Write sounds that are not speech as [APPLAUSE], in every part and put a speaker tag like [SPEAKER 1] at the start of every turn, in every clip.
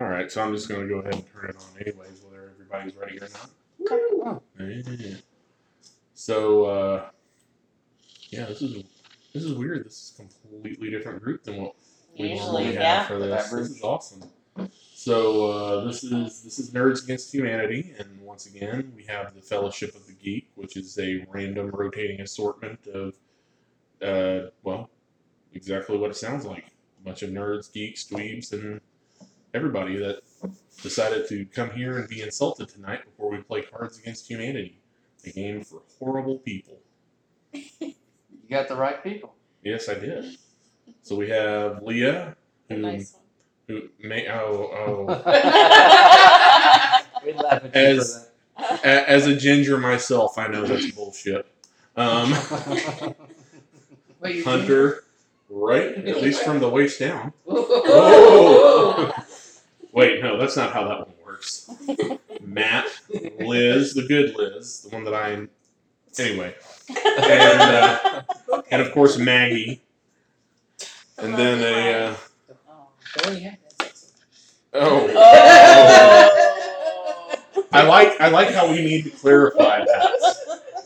[SPEAKER 1] All right, so I'm just gonna go ahead and turn it on anyways, whether everybody's ready or not. Yeah. So uh, yeah, this is this is weird. This is a completely different group than what we normally
[SPEAKER 2] Usually,
[SPEAKER 1] have
[SPEAKER 2] yeah.
[SPEAKER 1] for this. This is awesome. So uh, this is this is Nerds Against Humanity, and once again we have the Fellowship of the Geek, which is a random rotating assortment of uh, well, exactly what it sounds like. A bunch of nerds, geeks, dweebs, and everybody that decided to come here and be insulted tonight before we play Cards Against Humanity, a game for horrible people.
[SPEAKER 3] You got the right people.
[SPEAKER 1] Yes, I did. So we have Leah,
[SPEAKER 2] A
[SPEAKER 1] who,
[SPEAKER 2] [LAUGHS] nice one.
[SPEAKER 1] who may, oh, oh.
[SPEAKER 3] We laugh at you
[SPEAKER 1] As- A- As a ginger myself, I know that's bullshit.
[SPEAKER 3] [LAUGHS]
[SPEAKER 1] Um,
[SPEAKER 3] for
[SPEAKER 2] [LAUGHS]
[SPEAKER 4] Wait, you're
[SPEAKER 1] Hunter, right? At least from the waist down.
[SPEAKER 4] Oh.
[SPEAKER 1] Wait, no, that's not how that one works. Matt, Liz, the good Liz, the one that I. Anyway. And, uh,
[SPEAKER 3] that.
[SPEAKER 1] and of course, Maggie. And then a. Uh,
[SPEAKER 4] Oh, there you have it.
[SPEAKER 1] [LAUGHS] oh.
[SPEAKER 2] Oh.
[SPEAKER 1] I like I like how we need to clarify that.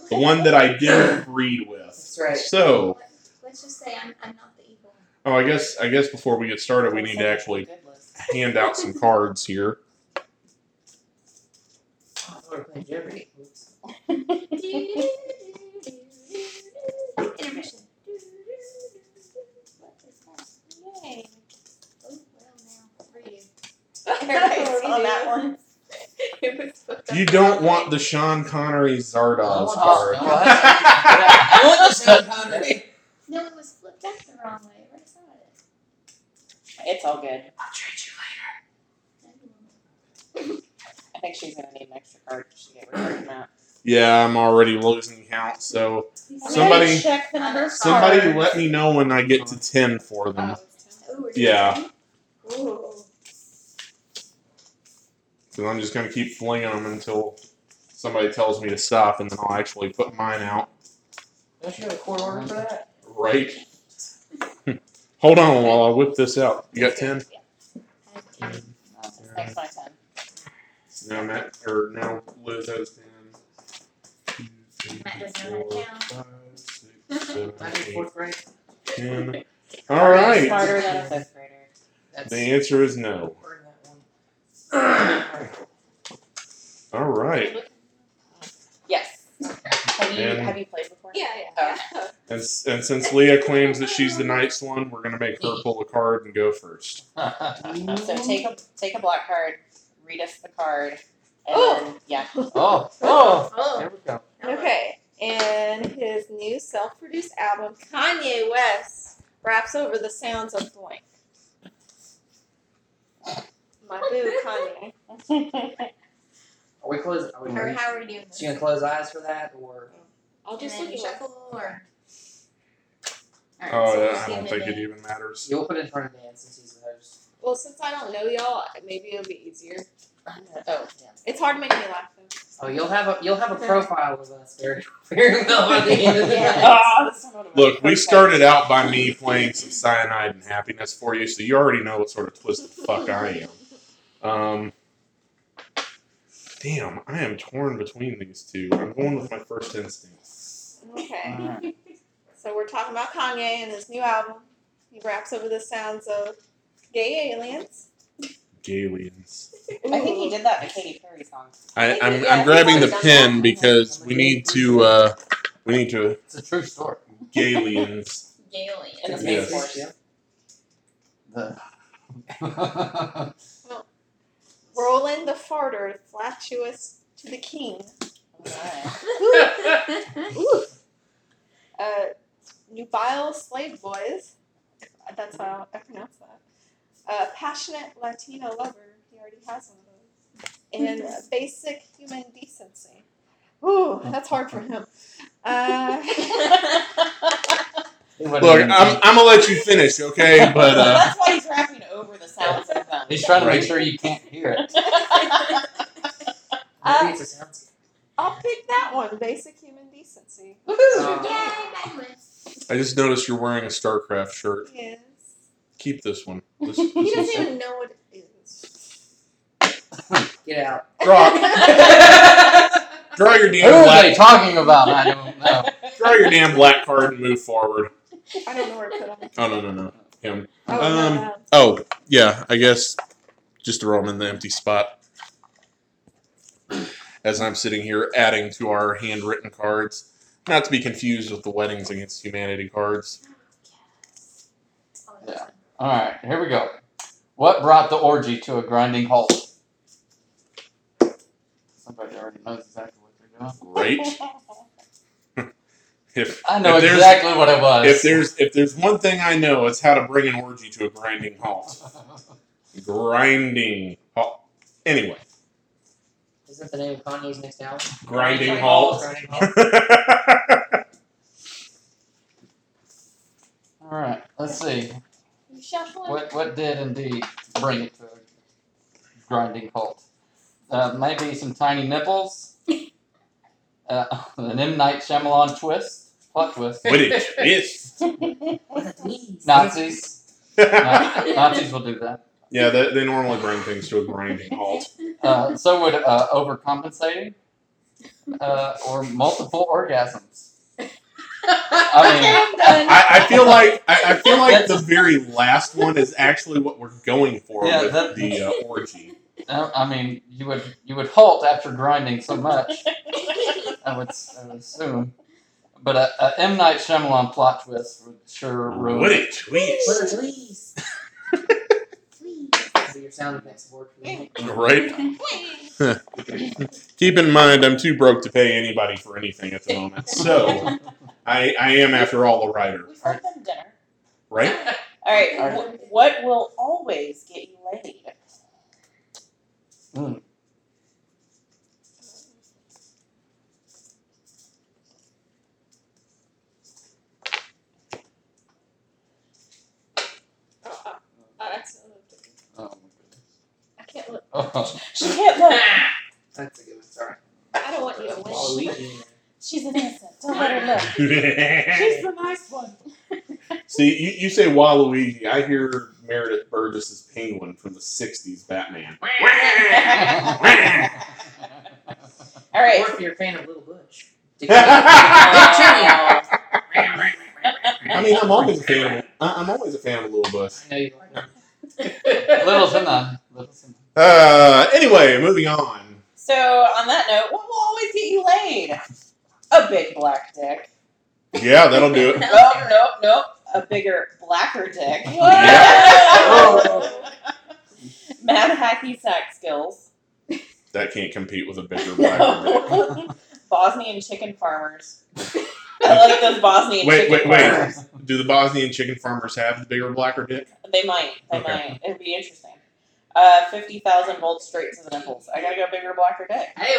[SPEAKER 1] The one that I didn't agree with.
[SPEAKER 4] That's right.
[SPEAKER 1] So,
[SPEAKER 5] Let's just say I'm, I'm not the evil one. [LAUGHS]
[SPEAKER 1] oh, I guess I guess before we get started, we need to actually
[SPEAKER 4] Good list.
[SPEAKER 1] hand out some cards here.
[SPEAKER 4] Oh, we're playing Jeopardy.
[SPEAKER 2] [LAUGHS]
[SPEAKER 4] Oops.
[SPEAKER 5] Intermission. What is that? Yay. Oh, well, now, for you.
[SPEAKER 2] [LAUGHS] Nice
[SPEAKER 5] Oh,
[SPEAKER 2] on that one. [LAUGHS]
[SPEAKER 5] It was fucked up.
[SPEAKER 1] You don't want the Sean Connery Zardoz
[SPEAKER 3] Oh,
[SPEAKER 1] card.
[SPEAKER 3] what?
[SPEAKER 4] I want this Sean Connery.
[SPEAKER 5] No, it was flipped up the wrong way. Where is that?
[SPEAKER 2] It's all good.
[SPEAKER 5] I'll treat you
[SPEAKER 2] I think she's gonna need an extra card. She get returned [LAUGHS] that.
[SPEAKER 1] [LAUGHS] yeah, I'm already losing count, so
[SPEAKER 5] later.
[SPEAKER 2] I'm
[SPEAKER 1] Somebody-
[SPEAKER 2] gonna check the number of
[SPEAKER 1] somebody
[SPEAKER 2] cards.
[SPEAKER 1] let me know when I get to ten for them.
[SPEAKER 5] Oh, we're
[SPEAKER 1] Yeah.
[SPEAKER 5] doing it? Ooh.
[SPEAKER 1] Because I'm just gonna keep flinging them until somebody tells me to stop, and then I'll actually put mine out.
[SPEAKER 4] Don't you have a court order for that?
[SPEAKER 1] Right. [LAUGHS] Hold on while I whip this out. You got ten?
[SPEAKER 5] I have to-
[SPEAKER 2] Oh, it's next my turn.
[SPEAKER 1] Now Matt or now Liz has ten. Two, three,
[SPEAKER 5] Matt doesn't know
[SPEAKER 1] four,
[SPEAKER 5] how to count.
[SPEAKER 1] five, six,
[SPEAKER 5] [LAUGHS]
[SPEAKER 1] seven,
[SPEAKER 4] I'm in
[SPEAKER 1] eight,
[SPEAKER 4] fourth grade.
[SPEAKER 1] ten.
[SPEAKER 2] Are
[SPEAKER 1] All
[SPEAKER 2] you
[SPEAKER 1] right.
[SPEAKER 2] Smarter than a fifth grader.
[SPEAKER 4] That's
[SPEAKER 1] The
[SPEAKER 3] [LAUGHS]
[SPEAKER 1] answer is no.
[SPEAKER 4] burn that one.
[SPEAKER 1] All right.
[SPEAKER 2] Yes. Have you
[SPEAKER 1] And-
[SPEAKER 2] have you played before?
[SPEAKER 5] Yeah, yeah, yeah.
[SPEAKER 1] And, s- and since Leah claims that she's the nice one, we're gonna make her pull a card and go first.
[SPEAKER 2] So take a take a black card, read us the card, and
[SPEAKER 6] Oh.
[SPEAKER 2] then yeah.
[SPEAKER 3] oh, oh,
[SPEAKER 6] [LAUGHS] Oh,
[SPEAKER 3] there we go.
[SPEAKER 6] okay. In his new self produced album, Kanye West raps over the sounds of blank. My boo, Kanye.
[SPEAKER 3] Are we closing? Are we
[SPEAKER 5] [LAUGHS] Or
[SPEAKER 3] ready?
[SPEAKER 5] how are we doing this?
[SPEAKER 3] She gonna close eyes for that, or
[SPEAKER 6] I'll just
[SPEAKER 5] And
[SPEAKER 6] look
[SPEAKER 5] then
[SPEAKER 6] at
[SPEAKER 5] you
[SPEAKER 6] you.
[SPEAKER 5] shuffle or? Alright,
[SPEAKER 1] Oh,
[SPEAKER 5] so
[SPEAKER 1] that- I don't think it even matters.
[SPEAKER 3] you'll put it in front of Dan since he's the host.
[SPEAKER 6] Well, since I don't know y'all, maybe it'll be easier.
[SPEAKER 2] oh
[SPEAKER 6] It's hard to make me laugh though.
[SPEAKER 3] Oh, you'll have a you'll have a profile with us [LAUGHS] very very well by the end of the
[SPEAKER 2] Yeah.
[SPEAKER 3] night.
[SPEAKER 6] Ah, this one would've been
[SPEAKER 1] Look, we
[SPEAKER 6] perfect.
[SPEAKER 1] started out by me playing some cyanide and happiness for you, so you already know what sort of twisted fuck I am. Um, damn, I am torn between these two. I'm going with my first instinct.
[SPEAKER 6] Okay.
[SPEAKER 3] [LAUGHS] Alright.
[SPEAKER 6] So we're talking about Kanye and his new album. He raps over the sounds of gay aliens.
[SPEAKER 1] Galians.
[SPEAKER 2] I think he did that in a Katy Perry song.
[SPEAKER 1] I, I'm,
[SPEAKER 6] Yeah,
[SPEAKER 1] I'm grabbing the
[SPEAKER 6] he's
[SPEAKER 1] pen
[SPEAKER 6] done that.
[SPEAKER 1] because we need to. Uh, we need to
[SPEAKER 3] It's a true story.
[SPEAKER 6] [LAUGHS]
[SPEAKER 1] Galians.
[SPEAKER 5] Galian.
[SPEAKER 2] In the
[SPEAKER 1] Yes.
[SPEAKER 2] Space Force. [LAUGHS]
[SPEAKER 3] [LAUGHS] The
[SPEAKER 6] Roland the farter flatuous to
[SPEAKER 5] [LAUGHS]
[SPEAKER 6] the king.
[SPEAKER 2] Alright.
[SPEAKER 6] Uh, nubile slave boys. That's how I pronounce that. Uh, passionate Latino lover. He already has one of those. And uh, basic human decency. Ooh, that's hard for him. Uh, [LAUGHS]
[SPEAKER 1] Look, I'm, I'm gonna let you finish, okay? But
[SPEAKER 2] Well,
[SPEAKER 1] uh,
[SPEAKER 2] that's why he's rapping over the sounds of them.
[SPEAKER 1] [LAUGHS]
[SPEAKER 3] He's trying to make sure you can't hear
[SPEAKER 2] [LAUGHS]
[SPEAKER 3] it.
[SPEAKER 6] Uh,
[SPEAKER 3] Maybe it's a soundscape.
[SPEAKER 6] I'll pick that one. Basic human decency.
[SPEAKER 3] Uh,
[SPEAKER 5] Yay, Magnus.
[SPEAKER 1] I just noticed you're wearing a StarCraft shirt.
[SPEAKER 6] Yes.
[SPEAKER 1] Keep this one. This,
[SPEAKER 6] He
[SPEAKER 1] this
[SPEAKER 6] doesn't
[SPEAKER 1] is,
[SPEAKER 6] even know what it is.
[SPEAKER 3] Get
[SPEAKER 2] [LAUGHS]
[SPEAKER 3] out. [LAUGHS]
[SPEAKER 1] Draw, draw your
[SPEAKER 3] Who
[SPEAKER 1] damn
[SPEAKER 3] are they
[SPEAKER 1] black,
[SPEAKER 3] talking about? I don't know.
[SPEAKER 1] draw your damn black card and move forward.
[SPEAKER 6] I don't know where to put them.
[SPEAKER 1] Oh no no no. Him.
[SPEAKER 6] [LAUGHS] Oh,
[SPEAKER 1] Um,
[SPEAKER 6] no, no.
[SPEAKER 1] Oh yeah, I guess just throw him in the empty spot. As I'm sitting here adding to our handwritten cards, not to be confused with the Weddings Against Humanity cards.
[SPEAKER 3] Yeah. All right, here we go. What brought the orgy to a grinding halt? Somebody already knows exactly what they're doing.
[SPEAKER 1] Great. if
[SPEAKER 3] I know
[SPEAKER 1] if there's-
[SPEAKER 3] exactly what it was.
[SPEAKER 1] If there's if there's one thing I know, it's how to bring an orgy to a grinding halt. Grinding halt. Anyway,
[SPEAKER 4] Is that the name of Kanye's next album?
[SPEAKER 1] grinding halt.
[SPEAKER 4] Grinding Halt.
[SPEAKER 3] [LAUGHS] All right, let's see.
[SPEAKER 5] You shuffling?
[SPEAKER 3] What what did indeed bring it to a grinding halt? Uh, maybe some tiny nipples. Uh, [LAUGHS] an M Night Shyamalan twist, plot twist.
[SPEAKER 1] [LAUGHS] What it is.
[SPEAKER 4] What are these?
[SPEAKER 3] Nazis.
[SPEAKER 1] [LAUGHS]
[SPEAKER 3] Na- Nazis will do that.
[SPEAKER 1] yeah, that, they normally bring things to a grinding
[SPEAKER 2] [LAUGHS]
[SPEAKER 1] halt.
[SPEAKER 3] Uh, so would uh, overcompensating uh, or multiple orgasms. I mean,
[SPEAKER 6] okay, I'm done.
[SPEAKER 1] I, I feel like I, I feel like the very last one is actually what we're going for
[SPEAKER 3] Yeah,
[SPEAKER 1] with
[SPEAKER 3] that-
[SPEAKER 1] the uh, orgy.
[SPEAKER 3] Uh, I mean, you would you would halt after grinding so much. I would, s- I would assume, but a, a M Night Shyamalan plot twist would sure ruin.
[SPEAKER 1] What it
[SPEAKER 4] What
[SPEAKER 1] twist,
[SPEAKER 4] are these?
[SPEAKER 5] Please.
[SPEAKER 4] Those are your sound effects word for me.
[SPEAKER 1] right? Keep in mind, I'm too broke to pay anybody for anything at the moment, so I, I am, after all, a writer,
[SPEAKER 2] We sent them dinner.
[SPEAKER 1] right?
[SPEAKER 2] All right.
[SPEAKER 3] All
[SPEAKER 5] right.
[SPEAKER 2] wh- what will always get you laid?
[SPEAKER 5] Oh, I accidentally looked at it.
[SPEAKER 3] [LAUGHS] Oh, my
[SPEAKER 5] I can't look.
[SPEAKER 3] goodness.
[SPEAKER 2] She can't look.
[SPEAKER 4] That's a good one. Sorry.
[SPEAKER 5] I don't want you
[SPEAKER 3] [LAUGHS]
[SPEAKER 5] to
[SPEAKER 4] Oh,
[SPEAKER 5] wish.
[SPEAKER 4] Luigi.
[SPEAKER 2] She's an innocent. Don't [LAUGHS] let her look.
[SPEAKER 1] See,
[SPEAKER 2] the nice one. [LAUGHS]
[SPEAKER 1] you, you say Waluigi. I hear Meredith Burgess's Penguin from the 60s
[SPEAKER 2] [LAUGHS]
[SPEAKER 1] Batman. [LAUGHS]
[SPEAKER 2] All
[SPEAKER 4] [LAUGHS]
[SPEAKER 2] right.
[SPEAKER 4] Or if you're a fan of Little Bush. [LAUGHS]
[SPEAKER 1] I
[SPEAKER 4] I
[SPEAKER 1] mean, I'm always a fan of, I- I'm always a fan of Little Bus.
[SPEAKER 4] know you are.
[SPEAKER 5] [LAUGHS]
[SPEAKER 3] [LAUGHS] Little to none. Little to none.
[SPEAKER 1] Uh, anyway, moving on.
[SPEAKER 2] So on that note, what will always get you laid? A big black dick.
[SPEAKER 1] Yeah, that'll do it.
[SPEAKER 2] Nope, nope, nope. A bigger, blacker dick.
[SPEAKER 3] Yeah.
[SPEAKER 2] [LAUGHS] Mad hacky sack skills.
[SPEAKER 1] That can't compete with a bigger black dick.
[SPEAKER 2] No. Bosnian
[SPEAKER 1] [LAUGHS]
[SPEAKER 2] chicken farmers. I like those Bosnian
[SPEAKER 1] Wait,
[SPEAKER 2] chicken
[SPEAKER 1] wait, wait.
[SPEAKER 2] farmers.
[SPEAKER 1] Do the Bosnian chicken farmers have the bigger blacker dick?
[SPEAKER 2] They might. They
[SPEAKER 1] Okay.
[SPEAKER 2] might. It'd be interesting. Uh, 50,000 volts straight to the nipples. I gotta go bigger, blacker dick.
[SPEAKER 4] Hey,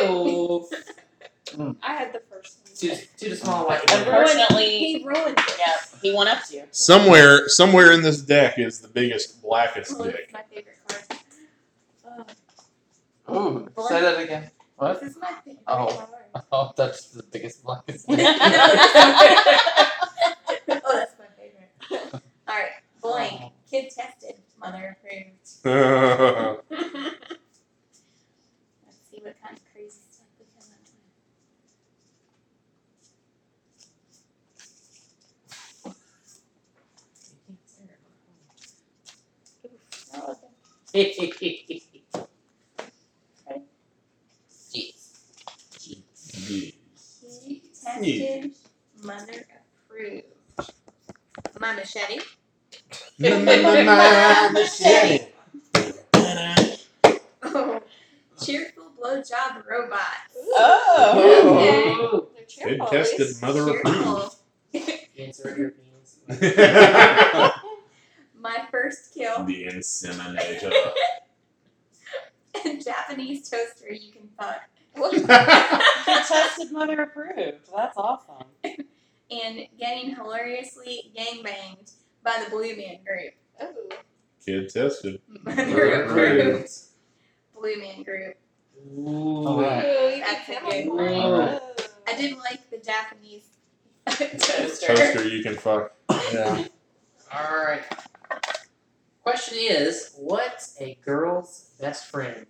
[SPEAKER 5] I had the first one.
[SPEAKER 4] too, too small white.
[SPEAKER 2] Unfortunately,
[SPEAKER 5] He ruined it.
[SPEAKER 2] yeah, he went up
[SPEAKER 1] [LAUGHS]
[SPEAKER 2] to you.
[SPEAKER 1] Somewhere, somewhere in this deck is the biggest, blackest
[SPEAKER 5] Oh,
[SPEAKER 1] dick. [LAUGHS]
[SPEAKER 5] it's my favorite card. Oh,
[SPEAKER 3] Ooh, say that again. What? [LAUGHS]
[SPEAKER 5] This is my favorite
[SPEAKER 3] Oh.
[SPEAKER 5] card.
[SPEAKER 3] Oh, that's the biggest black. [LAUGHS]
[SPEAKER 5] [LAUGHS] Oh, that's my favorite. [LAUGHS] All right, blank. Kid tested. Mother approved.
[SPEAKER 1] [LAUGHS] All
[SPEAKER 5] Let's see what kind of crazy stuff we have on Twitter. Oof, not looking. Oh, Kid tested. Mother approved. My machete. [LAUGHS]
[SPEAKER 1] [LAUGHS]
[SPEAKER 5] Oh, cheerful blowjob robots.
[SPEAKER 3] [LAUGHS]
[SPEAKER 2] Oh.
[SPEAKER 4] Ooh.
[SPEAKER 5] They're
[SPEAKER 1] Kid
[SPEAKER 5] cheerful. at
[SPEAKER 1] tested,
[SPEAKER 5] least.
[SPEAKER 1] mother
[SPEAKER 5] Cheerful.
[SPEAKER 4] Insert your penis.
[SPEAKER 1] the
[SPEAKER 5] [LAUGHS] My first kill.
[SPEAKER 1] inseminator.
[SPEAKER 5] A [LAUGHS] Japanese toaster you can
[SPEAKER 1] [LAUGHS]
[SPEAKER 5] fuck. [LAUGHS]
[SPEAKER 2] Contested mother approved. That's awesome.
[SPEAKER 5] and getting hilariously gangbanged by the Blue Man Group. Oh.
[SPEAKER 1] Kid tested.
[SPEAKER 5] Mother approved. Blue Man Group.
[SPEAKER 3] All right.
[SPEAKER 5] Ooh,
[SPEAKER 6] That's a good
[SPEAKER 3] one.
[SPEAKER 6] Oh,
[SPEAKER 5] I did like the Japanese [LAUGHS] toaster.
[SPEAKER 1] Toaster, [LAUGHS] you can fuck. Yeah.
[SPEAKER 4] All right. Question is, what's a girl's best friend?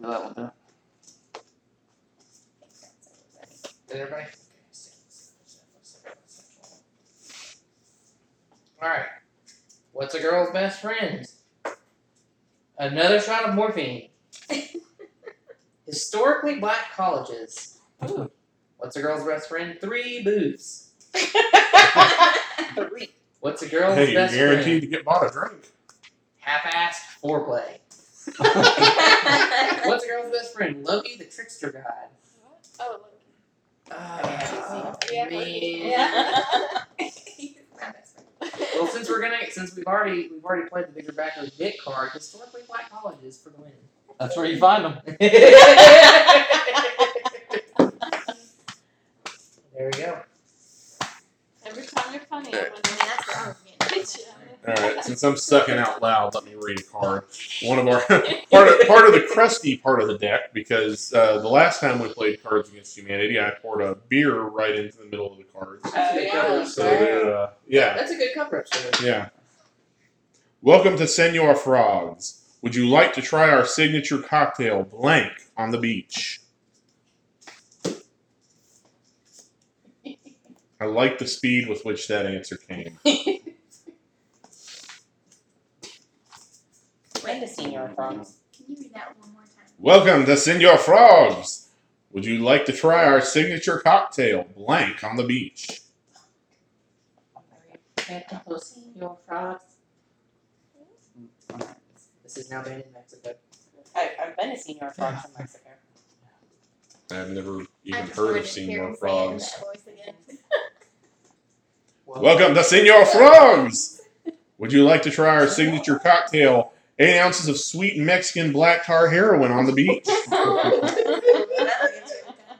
[SPEAKER 3] That will do.
[SPEAKER 4] Did everybody? Alright. What's a girl's best friend? Another shot of morphine. Historically black colleges.
[SPEAKER 3] Ooh.
[SPEAKER 4] What's a girl's best friend? Three boobs.
[SPEAKER 2] Three.
[SPEAKER 4] What's a girl's
[SPEAKER 1] hey, you're
[SPEAKER 4] best
[SPEAKER 1] guaranteed
[SPEAKER 4] friend?
[SPEAKER 1] to get bought a drink.
[SPEAKER 4] Half-assed foreplay.
[SPEAKER 1] [LAUGHS]
[SPEAKER 4] What's a girl's best friend? Loki the trickster god.
[SPEAKER 6] Oh,
[SPEAKER 4] Oh,
[SPEAKER 6] Yeah.
[SPEAKER 4] man.
[SPEAKER 2] [LAUGHS] Yeah.
[SPEAKER 4] Well, since we're gonna, since we've already we've already played the bigger back of the bit card, historically black colleges for the win. [LAUGHS]
[SPEAKER 3] That's where you find them.
[SPEAKER 4] there we go.
[SPEAKER 6] every time you're funny, I'm gonna hit you.
[SPEAKER 1] All right, since I'm sucking out loud, let me read a card. One of our [LAUGHS] part of, part of the crusty part of the deck because uh, the last time we played Cards Against Humanity, I poured a beer right into the middle of the cards.
[SPEAKER 4] That's a good cover.
[SPEAKER 1] So they're, uh, yeah,
[SPEAKER 4] That's a good cover up story.
[SPEAKER 1] yeah. Welcome to Senor Frogs. Would you like to try our signature cocktail, blank, on the beach? I like the speed with which that answer came.
[SPEAKER 2] When to senior prom.
[SPEAKER 5] Can you read that one more time?
[SPEAKER 1] Welcome to Senor Frogs. Would you like to try our signature cocktail, blank, on the beach?
[SPEAKER 4] Your frogs. This is now banned in Mexico.
[SPEAKER 2] I, I've been a senior prom from Mexico.
[SPEAKER 1] I've never
[SPEAKER 5] I
[SPEAKER 1] even
[SPEAKER 5] just
[SPEAKER 1] heard
[SPEAKER 5] wanted
[SPEAKER 1] of
[SPEAKER 5] to
[SPEAKER 1] Senor
[SPEAKER 5] hear him
[SPEAKER 1] Frogs.
[SPEAKER 5] say that voice again.
[SPEAKER 4] Well,
[SPEAKER 1] Welcome to Senor Frogs. Would you like to try our signature cocktail, eight ounces of sweet Mexican black tar heroin on the
[SPEAKER 5] [LAUGHS]
[SPEAKER 1] beach?
[SPEAKER 2] [LAUGHS]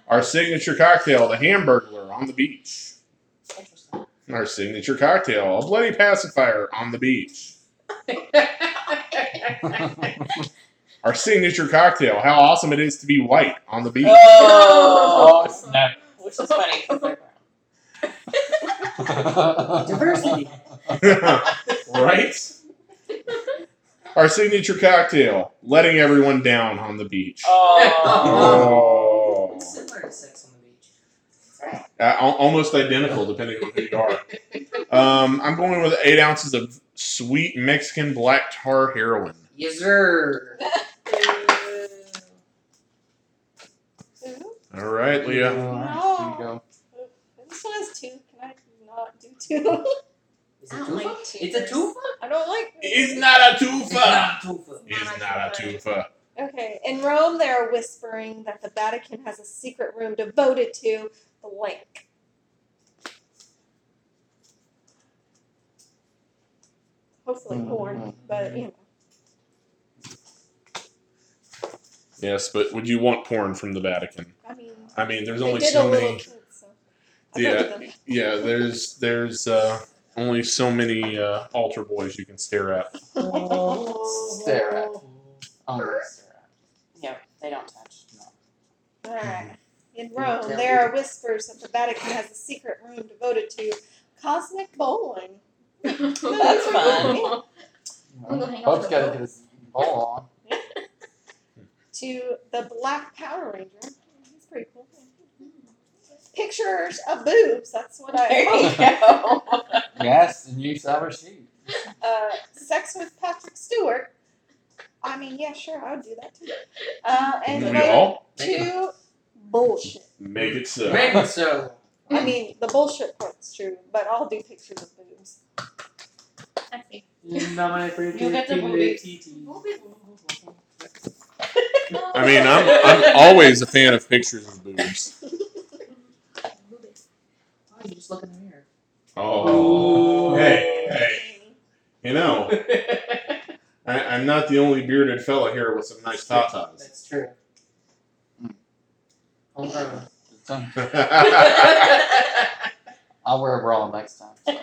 [SPEAKER 1] Our signature cocktail, the Hamburglar on the beach.
[SPEAKER 2] Interesting.
[SPEAKER 1] Our signature cocktail, a bloody pacifier on the beach. Our signature cocktail, how awesome it is to be white on the beach.
[SPEAKER 2] Oh,
[SPEAKER 4] [LAUGHS]
[SPEAKER 3] Oh, snap.
[SPEAKER 2] which is funny. 'cause they're brown.
[SPEAKER 4] Diversity.
[SPEAKER 1] [LAUGHS] right? Our signature cocktail, letting everyone down on the beach.
[SPEAKER 2] Oh,
[SPEAKER 1] Oh.
[SPEAKER 4] Similar to Sex on the Beach.
[SPEAKER 1] Uh, al- almost identical, depending on who you are. Um, I'm going with eight ounces of sweet Mexican black tar heroin.
[SPEAKER 4] Yes, sir.
[SPEAKER 6] Ooh,
[SPEAKER 1] All right, Leah.
[SPEAKER 3] Alright, Here you go.
[SPEAKER 6] This one has two. Can I not do two?
[SPEAKER 4] Is it
[SPEAKER 5] I don't like
[SPEAKER 4] tufa? It's a
[SPEAKER 5] tubers.
[SPEAKER 4] tufa?
[SPEAKER 6] I don't like.
[SPEAKER 1] He's not a
[SPEAKER 4] It's
[SPEAKER 1] tufa.
[SPEAKER 4] not tufa.
[SPEAKER 1] He's not a tufa.
[SPEAKER 6] Okay, in Rome, they are whispering that the Vatican has a secret room devoted to blank. Hopefully, porn, but you know.
[SPEAKER 1] Yes, but would you want porn from the Vatican?
[SPEAKER 6] I mean,
[SPEAKER 1] I mean, there's
[SPEAKER 6] they
[SPEAKER 1] only
[SPEAKER 6] did
[SPEAKER 1] so
[SPEAKER 6] a little
[SPEAKER 1] many.
[SPEAKER 6] kid, so. I've heard of them.
[SPEAKER 1] Yeah, there's there's uh, only so many uh, altar boys you can stare at.
[SPEAKER 3] [LAUGHS] Stare at. Oh, stare at.
[SPEAKER 2] [LAUGHS] no, they don't touch.
[SPEAKER 6] All right. In
[SPEAKER 4] Can you
[SPEAKER 6] Rome,
[SPEAKER 4] tell
[SPEAKER 6] there
[SPEAKER 4] me?
[SPEAKER 6] are whispers that the Vatican has a secret room devoted to cosmic bowling.
[SPEAKER 3] [LAUGHS]
[SPEAKER 5] [LAUGHS]
[SPEAKER 2] That's fun.
[SPEAKER 5] We'll go hang out
[SPEAKER 3] Bub's got
[SPEAKER 5] with the
[SPEAKER 3] to get his ball on.
[SPEAKER 6] To the Black Power Ranger. He's pretty cool. Pictures of boobs. That's what
[SPEAKER 2] There
[SPEAKER 6] I.
[SPEAKER 2] you
[SPEAKER 1] [LAUGHS]
[SPEAKER 2] go.
[SPEAKER 3] Yes, and you saw her shoot.
[SPEAKER 6] Uh, sex with Patrick Stewart. I mean, yeah, sure, I would do that too. Uh, and
[SPEAKER 1] We
[SPEAKER 6] devoted
[SPEAKER 1] all
[SPEAKER 6] to bullshit.
[SPEAKER 1] make it so.
[SPEAKER 4] Maybe so.
[SPEAKER 6] I mean, the bullshit part's true, but I'll do pictures of boobs.
[SPEAKER 5] I see.
[SPEAKER 2] You'll get the
[SPEAKER 1] I mean, I'm I'm always a fan of pictures of boobs.
[SPEAKER 4] Oh, you just look in the mirror.
[SPEAKER 1] Oh, hey, hey, you know, I, I'm not the only bearded fella here with some nice tatas. [LAUGHS]
[SPEAKER 4] That's true. Homegrown.
[SPEAKER 3] It's on-
[SPEAKER 1] All
[SPEAKER 3] I'll wear a bra next time.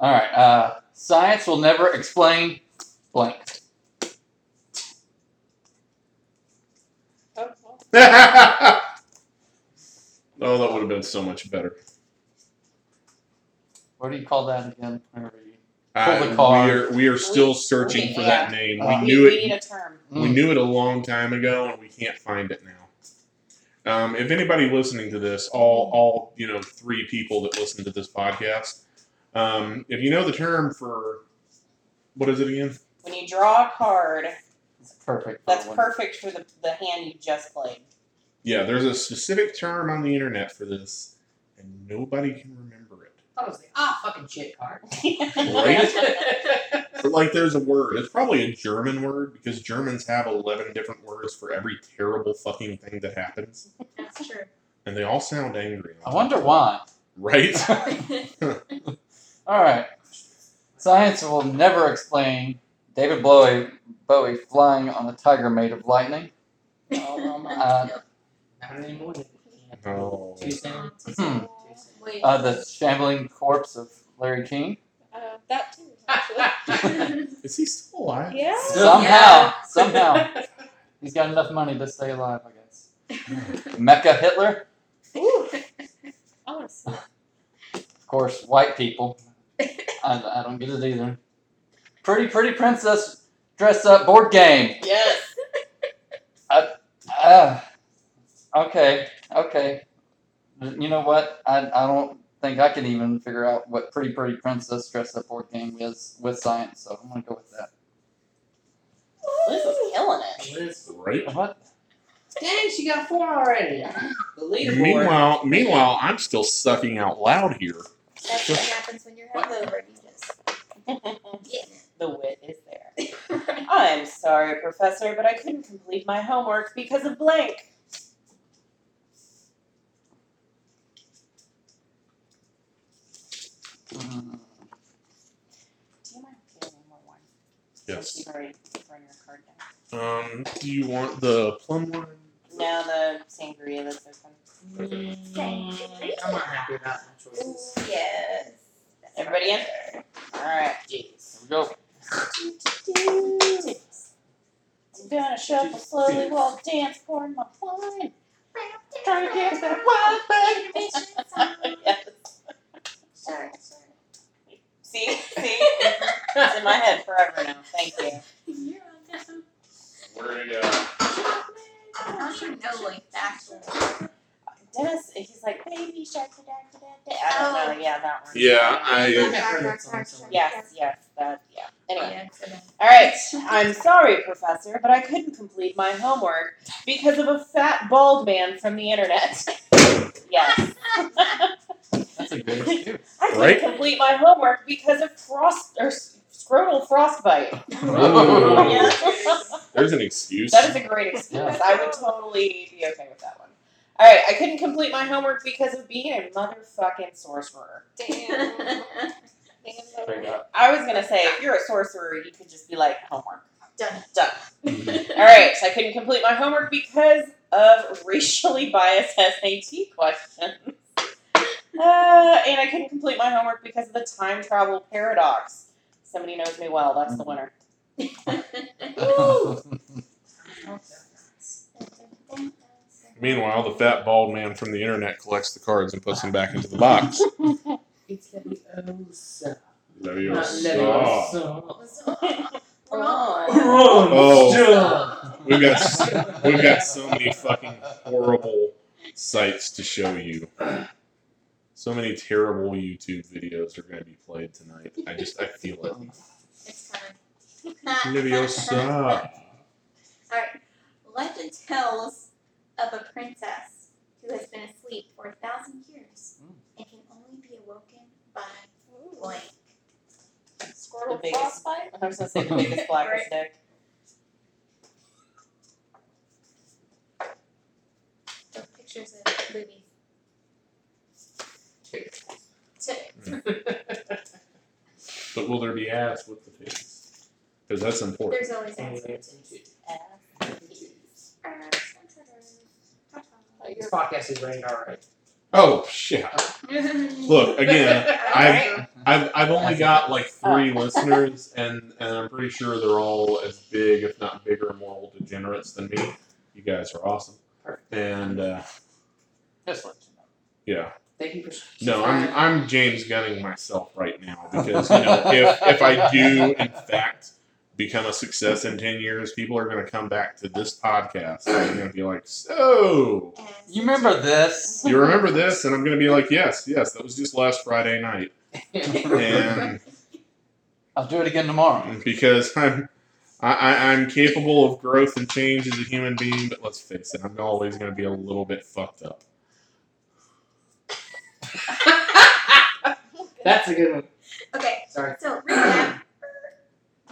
[SPEAKER 3] All right. Uh, science will never explain blank.
[SPEAKER 6] Oh, well.
[SPEAKER 1] oh, that would have been so much better.
[SPEAKER 3] What do you call that again? Whenever you-
[SPEAKER 1] Uh,
[SPEAKER 3] Pull the card.
[SPEAKER 1] We are, we are still searching for that
[SPEAKER 2] Yeah.
[SPEAKER 1] name.
[SPEAKER 3] Uh,
[SPEAKER 1] we knew
[SPEAKER 2] we, we
[SPEAKER 1] it.
[SPEAKER 2] need a term.
[SPEAKER 3] Mm.
[SPEAKER 1] We knew it a long time ago, and we can't find it now. Um, if anybody listening to this, all all you know, three people that listen to this podcast, um, if you know the term for what is it again?
[SPEAKER 2] When you draw a card,
[SPEAKER 3] It's perfect. for
[SPEAKER 2] that's
[SPEAKER 1] Oh,
[SPEAKER 3] one.
[SPEAKER 2] perfect for the, the hand you just played.
[SPEAKER 1] Yeah, there's a specific term on the internet for this, and nobody can remember it.
[SPEAKER 4] I was like, ah, fucking shit card.
[SPEAKER 2] [LAUGHS]
[SPEAKER 1] But like, there's a word. It's probably a German word because Germans have 11 different words for every terrible fucking thing that happens,
[SPEAKER 5] That's true.
[SPEAKER 1] and they all sound angry.
[SPEAKER 3] I wonder why. [LAUGHS]
[SPEAKER 1] Right? [LAUGHS]
[SPEAKER 5] [LAUGHS]
[SPEAKER 3] All right. Science will never explain David Bowie, Bowie flying on a tiger made of lightning.
[SPEAKER 2] oh, my.
[SPEAKER 3] Uh,
[SPEAKER 4] Not anymore.
[SPEAKER 1] No.
[SPEAKER 4] Too soon.
[SPEAKER 3] Hmm.
[SPEAKER 5] Wait.
[SPEAKER 3] uh, the shambling corpse of Larry King.
[SPEAKER 5] [LAUGHS]
[SPEAKER 6] Uh, that too, actually.
[SPEAKER 1] Is he still alive?
[SPEAKER 6] yeah.
[SPEAKER 3] Somehow,
[SPEAKER 4] Yeah.
[SPEAKER 3] somehow, he's got enough money to stay alive, I guess. [LAUGHS]
[SPEAKER 5] [LAUGHS]
[SPEAKER 3] Mecca Hitler,
[SPEAKER 6] Ooh. I want to see.
[SPEAKER 3] of course, white people. I, I don't get it either. Pretty, pretty princess dress up board game.
[SPEAKER 2] Yes.
[SPEAKER 3] Ah, okay, okay. You know what? I, I don't think I can even figure out what Pretty Pretty Princess dress up board game is with science, so I'm gonna go with that.
[SPEAKER 2] Liz is killing it.
[SPEAKER 4] Liz.
[SPEAKER 1] Right?
[SPEAKER 3] What?
[SPEAKER 4] Dang, she got four already. The leaderboard.
[SPEAKER 1] Meanwhile, meanwhile, I'm still sucking out loud here.
[SPEAKER 5] That's what happens when you're hungover. You just get it.
[SPEAKER 2] [LAUGHS]
[SPEAKER 5] [LAUGHS]
[SPEAKER 2] The wit is there. I'm sorry, Professor, but I couldn't complete my homework because of blank.
[SPEAKER 3] Mm,
[SPEAKER 2] Do you mind getting more wine? Since
[SPEAKER 1] Yes.
[SPEAKER 2] you've already thrown your card down.
[SPEAKER 1] Um, do you want the plum one?
[SPEAKER 2] Now the sangria that's open.
[SPEAKER 4] Mm, I'm not happy about my choices.
[SPEAKER 5] Ooh, yes. That's
[SPEAKER 2] Everybody in?
[SPEAKER 5] right.
[SPEAKER 2] All right.
[SPEAKER 4] Jeez.
[SPEAKER 3] Here we go.
[SPEAKER 2] I'm gonna shuffle slowly while I dance, pouring my [LAUGHS] wine. Trying to get
[SPEAKER 6] [LAUGHS]
[SPEAKER 2] that wine back. Yes.
[SPEAKER 5] [LAUGHS] Sorry, sorry.
[SPEAKER 2] See, see, it's in my head forever now. Thank you.
[SPEAKER 5] You're on down.
[SPEAKER 1] Where to go?
[SPEAKER 5] I don't even know like the actual.
[SPEAKER 2] Dennis, he's like, baby shark, da da da da. I don't know. Yeah, that one.
[SPEAKER 1] Yeah, I. uh,
[SPEAKER 2] Yes, yes, that. Yeah. Anyway.
[SPEAKER 5] Yeah, so then-
[SPEAKER 2] All right. I'm sorry, Professor, but I couldn't complete my homework because of a fat bald man from the internet. [LAUGHS] yes. [LAUGHS]
[SPEAKER 3] That's a good excuse.
[SPEAKER 2] I couldn't
[SPEAKER 1] Right?
[SPEAKER 2] complete my homework because of frost or s- scrotal frostbite.
[SPEAKER 1] Ooh.
[SPEAKER 2] Yeah.
[SPEAKER 1] There's an excuse.
[SPEAKER 2] [LAUGHS] That is a great excuse.
[SPEAKER 3] Yeah.
[SPEAKER 2] I would totally be okay with that one. All right, I couldn't complete my homework because of being a motherfucking sorcerer.
[SPEAKER 6] Damn. Damn.
[SPEAKER 3] Straight
[SPEAKER 6] Logan.
[SPEAKER 3] up.
[SPEAKER 2] I was gonna say, if you're a sorcerer, you could just be like homework
[SPEAKER 5] Done.
[SPEAKER 2] done. All right, I couldn't complete my homework because of racially biased [LAUGHS] SAT questions. Uh, and I couldn't complete my homework because of the time travel paradox. Somebody knows me well. That's the winner.
[SPEAKER 5] [LAUGHS]
[SPEAKER 1] Meanwhile, the fat bald man from the internet collects the cards and puts them back into the
[SPEAKER 2] [LAUGHS]
[SPEAKER 1] box.
[SPEAKER 4] It's Leviosa. Not
[SPEAKER 1] Leviosa.
[SPEAKER 4] Leviosa.
[SPEAKER 2] Wrong. [LAUGHS]
[SPEAKER 1] Oh, We've got s- we've got so
[SPEAKER 3] [LAUGHS]
[SPEAKER 1] many fucking horrible sites to show you. So many terrible YouTube videos are going to be played tonight. I just I feel it.
[SPEAKER 3] [LAUGHS]
[SPEAKER 5] It's time.
[SPEAKER 1] Leviosa.
[SPEAKER 5] Alright. Legend tells of a princess who has been asleep for a thousand years
[SPEAKER 3] Mm.
[SPEAKER 5] and can only be awoken by blank.
[SPEAKER 2] The
[SPEAKER 6] Squirtle
[SPEAKER 2] biggest-
[SPEAKER 6] frostbite.
[SPEAKER 2] I was gonna say the biggest blackest dick.
[SPEAKER 5] Those pictures of movies. Tick.
[SPEAKER 1] But will there be ads with the face? Because that's important.
[SPEAKER 5] There's always that.
[SPEAKER 6] Oh,
[SPEAKER 4] This podcast is rated R, right?
[SPEAKER 1] Oh shit! Look again.
[SPEAKER 4] Alright.
[SPEAKER 1] I've I've only got like three listeners, and and I'm pretty sure they're all as big, if not bigger, moral degenerates than me. You guys are awesome. And uh,
[SPEAKER 3] Just let you know.
[SPEAKER 1] yeah,
[SPEAKER 4] Thank you for
[SPEAKER 1] No, I'm I'm James Gunning myself right now because you know if if I do in fact become a success in ten years, people are going to come back to this podcast and they're going to be like, so
[SPEAKER 5] And
[SPEAKER 3] You remember this?
[SPEAKER 1] you remember this? And I'm going to be like, yes, yes, that was just last Friday night,
[SPEAKER 5] [LAUGHS]
[SPEAKER 1] and
[SPEAKER 3] I'll do it again tomorrow.
[SPEAKER 1] because [LAUGHS] I'm. I, I, I'm capable of growth and change as a human being, but let's face it, I'm always going to be a little bit fucked up.
[SPEAKER 4] That's a good one.
[SPEAKER 5] Okay,
[SPEAKER 4] Sorry.
[SPEAKER 5] so recap.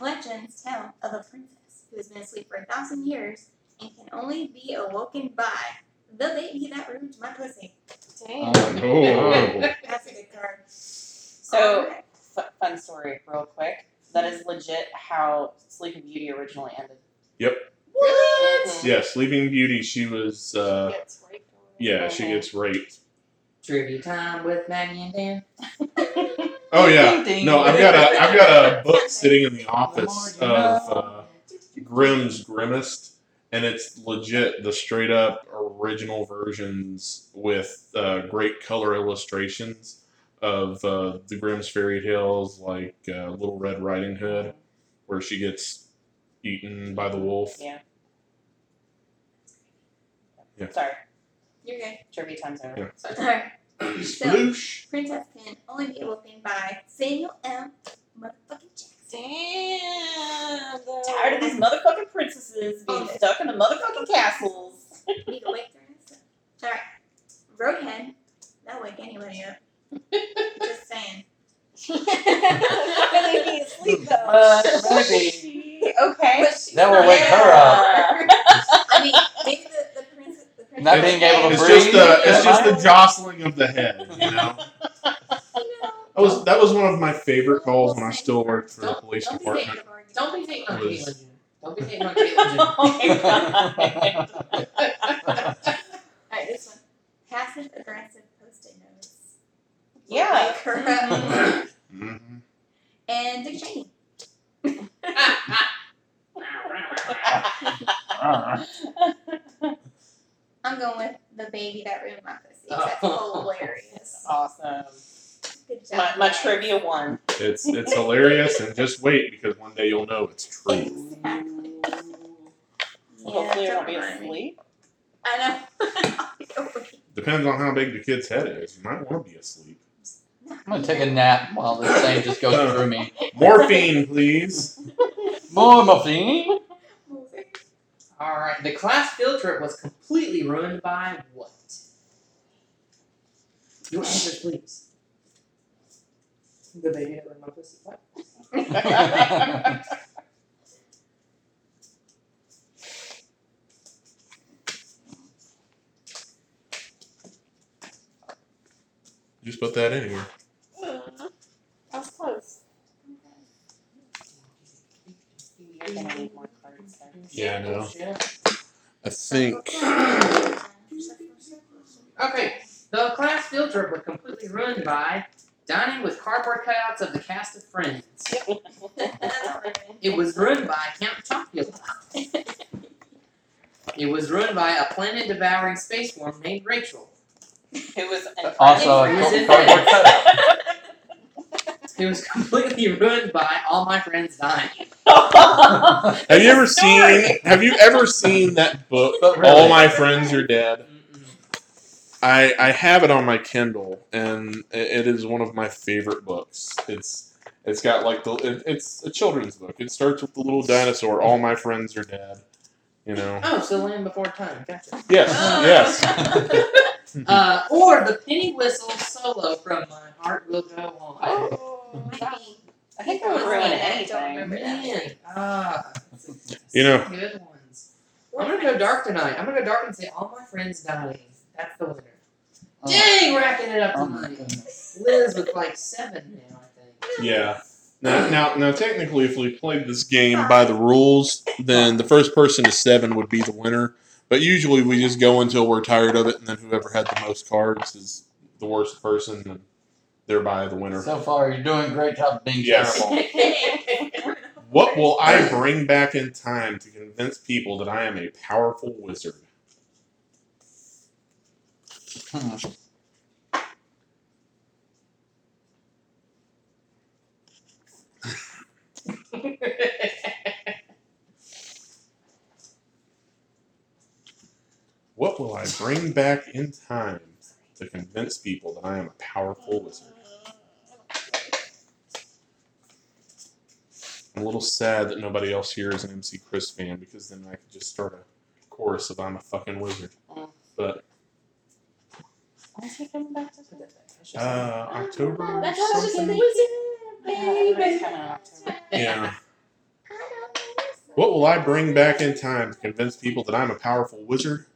[SPEAKER 5] Legends tell of a princess who has been asleep for a thousand years and can only be awoken by the baby that ruined my pussy.
[SPEAKER 6] Dang.
[SPEAKER 3] Um,
[SPEAKER 5] [LAUGHS]
[SPEAKER 1] Oh,
[SPEAKER 5] That's a good card.
[SPEAKER 2] So,
[SPEAKER 5] Alright.
[SPEAKER 2] f- fun story, real quick. That is legit how Sleeping Beauty originally ended.
[SPEAKER 5] what?
[SPEAKER 1] yeah, Sleeping Beauty, she was, uh,
[SPEAKER 6] Gets raped or whatever. [LAUGHS]
[SPEAKER 1] yeah, she gets raped.
[SPEAKER 4] Trivia time with Maggie and Dan.
[SPEAKER 1] Oh yeah.
[SPEAKER 3] Ding, ding.
[SPEAKER 1] No, I've got a I've got a book sitting in the office
[SPEAKER 3] The more you
[SPEAKER 1] of uh,
[SPEAKER 3] know.
[SPEAKER 1] Grimm's Grimmest, and it's legit the straight up original versions with uh, great color illustrations of uh, the Grimm's fairy tales, like uh, Little Red Riding Hood, where she gets eaten by the wolf.
[SPEAKER 2] Yeah.
[SPEAKER 1] Yeah.
[SPEAKER 2] Sorry,
[SPEAKER 5] You're good.
[SPEAKER 2] trivia time's over.
[SPEAKER 1] Yeah.
[SPEAKER 2] Sorry.
[SPEAKER 5] Alright. So,
[SPEAKER 1] Sploosh.
[SPEAKER 5] princess can only be awoken by Samuel M. Motherfucking Jackson.
[SPEAKER 6] Damn. though.
[SPEAKER 2] Tired of these motherfucking princesses being stuck in the motherfucking
[SPEAKER 5] [LAUGHS]
[SPEAKER 2] castles.
[SPEAKER 5] Need to wake their ass up. Alright. Roadhead. That'll wake anybody up. Just saying.
[SPEAKER 6] Really be asleep though.
[SPEAKER 3] But [LAUGHS] maybe
[SPEAKER 2] okay.
[SPEAKER 5] But she-
[SPEAKER 3] That will wake her up.
[SPEAKER 5] I mean, maybe the, the princess. The princess
[SPEAKER 3] Not being able to
[SPEAKER 1] It's just
[SPEAKER 3] breathe.
[SPEAKER 1] the it's just the
[SPEAKER 3] Am I-
[SPEAKER 1] jostling of the head, you know.
[SPEAKER 3] Oh,
[SPEAKER 5] You know,
[SPEAKER 1] That was that was one of my favorite calls when I still worked for the
[SPEAKER 4] Don't-
[SPEAKER 1] police
[SPEAKER 5] don't be
[SPEAKER 1] department.
[SPEAKER 5] negative, Arden.
[SPEAKER 4] Don't be taking on
[SPEAKER 1] Was-
[SPEAKER 4] Caitlyn. Jenner. Don't be taking on Caitlyn.
[SPEAKER 2] oh my god.
[SPEAKER 5] Alright, this one. Passive aggressive post-it notes.
[SPEAKER 2] [LAUGHS]
[SPEAKER 5] [LAUGHS]
[SPEAKER 2] Yeah.
[SPEAKER 5] Wake her up.
[SPEAKER 1] Mhm.
[SPEAKER 5] and Dick Cheney.
[SPEAKER 4] Jenner.
[SPEAKER 5] I'm going with the baby that ruined my pussy. 'cause
[SPEAKER 4] Oh.
[SPEAKER 5] That's hilarious.
[SPEAKER 2] awesome.
[SPEAKER 5] Good job.
[SPEAKER 2] My, my
[SPEAKER 5] guys.
[SPEAKER 2] trivia one.
[SPEAKER 1] It's it's hilarious, and just wait because one day you'll know it's true.
[SPEAKER 5] Exactly. Yeah,
[SPEAKER 2] Hopefully, I won't be
[SPEAKER 5] don't mind me.
[SPEAKER 2] asleep.
[SPEAKER 5] I [LAUGHS] know. I'll be awake.
[SPEAKER 1] Depends on how big the kid's head is. You might want to be asleep.
[SPEAKER 3] I'm gonna take a nap while this thing just goes through me.
[SPEAKER 1] Morphine, please.
[SPEAKER 3] More morphine.
[SPEAKER 4] All right. The class field trip was completely ruined by what? Your answers, please. The baby that ruined my pussy. What?
[SPEAKER 3] [LAUGHS]
[SPEAKER 2] [LAUGHS]
[SPEAKER 1] Just put that anywhere.
[SPEAKER 6] [LAUGHS] That was close.
[SPEAKER 2] You're gonna need more cards. There.
[SPEAKER 1] Yeah, I know. I
[SPEAKER 5] [LAUGHS]
[SPEAKER 4] Okay. The class field trip was completely ruined by dining with cardboard cutouts of the cast of Friends. It was ruined by Count Chocula. it was ruined by a planet devouring space worm named Rachel.
[SPEAKER 2] Who was an [LAUGHS]
[SPEAKER 3] also, a
[SPEAKER 4] Is
[SPEAKER 3] cardboard
[SPEAKER 4] it-
[SPEAKER 3] cutout. [LAUGHS]
[SPEAKER 4] It was completely [LAUGHS] ruined by all my friends dying.
[SPEAKER 1] Have you ever
[SPEAKER 2] Story.
[SPEAKER 1] seen Have you ever seen that book?
[SPEAKER 3] But really,
[SPEAKER 1] All my friends are dead.
[SPEAKER 4] Mm-mm.
[SPEAKER 1] I I have it on my Kindle, and i- it is one of my favorite books. It's it's got like the it, it's a children's book. It starts with the little dinosaur. All my friends are dead. You know.
[SPEAKER 4] Oh, so Land Before Time. Gotcha.
[SPEAKER 1] Yes. Yes.
[SPEAKER 4] Uh, or the penny whistle solo from My Heart Will Go On.
[SPEAKER 6] Oh, that-
[SPEAKER 2] I think I would ruin anything.
[SPEAKER 4] Man, ah,
[SPEAKER 1] You know.
[SPEAKER 4] good ones. I'm gonna go dark tonight. I'm gonna go dark and say all my friends dying. That's the winner. Dang, racking it up
[SPEAKER 3] Oh my
[SPEAKER 4] tonight.
[SPEAKER 3] goodness.
[SPEAKER 4] Liz with like seven now, I think.
[SPEAKER 1] Yeah. Now, now, now, technically, if we played this game by the rules, then the first person to seven would be the winner. But usually, we just go until we're tired of it, and then whoever had the most cards is the worst person, and thereby the winner.
[SPEAKER 3] So far, you're doing a great job being
[SPEAKER 1] Yes.
[SPEAKER 3] terrible.
[SPEAKER 1] What will I bring back in time to convince people that I am a powerful wizard?
[SPEAKER 3] Hmm.
[SPEAKER 4] [LAUGHS]
[SPEAKER 1] What will I bring back in time to convince people that I am a powerful wizard? I'm a little sad that nobody else here is an MC Chris fan because then I could just start a chorus of I'm a fucking wizard.
[SPEAKER 4] Mm.
[SPEAKER 1] But
[SPEAKER 4] Why is he coming back to do that? That's just-
[SPEAKER 1] uh, October
[SPEAKER 5] That's
[SPEAKER 2] what I was just
[SPEAKER 1] something?
[SPEAKER 4] Everybody's coming in October.
[SPEAKER 1] Yeah. What will I bring back
[SPEAKER 2] [LAUGHS]
[SPEAKER 1] in time to convince people that I'm a powerful wizard?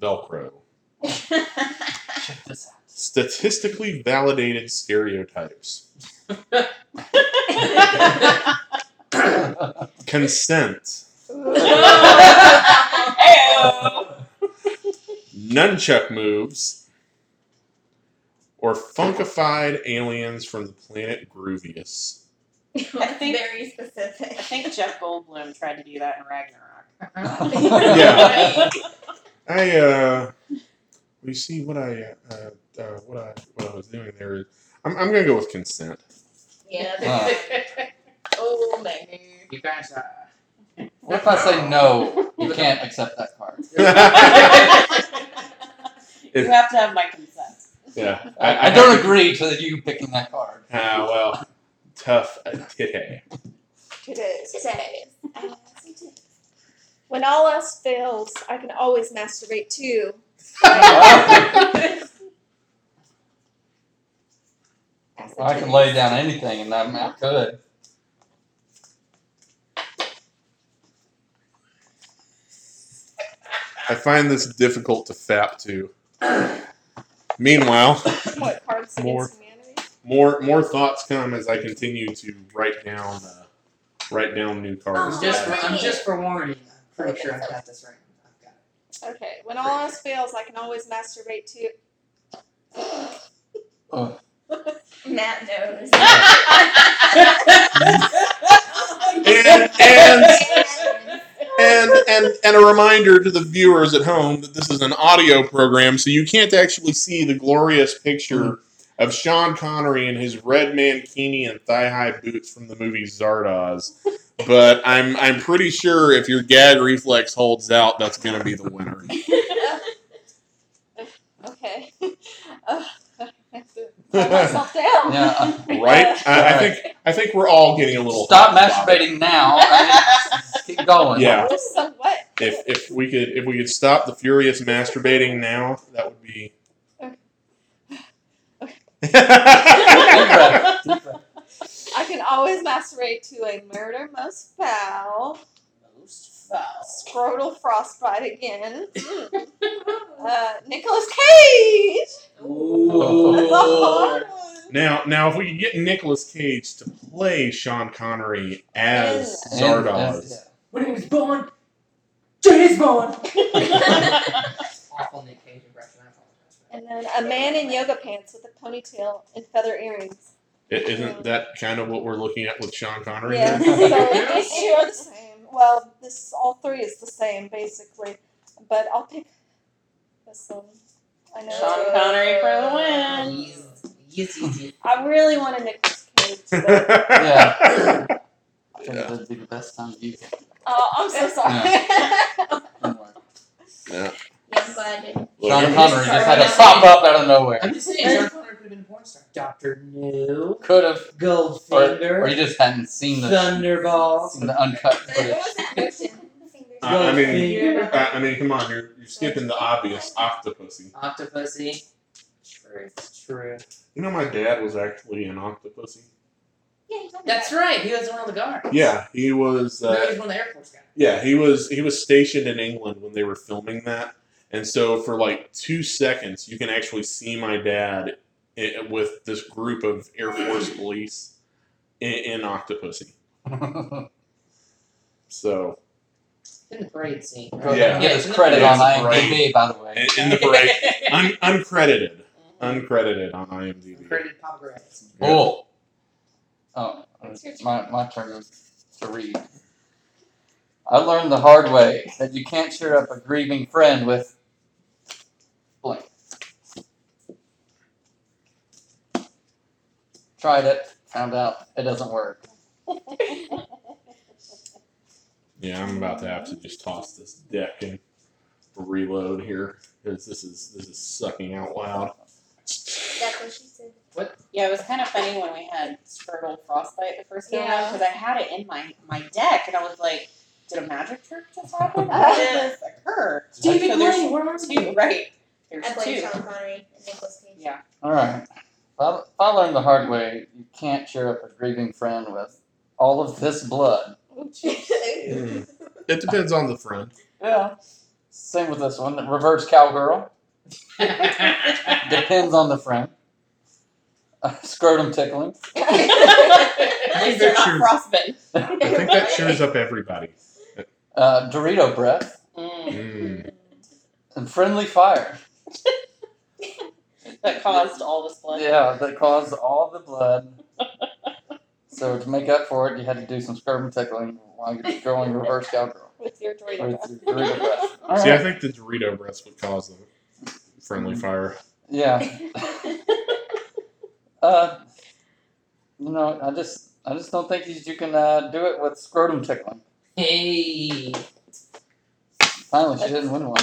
[SPEAKER 1] Velcro.
[SPEAKER 3] Check this out.
[SPEAKER 1] Statistically validated stereotypes. Consent.
[SPEAKER 2] Ayo.
[SPEAKER 1] Nunchuck moves. Or funkified aliens from the planet Groovius.
[SPEAKER 5] That's
[SPEAKER 2] think-
[SPEAKER 5] very specific.
[SPEAKER 2] I think Jeff Goldblum tried to do that in Ragnarok.
[SPEAKER 1] Yeah. I uh, we see what I uh, uh, what I what I was doing there is I'm I'm gonna go with
[SPEAKER 3] [LAUGHS]
[SPEAKER 1] consent.
[SPEAKER 5] Yeah.
[SPEAKER 3] Uh.
[SPEAKER 6] [LAUGHS]
[SPEAKER 5] Oh man.
[SPEAKER 4] you guys uh, are.
[SPEAKER 3] What if I say no? You can't accept that card.
[SPEAKER 2] you have to have my consent.
[SPEAKER 1] Yeah,
[SPEAKER 3] I, I don't agree to you picking that card.
[SPEAKER 1] Ah, well, tough today.
[SPEAKER 6] Today's.
[SPEAKER 5] Today. I have some tips.
[SPEAKER 6] When all else fails, I can always masturbate too. That's the
[SPEAKER 3] I can
[SPEAKER 6] truth.
[SPEAKER 3] lay down anything, and I'm, I could.
[SPEAKER 1] I find this difficult to fap to.
[SPEAKER 3] [SIGHS]
[SPEAKER 1] Meanwhile,
[SPEAKER 6] What cards
[SPEAKER 1] More.
[SPEAKER 6] against humanity?
[SPEAKER 1] more more thoughts come as I continue to write down uh, write down new cards.
[SPEAKER 5] Oh,
[SPEAKER 4] just for,
[SPEAKER 5] right.
[SPEAKER 4] I'm just for warning. I'm pretty sure I've got this right. I've got it.
[SPEAKER 6] Okay. When all else fails, I can always masturbate too.
[SPEAKER 3] Ugh.
[SPEAKER 5] Matt knows.
[SPEAKER 1] And and and and and a reminder to the viewers at home that this is an audio program, so you can't actually see the glorious picture of Sean Connery in his red mankini and thigh-high boots from the movie Zardoz. But I'm I'm pretty sure if your gag reflex holds out, that's going to be the winner.
[SPEAKER 6] [LAUGHS] Okay. Ugh, I have to calm myself down. [LAUGHS]
[SPEAKER 3] Yeah.
[SPEAKER 1] Right? I, I think I think we're all getting a little
[SPEAKER 3] Stop
[SPEAKER 1] hot about it.
[SPEAKER 3] masturbating now. I mean, just keep going.
[SPEAKER 1] Yeah.
[SPEAKER 6] I'm just so wet.
[SPEAKER 1] If if we could if we could stop the furious masturbating now, that would be.
[SPEAKER 3] Deep breath. Deep
[SPEAKER 4] [LAUGHS]
[SPEAKER 3] breath.
[SPEAKER 6] I can always masturbate to a murder most foul,
[SPEAKER 4] Most fouls.
[SPEAKER 6] scrotal frostbite [LAUGHS] again, uh, Nicholas Cage. That's a hard one.
[SPEAKER 1] [LAUGHS] Now, now, if we could get Nicolas Cage to play Sean Connery as
[SPEAKER 3] And-
[SPEAKER 1] Zardoz,
[SPEAKER 3] and-
[SPEAKER 4] When he was born, James Bond. Awful Nick Cage impression. I apologize. for that.
[SPEAKER 6] And then a man in yoga pants with a ponytail and feather earrings.
[SPEAKER 1] i- isn't that kind of what we're looking at with Sean Connery?
[SPEAKER 6] [LAUGHS] Yeah,
[SPEAKER 1] here? [LAUGHS]
[SPEAKER 6] so these two are the same. Well, this all three is the same basically, but I'll pick this one. I know. it's
[SPEAKER 2] Sean
[SPEAKER 6] really-
[SPEAKER 2] Connery for the
[SPEAKER 4] Um,
[SPEAKER 2] win.
[SPEAKER 4] yes, yes, yes.
[SPEAKER 6] I really want a Nicholas Cage.
[SPEAKER 1] [LAUGHS]
[SPEAKER 6] But,
[SPEAKER 3] Yeah. I think
[SPEAKER 1] Yeah.
[SPEAKER 3] that'd be the best time to use it.
[SPEAKER 6] oh, I'm so sorry. [LAUGHS]
[SPEAKER 3] Don't worry.
[SPEAKER 5] Yeah, I'm glad I didn't.
[SPEAKER 1] Look,
[SPEAKER 3] Sean
[SPEAKER 1] I'm-
[SPEAKER 3] Connery just had to
[SPEAKER 5] Sorry.
[SPEAKER 3] pop up out of nowhere.
[SPEAKER 4] I'm just saying, John Connor could have been a porn star. Doctor No,
[SPEAKER 3] Could have, or
[SPEAKER 4] Goldfinger,
[SPEAKER 3] you just hadn't seen the,
[SPEAKER 4] Thunderball.
[SPEAKER 3] seen the uncut
[SPEAKER 5] What
[SPEAKER 3] footage.
[SPEAKER 6] [LAUGHS]
[SPEAKER 5] was that motion?
[SPEAKER 1] Uh, I mean-
[SPEAKER 4] Goldfinger,
[SPEAKER 1] I I mean, come on, you're, you're skipping the obvious, Octopussy.
[SPEAKER 4] Octopussy.
[SPEAKER 5] True.
[SPEAKER 4] True.
[SPEAKER 1] You know, my dad was actually an Octopussy.
[SPEAKER 5] Yeah, you told me
[SPEAKER 4] That's
[SPEAKER 5] that.
[SPEAKER 4] right. He was one of the guards.
[SPEAKER 1] Yeah, he was.
[SPEAKER 4] No,
[SPEAKER 1] Uh,
[SPEAKER 4] he's one of the Air Force guys.
[SPEAKER 1] Yeah, he was he was stationed in England when they were filming that, and so for like two seconds, you can actually see my dad i with this group of Air Force police in, in Octopussy. So
[SPEAKER 4] In the parade scene.
[SPEAKER 3] Go
[SPEAKER 4] Right?
[SPEAKER 3] ahead and
[SPEAKER 1] Yeah.
[SPEAKER 3] Give us credit on IMDb, by the way.
[SPEAKER 1] in, in the parade, un, uncredited, uncredited on IMDb.
[SPEAKER 4] Created Papa [LAUGHS] Grass.
[SPEAKER 1] Yeah.
[SPEAKER 3] Bull. Oh, it's my, my turn to read. I learned the hard way that you can't cheer up a grieving friend with blank. Tried it, found out it doesn't work.
[SPEAKER 1] Yeah, I'm about to have to just toss this deck and reload here because this is this is sucking out loud.
[SPEAKER 5] That's what she said.
[SPEAKER 2] Yeah, it was kind of funny when we had Squirtle Frostbite the first time
[SPEAKER 6] Yeah.
[SPEAKER 2] because I had it in my, my deck and I was like, did a magic trick just happen? How did this occur? so there's two, right? There's
[SPEAKER 5] I blame
[SPEAKER 2] two.
[SPEAKER 5] Sean Connery and Nicholas Cage.
[SPEAKER 2] Yeah.
[SPEAKER 3] All right. Well, I learned the hard way. You can't cheer up a grieving friend with all of this blood.
[SPEAKER 2] [LAUGHS]
[SPEAKER 6] Oh,
[SPEAKER 5] [LAUGHS]
[SPEAKER 6] jeez.
[SPEAKER 1] Hmm. It depends on the friend.
[SPEAKER 3] Yeah. Same with this one. Reverse cowgirl. Depends on the friend. [LAUGHS] Uh, scrotum tickling.
[SPEAKER 6] [LAUGHS]
[SPEAKER 2] At least they're
[SPEAKER 1] Sure.
[SPEAKER 2] not frostbitten.
[SPEAKER 1] I think that cheers up everybody.
[SPEAKER 3] Uh, Dorito breath.
[SPEAKER 2] Mm,
[SPEAKER 1] Mm.
[SPEAKER 3] And friendly fire.
[SPEAKER 2] that caused all this blood.
[SPEAKER 3] Yeah, that caused all the blood. So to make up for it, you had to do some scrotum tickling while you're going reverse cowgirl.
[SPEAKER 6] With your Dorito
[SPEAKER 3] Or it's
[SPEAKER 6] [LAUGHS] breath.
[SPEAKER 3] your Dorito breath. All
[SPEAKER 1] See, I
[SPEAKER 3] right.
[SPEAKER 1] think the Dorito breaths would cause the
[SPEAKER 3] Mm-hmm.
[SPEAKER 1] friendly fire.
[SPEAKER 3] Yeah. Uh, you know, I just I just don't think you can uh, do it with scrotum tickling.
[SPEAKER 4] hey.
[SPEAKER 3] Finally, she didn't win one.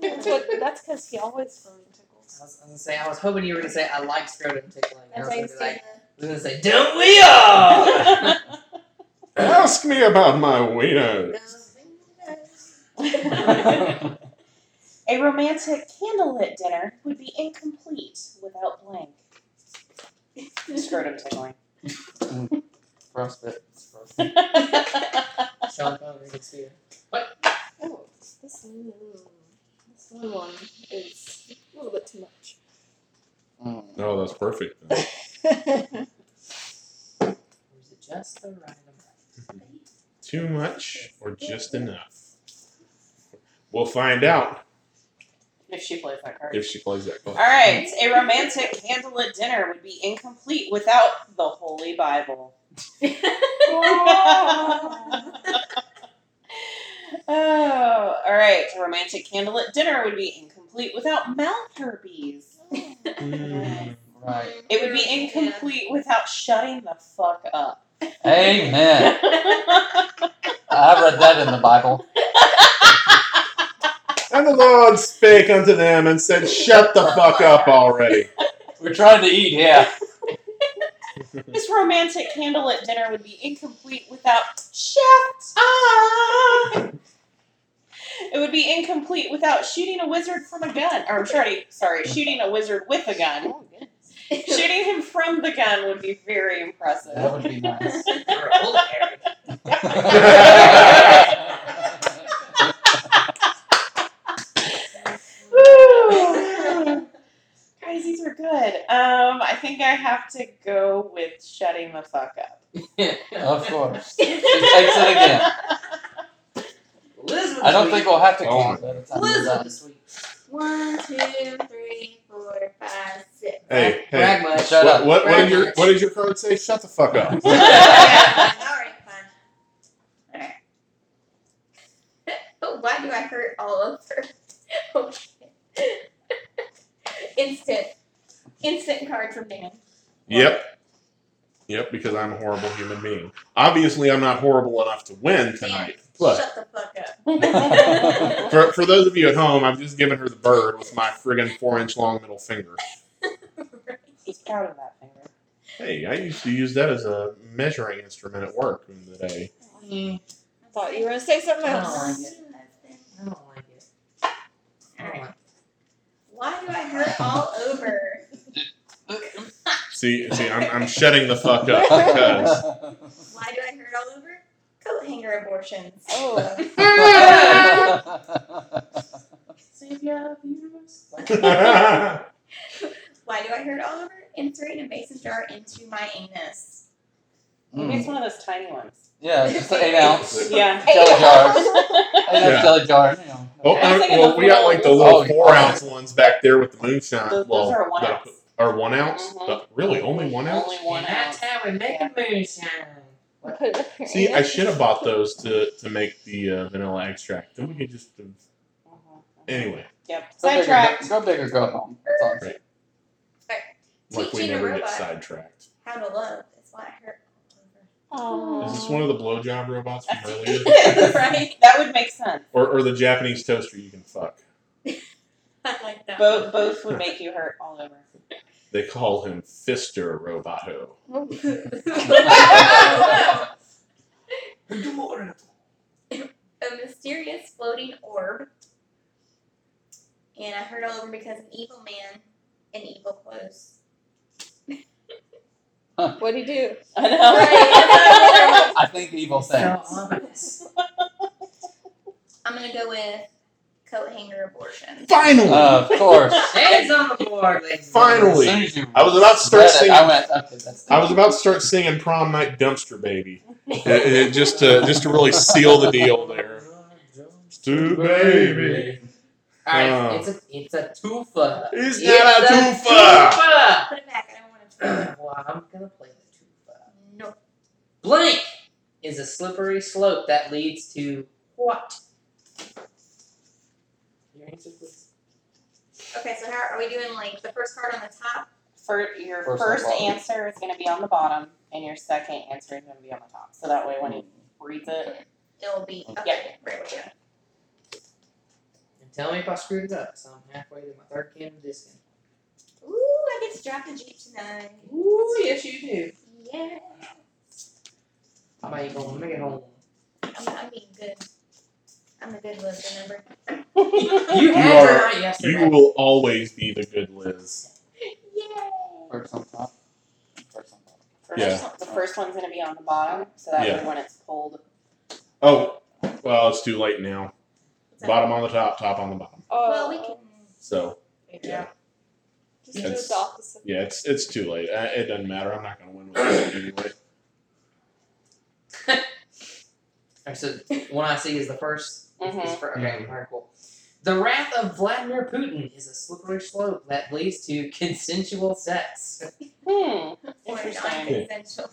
[SPEAKER 6] That's what. That's because he always throwing tickles.
[SPEAKER 4] I was, I was gonna say I was hoping you were gonna say I like scrotum tickling. I
[SPEAKER 5] That's
[SPEAKER 4] was
[SPEAKER 5] why you
[SPEAKER 4] gonna be like,
[SPEAKER 5] said
[SPEAKER 4] I was gonna say, don't we [LAUGHS] all?
[SPEAKER 1] Ask me about my wiener.
[SPEAKER 5] the.
[SPEAKER 1] [LAUGHS]
[SPEAKER 2] A romantic candlelit dinner would be incomplete without blank. Scrotum [LAUGHS] tickling.
[SPEAKER 3] Frostbite.
[SPEAKER 4] Sean Connery and Spear.
[SPEAKER 6] Oh, this one,
[SPEAKER 5] Hmm.
[SPEAKER 6] this one one is a little bit too much.
[SPEAKER 3] Mm.
[SPEAKER 1] Oh, that's perfect. then.
[SPEAKER 4] Was it just the right amount?
[SPEAKER 1] Too much or just enough? We'll find out
[SPEAKER 2] if she plays that card.
[SPEAKER 1] if she plays that
[SPEAKER 3] [LAUGHS]
[SPEAKER 2] All
[SPEAKER 1] card.
[SPEAKER 2] right, a romantic candlelit dinner would be incomplete without the Holy Bible.
[SPEAKER 6] Oh.
[SPEAKER 2] Oh, all right. A romantic candlelit dinner would be incomplete without mouth herpes.
[SPEAKER 1] Mm.
[SPEAKER 3] Right.
[SPEAKER 2] It would be incomplete without shutting the fuck [LAUGHS] up.
[SPEAKER 3] Amen. I read that in the Bible.
[SPEAKER 1] And the Lord spake unto them and said, Shut the fuck up already.
[SPEAKER 3] We're trying to eat, yeah.
[SPEAKER 2] this romantic candlelit dinner would be incomplete without shut up. It would be incomplete without shooting a wizard from a gun. Or I'm sorry, sorry, shooting a wizard with a gun.
[SPEAKER 6] Oh, goodness.
[SPEAKER 5] [LAUGHS]
[SPEAKER 2] Shooting him from the gun would be very impressive.
[SPEAKER 3] That would be nice.
[SPEAKER 2] [LAUGHS]
[SPEAKER 4] You're a old Harry.
[SPEAKER 2] Woo! Guys, these are good. Um, I think I have to go with shutting the fuck up.
[SPEAKER 3] of [LAUGHS] course. takes it again.
[SPEAKER 4] Liz with
[SPEAKER 3] I don't
[SPEAKER 4] the
[SPEAKER 3] think we'll have to
[SPEAKER 1] Oh
[SPEAKER 3] count
[SPEAKER 1] my
[SPEAKER 3] by the
[SPEAKER 4] sweet.
[SPEAKER 3] time we're
[SPEAKER 4] Liz with the
[SPEAKER 3] done.
[SPEAKER 4] sweet.
[SPEAKER 5] One, two, three, four, five, six.
[SPEAKER 6] [LAUGHS]
[SPEAKER 1] Hey, hey.
[SPEAKER 4] Brag much.
[SPEAKER 3] Shut
[SPEAKER 1] What,
[SPEAKER 3] up.
[SPEAKER 1] what, what, did your, what did your card say? Shut the fuck up.
[SPEAKER 5] All
[SPEAKER 3] [LAUGHS]
[SPEAKER 5] right, fine. All right. But [LAUGHS] why do I hurt all over? [LAUGHS] Okay. Instant. Instant card from Dan.
[SPEAKER 1] Yep. Yep, because I'm a horrible human being. Obviously, I'm not horrible enough to win tonight. But
[SPEAKER 5] Shut the fuck
[SPEAKER 6] [LAUGHS]
[SPEAKER 5] up. [LAUGHS]
[SPEAKER 1] for, for those of you at home, I'm just giving her the bird with my friggin' four inch long middle finger.
[SPEAKER 2] He's proud of that finger.
[SPEAKER 1] Hey, I used to use that as a measuring instrument at work in the day.
[SPEAKER 4] Mm,
[SPEAKER 6] Thought you were gonna say
[SPEAKER 5] Oh,
[SPEAKER 6] something else.
[SPEAKER 4] No. I don't like it. I don't like it.
[SPEAKER 5] Why do I hurt all over?
[SPEAKER 1] See, see, I'm, I'm shutting the fuck up because
[SPEAKER 5] Why do I hurt all over? Coat hanger abortions.
[SPEAKER 6] Oh,
[SPEAKER 3] [LAUGHS]
[SPEAKER 2] Savior of the universe. [LAUGHS]
[SPEAKER 5] Why do I hurt all over? Inserting a mason jar into my anus.
[SPEAKER 2] Maybe it's
[SPEAKER 3] Mm.
[SPEAKER 2] one of those tiny ones.
[SPEAKER 3] Yeah, it's just an eight ounce.
[SPEAKER 2] Yeah.
[SPEAKER 3] Jelly jars.
[SPEAKER 5] Oh,
[SPEAKER 3] Eight
[SPEAKER 1] [LAUGHS] Yeah.
[SPEAKER 3] ounce jelly jar. you know.
[SPEAKER 1] oh,
[SPEAKER 2] I was
[SPEAKER 1] I-
[SPEAKER 2] thinking
[SPEAKER 1] well,
[SPEAKER 2] of
[SPEAKER 1] we got like the little
[SPEAKER 3] Oh,
[SPEAKER 1] four
[SPEAKER 3] yeah.
[SPEAKER 1] ounce ones back there with the moonshine.
[SPEAKER 2] Those,
[SPEAKER 1] well,
[SPEAKER 2] those are one
[SPEAKER 1] the-
[SPEAKER 2] ounce.
[SPEAKER 1] are one ounce?
[SPEAKER 2] Mhm.
[SPEAKER 1] Uh, really, only one ounce?
[SPEAKER 2] Only one
[SPEAKER 4] And
[SPEAKER 2] ounce.
[SPEAKER 4] that's how we make a moonshine.
[SPEAKER 6] [LAUGHS] put it up here.
[SPEAKER 1] See, I should have bought those to, to make the uh, vanilla extract. Then we could just.
[SPEAKER 2] Mhm.
[SPEAKER 1] anyway,
[SPEAKER 2] Yep.
[SPEAKER 3] Go big or go-
[SPEAKER 2] Sidetracked.
[SPEAKER 3] Go big or go home. That's all I'm saying.
[SPEAKER 1] like we
[SPEAKER 5] Teaching a
[SPEAKER 1] never get
[SPEAKER 5] robot.
[SPEAKER 1] sidetracked.
[SPEAKER 5] How to love. That's why I hurt all over.
[SPEAKER 6] Aw.
[SPEAKER 1] Is this one of the blowjob robots
[SPEAKER 4] [LAUGHS]
[SPEAKER 1] from [LAUGHS] earlier?
[SPEAKER 2] right? That would make sense.
[SPEAKER 1] or, or the Japanese toaster you can fuck?
[SPEAKER 5] I [LAUGHS] like that.
[SPEAKER 2] Both [LAUGHS] both would make you hurt all over.
[SPEAKER 1] They call him Fister Roboto.
[SPEAKER 2] That's
[SPEAKER 5] a mysterious floating orb. And I heard all over because an evil man in evil clothes.
[SPEAKER 6] What'd he do?
[SPEAKER 2] I
[SPEAKER 5] Right.
[SPEAKER 2] know.
[SPEAKER 3] I think evil things.
[SPEAKER 4] So ominous.
[SPEAKER 5] I'm gonna go with coat hanger abortion.
[SPEAKER 1] Finally!
[SPEAKER 3] Uh, of course.
[SPEAKER 4] Hands on the board, ladies. and
[SPEAKER 1] Finally.
[SPEAKER 4] gentlemen.
[SPEAKER 3] As soon as you
[SPEAKER 1] I was about to start
[SPEAKER 3] read it,
[SPEAKER 1] singing.
[SPEAKER 3] I went, okay, that's
[SPEAKER 1] I was about to start singing Prom Night Dumpster Baby, It- it- Uh, just to just to really seal the deal there. Stu baby,
[SPEAKER 4] Alright,
[SPEAKER 1] Oh.
[SPEAKER 4] it's a it's a twofa.
[SPEAKER 1] it's not a
[SPEAKER 4] It's
[SPEAKER 1] twofa.
[SPEAKER 4] twofa.
[SPEAKER 5] Put it back. I don't want to.
[SPEAKER 4] well, I'm gonna play the twofa.
[SPEAKER 5] Nope.
[SPEAKER 4] Blank is a slippery slope that leads to what? Your answer, please.
[SPEAKER 5] Okay, so how are we doing? Like the first card on the top.
[SPEAKER 2] For your
[SPEAKER 3] First
[SPEAKER 2] first,
[SPEAKER 3] on the bottom.
[SPEAKER 2] answer is going to be on the bottom, and your second answer is going to be on the top. So that way, when he reads it,
[SPEAKER 5] It'll be okay. Right with you.
[SPEAKER 4] And tell me if I screwed it up, 'cause I'm halfway to my third can of discount.
[SPEAKER 5] Ooh, I get to drive the jeep tonight.
[SPEAKER 4] Ooh, yes you do.
[SPEAKER 5] Yeah,
[SPEAKER 4] How about you go and make it home?
[SPEAKER 5] I'm, I'm being good. I'm a good Liz, remember?
[SPEAKER 4] You
[SPEAKER 1] You
[SPEAKER 4] had
[SPEAKER 1] are-
[SPEAKER 4] your right yesterday.
[SPEAKER 1] You will always be the good Liz.
[SPEAKER 5] Yay!
[SPEAKER 3] First on top. First on bottom.
[SPEAKER 2] first,
[SPEAKER 1] Yeah.
[SPEAKER 2] the first one's going to be on the bottom. So that
[SPEAKER 1] Yeah.
[SPEAKER 2] way, when it's pulled,
[SPEAKER 1] Oh, well, it's too late now. Bottom on the top, top on the bottom.
[SPEAKER 6] Oh,
[SPEAKER 5] Well, we can.
[SPEAKER 1] So
[SPEAKER 4] Yeah.
[SPEAKER 6] just do
[SPEAKER 1] That's-
[SPEAKER 6] the opposite.
[SPEAKER 1] yeah, it's it's too late. Uh, It doesn't matter. I'm not going to win with this anyway.
[SPEAKER 4] Alright, so one I see is the 1st
[SPEAKER 3] Mm-hmm.
[SPEAKER 2] Mhm.
[SPEAKER 4] okay, alright, cool. The wrath of Vladimir Putin is a slippery slope that leads to consensual sex.
[SPEAKER 2] hmm,
[SPEAKER 5] Or
[SPEAKER 2] interesting.
[SPEAKER 5] non-essential.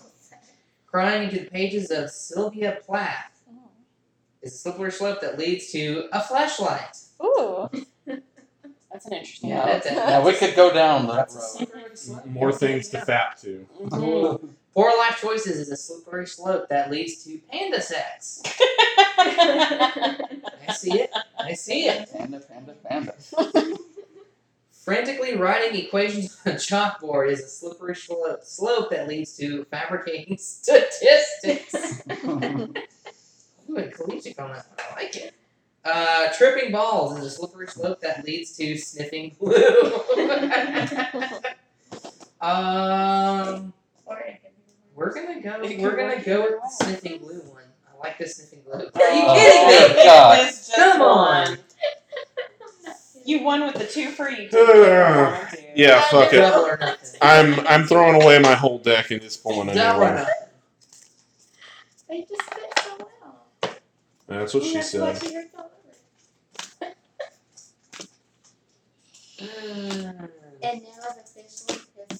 [SPEAKER 4] Crying into the pages of Sylvia Plath
[SPEAKER 6] Oh.
[SPEAKER 4] is a slippery slope that leads to a flashlight.
[SPEAKER 6] Ooh.
[SPEAKER 2] hmm, That's an interesting
[SPEAKER 3] Yeah.
[SPEAKER 2] one.
[SPEAKER 4] That's it.
[SPEAKER 3] Yeah, we could go down that [LAUGHS]
[SPEAKER 4] That's a
[SPEAKER 3] road.
[SPEAKER 4] slippery slope.
[SPEAKER 1] More things to fap to.
[SPEAKER 2] Mhm.
[SPEAKER 4] Mm-hmm.
[SPEAKER 2] [LAUGHS]
[SPEAKER 4] Poor life choices is a slippery slope that leads to panda sex.
[SPEAKER 5] [LAUGHS]
[SPEAKER 4] I see it. I see it.
[SPEAKER 3] Panda, panda, panda.
[SPEAKER 4] Frantically writing equations on a chalkboard is a slippery slope, slope that leads to fabricating [LAUGHS] statistics. Ooh, a collegiate on that one. I like it. Uh, tripping balls is a slippery slope that leads to sniffing
[SPEAKER 2] [LAUGHS]
[SPEAKER 4] [LAUGHS] glue. um,
[SPEAKER 5] Or it could be-
[SPEAKER 4] we're gonna go.
[SPEAKER 2] It
[SPEAKER 4] We're
[SPEAKER 2] could
[SPEAKER 4] gonna
[SPEAKER 2] work
[SPEAKER 4] go
[SPEAKER 2] either
[SPEAKER 4] with the
[SPEAKER 2] way.
[SPEAKER 4] sniffing glue one. I like the sniffing glue.
[SPEAKER 2] Are you
[SPEAKER 3] Oh,
[SPEAKER 2] kidding me?
[SPEAKER 3] dear God.
[SPEAKER 2] It was just
[SPEAKER 4] Come on.
[SPEAKER 2] one. You won with the two
[SPEAKER 1] [SIGHS]
[SPEAKER 2] for you. didn't you?
[SPEAKER 1] Uh, Yeah, fuck it.
[SPEAKER 4] Double or nothing.
[SPEAKER 1] I'm I'm throwing away my whole deck and just pulling a new
[SPEAKER 4] Double or
[SPEAKER 1] one.
[SPEAKER 4] nothing.
[SPEAKER 5] They just fit so well.
[SPEAKER 1] That's what she
[SPEAKER 5] That's why
[SPEAKER 1] said.
[SPEAKER 5] she hurts all over.
[SPEAKER 4] Mm.
[SPEAKER 5] And now I've officially pissed everyone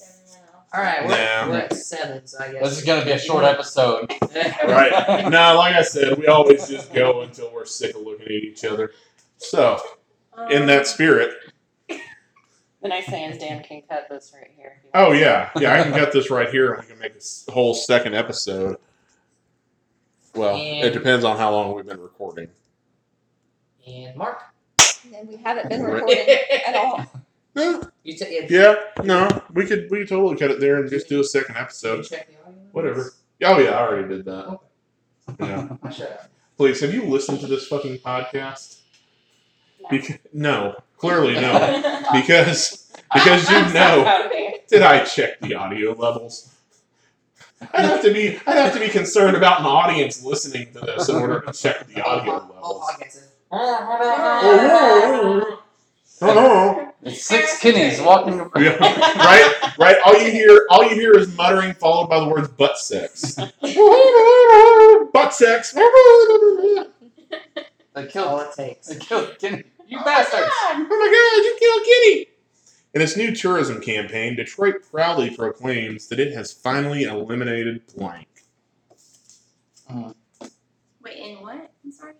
[SPEAKER 5] off.
[SPEAKER 4] All right, we're,
[SPEAKER 1] Nah.
[SPEAKER 4] we're at seven, so I guess
[SPEAKER 3] This is gonna be a short episode.
[SPEAKER 1] Right. No, like I said, we always just go until we're sick of looking at each other. So, in that spirit,
[SPEAKER 2] The nice thing is Dan can cut this right here. if he
[SPEAKER 1] oh
[SPEAKER 2] wants.
[SPEAKER 1] yeah, yeah, I can cut this right here. and We can make a s- whole second episode. Well, it depends on how long we've been recording.
[SPEAKER 4] And Mark.
[SPEAKER 6] And we haven't been
[SPEAKER 1] Right.
[SPEAKER 6] recording
[SPEAKER 1] [LAUGHS]
[SPEAKER 6] at all.
[SPEAKER 1] Eh,
[SPEAKER 4] You ta- if-
[SPEAKER 1] Yeah, no, we could we could totally cut it there and just do a second
[SPEAKER 4] Did
[SPEAKER 1] episode.
[SPEAKER 4] you check the audio?
[SPEAKER 1] Whatever. Oh yeah, I already did that.
[SPEAKER 4] Okay.
[SPEAKER 1] Yeah.
[SPEAKER 4] Oh, Shut up.
[SPEAKER 1] Please, have you listened to this fucking podcast?
[SPEAKER 2] No.
[SPEAKER 1] Bec- no, clearly
[SPEAKER 3] [LAUGHS]
[SPEAKER 1] no, because because you [LAUGHS]
[SPEAKER 2] I'm so
[SPEAKER 1] know.
[SPEAKER 2] [LAUGHS] proud of you.
[SPEAKER 1] Did I check the audio levels? I'd have to be I'd have to be concerned about an audience listening to this in order to check the audio
[SPEAKER 4] All- all [LAUGHS]
[SPEAKER 1] levels. Uh-huh.
[SPEAKER 4] podcasts is-
[SPEAKER 1] Oh, Hello.
[SPEAKER 3] It's six kiddies walking around.
[SPEAKER 1] Yeah, right, right. All you hear, all you hear is muttering, followed by the words "butt sex." [LAUGHS] butt sex. [LAUGHS] oh
[SPEAKER 3] They
[SPEAKER 4] All
[SPEAKER 3] killed.
[SPEAKER 4] it takes.
[SPEAKER 3] They killed kidney. You
[SPEAKER 2] Oh my
[SPEAKER 3] bastards!
[SPEAKER 2] God.
[SPEAKER 1] my God! You killed Kitty. In its new tourism campaign, Detroit proudly proclaims that it has finally eliminated blank.
[SPEAKER 5] Wait, in what? I'm sorry.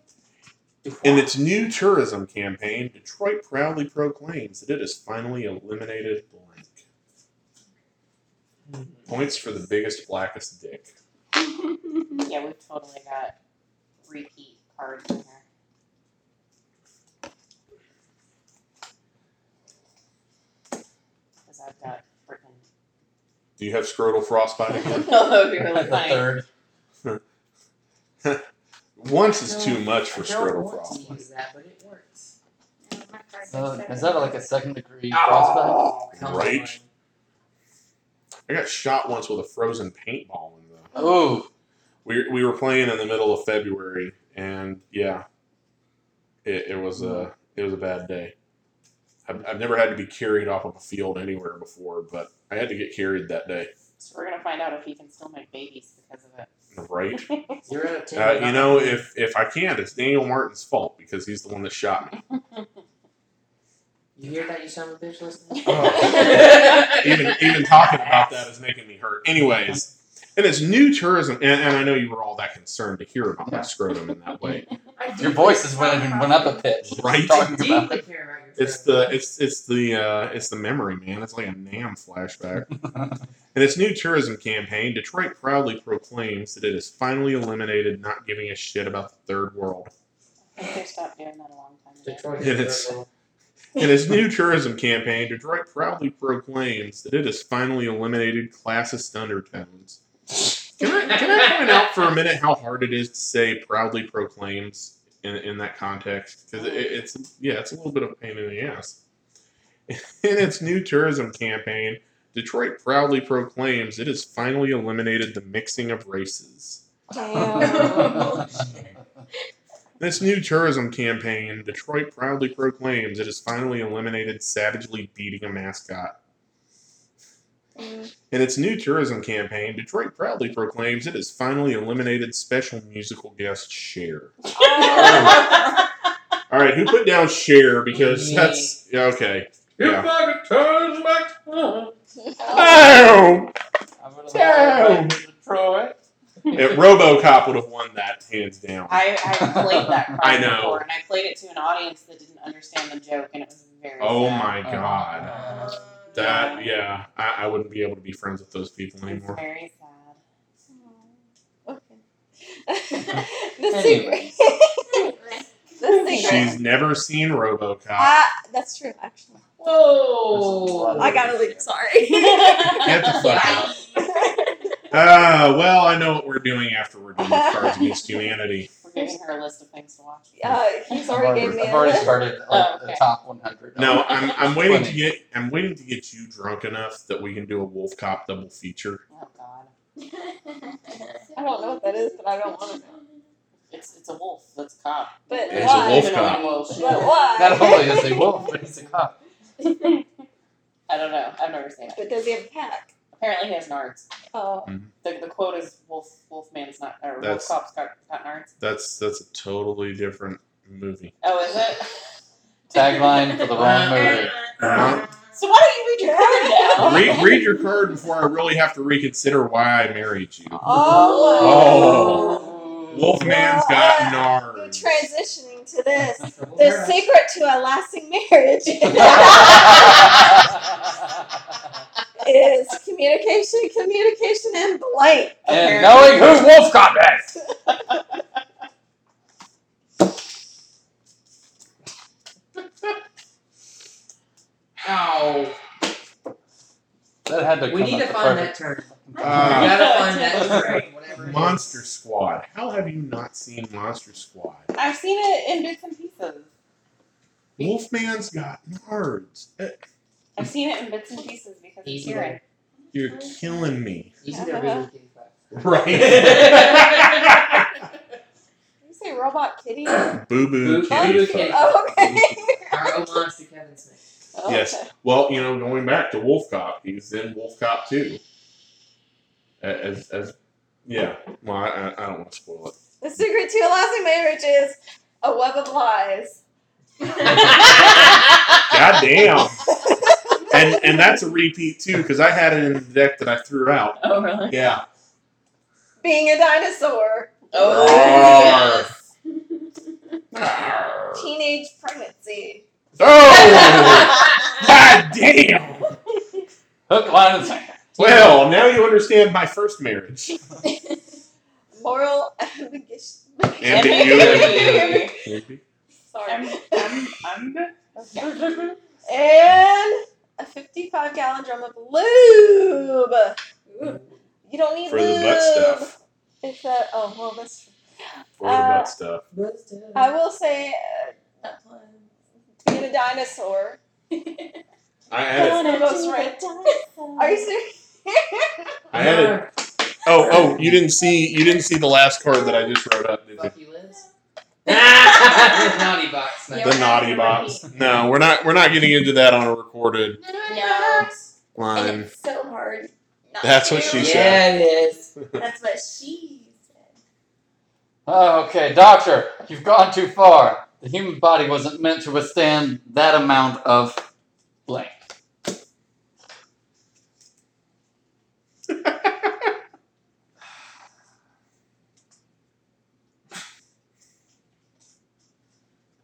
[SPEAKER 1] In its new tourism campaign, Detroit proudly proclaims that it has finally eliminated blank. Points for the biggest, blackest dick.
[SPEAKER 2] Yeah, we've totally got repeat cards in here. Because I've got
[SPEAKER 3] [LAUGHS]
[SPEAKER 2] freaking. [LAUGHS]
[SPEAKER 1] Do you have scrotal frostbite?
[SPEAKER 4] [LAUGHS]
[SPEAKER 2] Although you're really
[SPEAKER 3] The
[SPEAKER 2] funny.
[SPEAKER 3] third.
[SPEAKER 1] Once is too much for
[SPEAKER 4] I don't
[SPEAKER 1] scrotal
[SPEAKER 4] want to
[SPEAKER 1] frostbite.
[SPEAKER 4] use that, but it works.
[SPEAKER 5] No, my card
[SPEAKER 6] Uh,
[SPEAKER 3] So
[SPEAKER 5] says
[SPEAKER 3] is that
[SPEAKER 5] seven.
[SPEAKER 3] like a second degree frostbite?
[SPEAKER 4] Oh, come
[SPEAKER 1] Right?
[SPEAKER 4] on.
[SPEAKER 1] I got shot once with a frozen paintball in the
[SPEAKER 3] Oh,
[SPEAKER 1] we, we were playing in the middle of February, and yeah, it, it was a it was a bad day. I've, I've never had to be carried off of a field anywhere before, but I had to get carried that day.
[SPEAKER 2] So we're gonna find out if he can still make babies because of it.
[SPEAKER 1] Right?
[SPEAKER 4] Zero to ten.
[SPEAKER 1] Uh, you know, if if I can't, it's Daniel Martin's fault because he's the one that shot me.
[SPEAKER 4] you hear that, you son of a
[SPEAKER 1] [LAUGHS]
[SPEAKER 4] bitch, listening.
[SPEAKER 3] [LAUGHS]
[SPEAKER 2] [LAUGHS]
[SPEAKER 1] Even even talking about that is making me hurt. Anyways, and it's new tourism, and, and I know you were all that concerned to hear about my scrotum in that way.
[SPEAKER 3] your voice has went and went up a pitch.
[SPEAKER 1] Right?
[SPEAKER 3] Talking about
[SPEAKER 6] [LAUGHS]
[SPEAKER 4] Deeply care about your
[SPEAKER 1] It's the it's it's the uh, it's the memory, man. It's like a Nam flashback. In its new tourism campaign, Detroit proudly proclaims that it has finally eliminated not giving a shit about the third world.
[SPEAKER 2] I think they stopped doing that a long time ago.
[SPEAKER 4] Detroit.
[SPEAKER 1] It is. In its new tourism campaign, Detroit proudly proclaims that it has finally eliminated classist undertones. Can I, can I point out for a minute how hard it is to say proudly proclaims in, in that context? Because it, it's, yeah, it's a little bit of a pain in the ass. [LAUGHS] In its new tourism campaign, Detroit proudly proclaims it has finally eliminated the mixing of races.
[SPEAKER 5] Oh,
[SPEAKER 1] In its new tourism campaign, Detroit proudly proclaims it has finally eliminated savagely beating a mascot.
[SPEAKER 6] Mm.
[SPEAKER 1] In its new tourism campaign, Detroit proudly proclaims it has finally eliminated special musical guest Cher. All right, who put down Cher? Because
[SPEAKER 4] Me.
[SPEAKER 1] that's yeah, okay. Yeah.
[SPEAKER 4] fucking turns back time.
[SPEAKER 5] Oh.
[SPEAKER 1] Ow!
[SPEAKER 3] I'm Detroit.
[SPEAKER 1] Yeah, RoboCop would have won that hands down.
[SPEAKER 2] [LAUGHS] I, I played that card
[SPEAKER 1] I know.
[SPEAKER 2] before, and I played it to an audience that didn't understand the joke, and it was very.
[SPEAKER 1] Oh
[SPEAKER 2] sad.
[SPEAKER 1] my god,
[SPEAKER 5] [LAUGHS]
[SPEAKER 1] that yeah, I, I wouldn't be able to be friends with those people
[SPEAKER 2] It's
[SPEAKER 1] anymore.
[SPEAKER 2] very sad.
[SPEAKER 1] Oh.
[SPEAKER 6] [LAUGHS] Okay. the
[SPEAKER 3] Anyway.
[SPEAKER 6] secret.
[SPEAKER 5] anyway. [LAUGHS]
[SPEAKER 6] the secret.
[SPEAKER 1] She's never seen RoboCop.
[SPEAKER 6] Ah, that's true, actually.
[SPEAKER 4] Whoa!
[SPEAKER 6] Oh, I gotta leave. Sorry.
[SPEAKER 2] [LAUGHS]
[SPEAKER 1] Get the fuck out. Ah, well, I know what we're doing after we're done with Cards Against Humanity.
[SPEAKER 2] We're giving her a list of things to watch.
[SPEAKER 6] [LAUGHS] uh, he's already gave me
[SPEAKER 3] I've
[SPEAKER 6] a
[SPEAKER 3] already
[SPEAKER 6] list.
[SPEAKER 3] started like
[SPEAKER 2] Oh, okay.
[SPEAKER 3] the top 100.
[SPEAKER 1] No, I'm, I'm waiting to
[SPEAKER 3] Funny.
[SPEAKER 1] get I'm waiting to get you drunk enough that we can do a Wolf Cop double feature.
[SPEAKER 2] Oh god,
[SPEAKER 6] I don't know what that is, but I don't want to know.
[SPEAKER 2] it's it's a wolf. That's a cop.
[SPEAKER 6] But uh,
[SPEAKER 1] It's a wolf
[SPEAKER 2] Even
[SPEAKER 1] cop.
[SPEAKER 2] though it's a
[SPEAKER 6] But
[SPEAKER 2] wolf.
[SPEAKER 6] why?
[SPEAKER 3] Not only is he wolf, but he's a cop.
[SPEAKER 2] I don't know. I've never seen it.
[SPEAKER 6] [LAUGHS] But does he have a pack?
[SPEAKER 2] Apparently, he has nards.
[SPEAKER 6] Oh.
[SPEAKER 2] The, the quote is "Wolf Wolfman's not or
[SPEAKER 1] That's-
[SPEAKER 2] Wolf Cop's got, got nards."
[SPEAKER 1] That's that's a totally different movie.
[SPEAKER 2] Oh, is it? [LAUGHS]
[SPEAKER 3] Tagline for the
[SPEAKER 4] Uh,
[SPEAKER 3] wrong movie.
[SPEAKER 4] [LAUGHS]
[SPEAKER 2] So why don't you read your card now?
[SPEAKER 1] Read, read your card before I really have to reconsider why I married you.
[SPEAKER 6] Oh.
[SPEAKER 1] Wolfman's got nards.
[SPEAKER 6] Transitioning to this. The secret to a lasting marriage is communication, communication, and blank.
[SPEAKER 3] and
[SPEAKER 2] Apparently-
[SPEAKER 3] knowing who wolf cop is.
[SPEAKER 4] Ow!
[SPEAKER 3] That had to come
[SPEAKER 4] We need
[SPEAKER 3] up
[SPEAKER 4] to
[SPEAKER 3] the
[SPEAKER 4] find that
[SPEAKER 3] perfect-
[SPEAKER 4] term. We
[SPEAKER 1] Ah.
[SPEAKER 4] gotta
[SPEAKER 1] [LAUGHS]
[SPEAKER 4] find that term. Whatever. it is.
[SPEAKER 1] Monster Squad. How have you not seen Monster Squad?
[SPEAKER 2] I've seen it in bits and pieces.
[SPEAKER 1] Wolfman's got nards. Eh,
[SPEAKER 2] I've seen it in bits and pieces because it's
[SPEAKER 4] Easy
[SPEAKER 2] Kieran. [LAUGHS]
[SPEAKER 1] You're killing me.
[SPEAKER 4] Easy to read.
[SPEAKER 1] Right.
[SPEAKER 6] Did you say robot kitty?
[SPEAKER 1] Boo boo
[SPEAKER 4] Boo- Boo
[SPEAKER 1] kitty.
[SPEAKER 4] kitty.
[SPEAKER 1] fuck.
[SPEAKER 6] oh, okay.
[SPEAKER 4] Our homage to Kevin Smith.
[SPEAKER 2] Oh,
[SPEAKER 1] Yes.
[SPEAKER 2] okay.
[SPEAKER 1] Well, you know, going back to Wolf Cop, he's in Wolf Cop 2. As, as, yeah. Well, I, I I don't want to spoil it.
[SPEAKER 6] The secret to a lasting marriage is a web of lies.
[SPEAKER 1] God damn. And, and that's a repeat, too, because I had it in the deck that I threw out.
[SPEAKER 2] Oh really? [LAUGHS]
[SPEAKER 1] Yeah.
[SPEAKER 6] Being a dinosaur.
[SPEAKER 2] Oh.
[SPEAKER 1] Yes.
[SPEAKER 6] Teenage pregnancy.
[SPEAKER 1] Oh! [LAUGHS] God damn!
[SPEAKER 3] [LAUGHS]
[SPEAKER 4] [LAUGHS]
[SPEAKER 3] Hook, line, and sinker.
[SPEAKER 1] Well, now you understand my first marriage.
[SPEAKER 6] moral ambiguous. [LAUGHS]
[SPEAKER 1] Ambiguity.
[SPEAKER 6] Sorry.
[SPEAKER 2] I'm, I'm, I'm good.
[SPEAKER 6] And a 55 gallon drum of lube. You don't need
[SPEAKER 1] For the
[SPEAKER 6] lube.
[SPEAKER 1] butt stuff.
[SPEAKER 6] It's a, oh, well, that's true.
[SPEAKER 1] For the
[SPEAKER 6] Uh,
[SPEAKER 1] butt stuff.
[SPEAKER 6] I will say uh,
[SPEAKER 5] That one.
[SPEAKER 6] being a dinosaur.
[SPEAKER 1] I
[SPEAKER 6] That's
[SPEAKER 1] added.
[SPEAKER 6] the most right. Are you
[SPEAKER 1] [LAUGHS]
[SPEAKER 6] serious?
[SPEAKER 1] I added. Oh, oh! You didn't see. You didn't see the last card that I just wrote up, did you?
[SPEAKER 4] Fuck you, Liz. Naughty box.
[SPEAKER 5] Yeah,
[SPEAKER 4] Nice.
[SPEAKER 1] The
[SPEAKER 5] we're not
[SPEAKER 1] naughty
[SPEAKER 5] gonna
[SPEAKER 1] box. No, we're not. We're not getting into that on a recorded
[SPEAKER 5] No. And
[SPEAKER 1] line.
[SPEAKER 5] it's so hard. Not
[SPEAKER 1] That's what
[SPEAKER 5] to.
[SPEAKER 1] she said.
[SPEAKER 4] Yeah, it is.
[SPEAKER 5] That's what she said.
[SPEAKER 3] Oh, Okay, doctor, you've gone too far. The human body wasn't meant to withstand that amount of blank.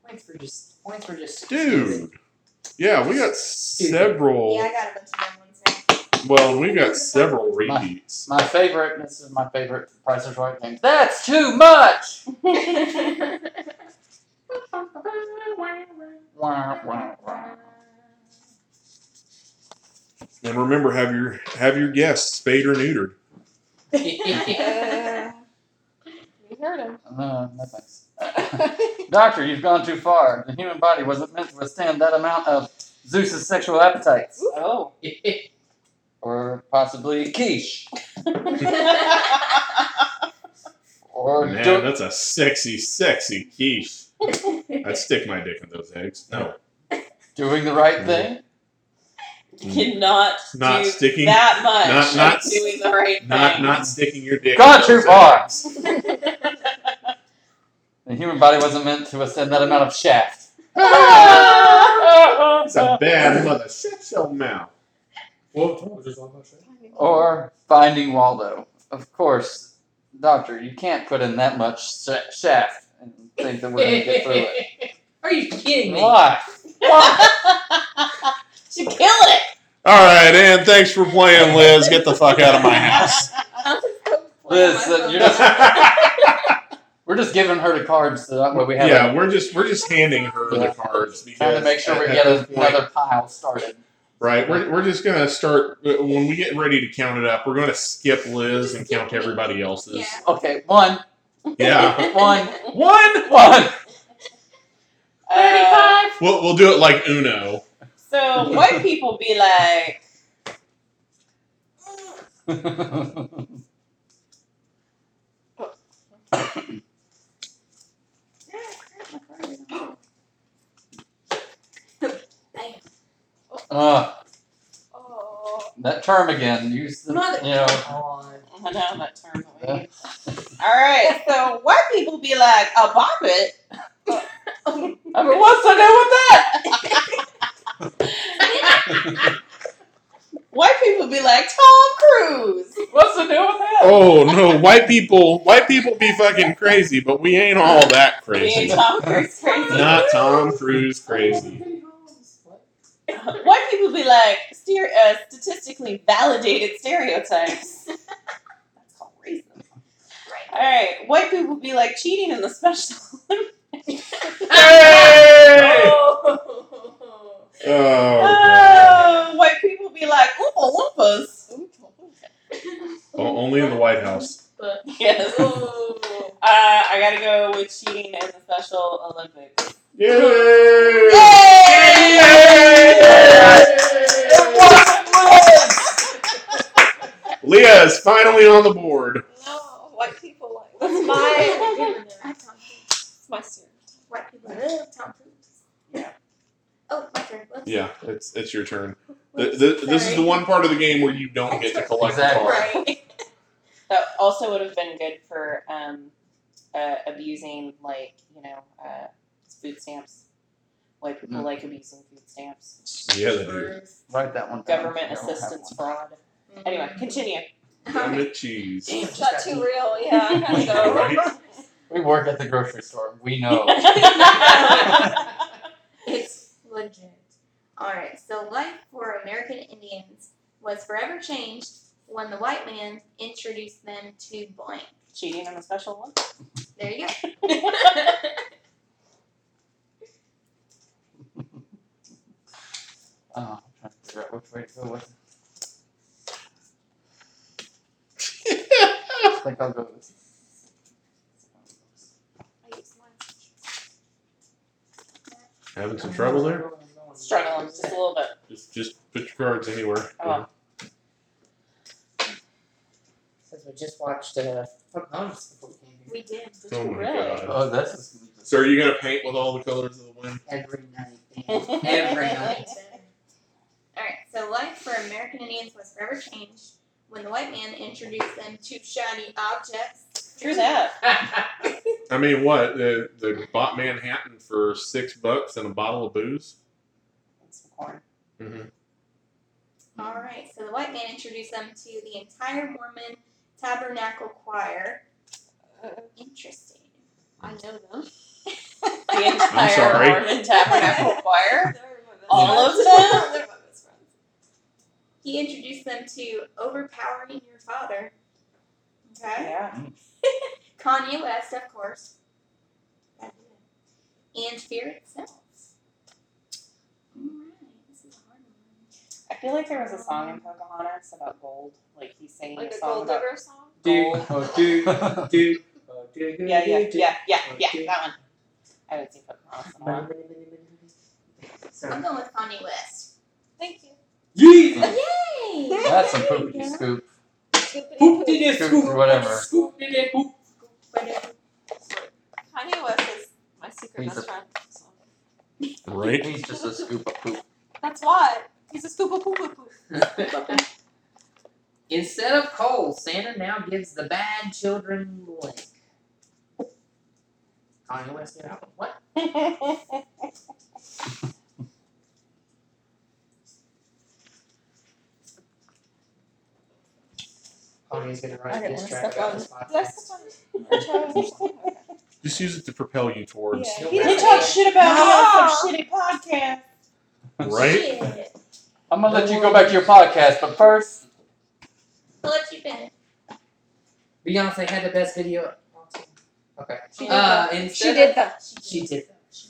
[SPEAKER 4] Points for just points for just
[SPEAKER 1] Dude. Yeah, we got
[SPEAKER 5] Yeah, I
[SPEAKER 1] several.
[SPEAKER 5] got a bunch of dumb ones now.
[SPEAKER 1] Well, we got several repeats.
[SPEAKER 3] My favorite, this is my favorite Price is Right game. That's too much! Wah, wah, wah.
[SPEAKER 1] And remember, have your have your guests spayed or neutered.
[SPEAKER 4] [LAUGHS]
[SPEAKER 6] Uh, you heard him.
[SPEAKER 3] Uh, no thanks. [LAUGHS] Doctor, you've gone too far. The human body wasn't meant to withstand that amount of Zeus's sexual appetites.
[SPEAKER 2] [LAUGHS] Oh.
[SPEAKER 3] Or possibly quiche.
[SPEAKER 2] I
[SPEAKER 3] Or
[SPEAKER 1] Man,
[SPEAKER 3] do-
[SPEAKER 1] that's a sexy, sexy quiche. I'd stick my dick in those eggs. No,
[SPEAKER 3] doing the right thing.
[SPEAKER 2] cannot
[SPEAKER 1] Not
[SPEAKER 2] do
[SPEAKER 1] sticking-
[SPEAKER 2] that much.
[SPEAKER 1] not- not-
[SPEAKER 2] of doing the right
[SPEAKER 1] not
[SPEAKER 2] thing.
[SPEAKER 1] not sticking your dick.
[SPEAKER 3] Gone
[SPEAKER 1] in
[SPEAKER 3] too
[SPEAKER 1] those
[SPEAKER 3] far.
[SPEAKER 1] eggs.
[SPEAKER 2] [LAUGHS]
[SPEAKER 3] The human body wasn't meant to withstand that amount of
[SPEAKER 1] [LAUGHS]
[SPEAKER 3] shaft.
[SPEAKER 1] It's a bad mother. Shut your mouth.
[SPEAKER 3] or finding Waldo. Of course, Doctor, you can't put in that much sh- shaft and think that we're going to get through
[SPEAKER 4] [LAUGHS]
[SPEAKER 3] it.
[SPEAKER 4] Are you kidding me?
[SPEAKER 3] Why?
[SPEAKER 2] she killed
[SPEAKER 1] [LAUGHS]
[SPEAKER 2] it.
[SPEAKER 1] All right, and thanks for playing, Liz. Get the fuck out of my [LAUGHS] house.
[SPEAKER 3] Liz, uh,
[SPEAKER 1] [LAUGHS]
[SPEAKER 3] you're just, we're just giving her the cards so that way we have
[SPEAKER 1] yeah, we're just we're just handing her the cards
[SPEAKER 3] a,
[SPEAKER 1] because
[SPEAKER 3] trying to make sure we
[SPEAKER 1] at-
[SPEAKER 3] get
[SPEAKER 1] at this point-
[SPEAKER 3] another pile started.
[SPEAKER 1] Right, we're, we're just gonna start when we get ready to count it up. We're gonna skip Liz and count everybody else's.
[SPEAKER 5] Yeah.
[SPEAKER 3] Okay, one,
[SPEAKER 1] Yeah,
[SPEAKER 5] [LAUGHS]
[SPEAKER 3] one,
[SPEAKER 1] one.
[SPEAKER 3] one. [LAUGHS]
[SPEAKER 2] Uh,
[SPEAKER 1] We'll, we'll do it like Uno.
[SPEAKER 2] so white people be like, [LAUGHS]
[SPEAKER 3] Ugh,
[SPEAKER 6] Oh.
[SPEAKER 3] Uh, that term again. Use the
[SPEAKER 5] Mother-
[SPEAKER 3] you know.
[SPEAKER 4] On.
[SPEAKER 2] I know that term. that we use. All right, so white people be like, a bop it.
[SPEAKER 3] [LAUGHS] I mean, what's the deal with that?
[SPEAKER 2] White people be like, Tom Cruise.
[SPEAKER 3] What's the deal with that?
[SPEAKER 1] Oh no, white people, white people be fucking crazy, but we ain't all that
[SPEAKER 2] Me and
[SPEAKER 1] crazy. [LAUGHS]
[SPEAKER 2] Tom Cruise crazy.
[SPEAKER 1] Not Tom Cruise crazy.
[SPEAKER 2] White people be like, steer, uh, statistically validated stereotypes. [LAUGHS] That's called racism.
[SPEAKER 5] Right.
[SPEAKER 2] All right, white people be like cheating in the special. [LAUGHS]
[SPEAKER 3] Oh,
[SPEAKER 1] Hey!
[SPEAKER 6] [LAUGHS]
[SPEAKER 1] Oh,
[SPEAKER 5] Oh.
[SPEAKER 1] God.
[SPEAKER 2] Oh, white people be like oompa loompas.
[SPEAKER 1] O- only in the White House.
[SPEAKER 5] But-
[SPEAKER 2] [LAUGHS] Yes. Uh,
[SPEAKER 5] Oh.
[SPEAKER 2] I gotta go with cheating in the Special Olympics.
[SPEAKER 1] Yay! Leah is finally on the board.
[SPEAKER 6] No, white people like that's my
[SPEAKER 5] I talked to
[SPEAKER 6] that's my stereotype.
[SPEAKER 5] white people love Tom Cruise.
[SPEAKER 2] Yeah.
[SPEAKER 5] Oh, my turn. Whoops.
[SPEAKER 1] Yeah, it's it's your turn. The,
[SPEAKER 5] Whoops.
[SPEAKER 1] the, this is
[SPEAKER 5] Sorry.
[SPEAKER 1] the one part of the game where you don't get to collect the
[SPEAKER 3] Exactly.
[SPEAKER 1] card.
[SPEAKER 5] Right.
[SPEAKER 2] That also would have been good for um, uh, abusing, like you know, uh, food stamps. White people
[SPEAKER 3] Mm.
[SPEAKER 2] like abusing food stamps.
[SPEAKER 1] Yeah, they do.
[SPEAKER 5] [LAUGHS]
[SPEAKER 3] Write that one. down.
[SPEAKER 2] Government
[SPEAKER 3] I don't have
[SPEAKER 2] assistance
[SPEAKER 3] one.
[SPEAKER 2] fraud. Anyway, continue.
[SPEAKER 1] Damn it, cheese. [LAUGHS]
[SPEAKER 6] [LAUGHS]
[SPEAKER 4] Damn,
[SPEAKER 6] It's
[SPEAKER 4] just
[SPEAKER 6] not
[SPEAKER 4] got
[SPEAKER 6] too
[SPEAKER 4] deep.
[SPEAKER 6] real, yeah. I gotta go.
[SPEAKER 1] Right?
[SPEAKER 3] We work at the grocery store. We know.
[SPEAKER 5] [LAUGHS]
[SPEAKER 3] Oh.
[SPEAKER 5] It's legit. All right. So life for American Indians was forever changed when the white man introduced them to blank.
[SPEAKER 2] [LAUGHS] cheating on a special one.
[SPEAKER 5] There you go.
[SPEAKER 3] Oh, I'm trying to figure out which way to go with it. [LAUGHS] I think I'll go with this.
[SPEAKER 6] I use mine.
[SPEAKER 1] Having some trouble there?
[SPEAKER 2] Struggling just a little bit.
[SPEAKER 1] Just just put your cards anywhere.
[SPEAKER 2] Oh.
[SPEAKER 4] Since we just watched uh, Pocahontas before we came
[SPEAKER 5] We
[SPEAKER 4] here
[SPEAKER 5] did.
[SPEAKER 1] Oh my
[SPEAKER 2] Really?
[SPEAKER 1] god.
[SPEAKER 3] Oh, this is gonna be
[SPEAKER 1] So are you gonna paint with all the colors of the wind?
[SPEAKER 4] every night. man.
[SPEAKER 2] [LAUGHS]
[SPEAKER 4] every night.
[SPEAKER 5] All right, so life for American Indians was forever changed when the white man introduced them to shiny objects.
[SPEAKER 2] True that. [LAUGHS]
[SPEAKER 1] I mean, what the the bought Manhattan for six bucks and a bottle of booze?
[SPEAKER 2] And some corn.
[SPEAKER 1] Mm-hmm.
[SPEAKER 5] All right, so the white man introduced them to the entire Mormon Tabernacle Choir.
[SPEAKER 6] Uh,
[SPEAKER 5] Interesting.
[SPEAKER 6] I know them.
[SPEAKER 2] The entire
[SPEAKER 1] sorry.
[SPEAKER 2] Mormon [LAUGHS] Tabernacle Choir.
[SPEAKER 6] They're my best
[SPEAKER 2] All of
[SPEAKER 6] friends.
[SPEAKER 2] them?
[SPEAKER 6] They're my best friends.
[SPEAKER 5] He introduced them to Overpowering Your Father. Okay.
[SPEAKER 2] Yeah.
[SPEAKER 5] Kanye West, of course. And Fear Itself. All right, this is a hard one.
[SPEAKER 2] I feel like there was a song in Pocahontas about gold. Like he sang
[SPEAKER 6] Like
[SPEAKER 2] a
[SPEAKER 6] a
[SPEAKER 2] song
[SPEAKER 6] gold
[SPEAKER 2] about
[SPEAKER 6] digger song.
[SPEAKER 2] gold.
[SPEAKER 4] Oh, dude.
[SPEAKER 3] fun.
[SPEAKER 5] [LAUGHS]
[SPEAKER 4] [LAUGHS] Dude. Oh, dude.
[SPEAKER 2] Yeah, yeah, yeah, yeah, yeah. That one. I haven't seen Pocahontas in a while.
[SPEAKER 5] I'm
[SPEAKER 4] So,
[SPEAKER 5] going with Kanye West.
[SPEAKER 6] Thank you.
[SPEAKER 4] yeah.
[SPEAKER 5] Yay!
[SPEAKER 3] That's some
[SPEAKER 5] There you
[SPEAKER 3] poopity
[SPEAKER 5] go.
[SPEAKER 3] scoop.
[SPEAKER 6] Scoopity
[SPEAKER 4] Poop
[SPEAKER 6] poop.
[SPEAKER 4] did it,
[SPEAKER 3] Scoop
[SPEAKER 4] scoop.
[SPEAKER 3] or whatever.
[SPEAKER 4] Scoop did it, poop.
[SPEAKER 5] But
[SPEAKER 6] Kanye West is my secret
[SPEAKER 3] He's
[SPEAKER 6] best
[SPEAKER 3] a-
[SPEAKER 6] friend. So.
[SPEAKER 1] Right?
[SPEAKER 3] He's just a scoop of poop. [LAUGHS]
[SPEAKER 6] That's why. He's a scoop of poop of poop.
[SPEAKER 4] Instead of coal, Santa now gives the bad children blank. Kanye West got out. What? [LAUGHS] Kanye's gonna
[SPEAKER 2] I
[SPEAKER 4] write
[SPEAKER 2] didn't
[SPEAKER 4] this
[SPEAKER 2] wanna
[SPEAKER 4] track
[SPEAKER 2] step
[SPEAKER 4] about
[SPEAKER 2] on-
[SPEAKER 4] this
[SPEAKER 6] Did I
[SPEAKER 4] podcast.
[SPEAKER 6] step on your toes or something? Okay.
[SPEAKER 1] Just use it to propel you towards.
[SPEAKER 6] Yeah.
[SPEAKER 2] He didn't talk shit about me on some shitty podcast.
[SPEAKER 1] Right?
[SPEAKER 5] Shit.
[SPEAKER 3] I'm gonna let you go back to your podcast, but first,
[SPEAKER 5] I'll let you finish.
[SPEAKER 4] Beyonce had the best video. Okay.
[SPEAKER 6] She did
[SPEAKER 4] Uh,
[SPEAKER 6] that.
[SPEAKER 4] instead
[SPEAKER 6] She did that.
[SPEAKER 4] She did.
[SPEAKER 5] She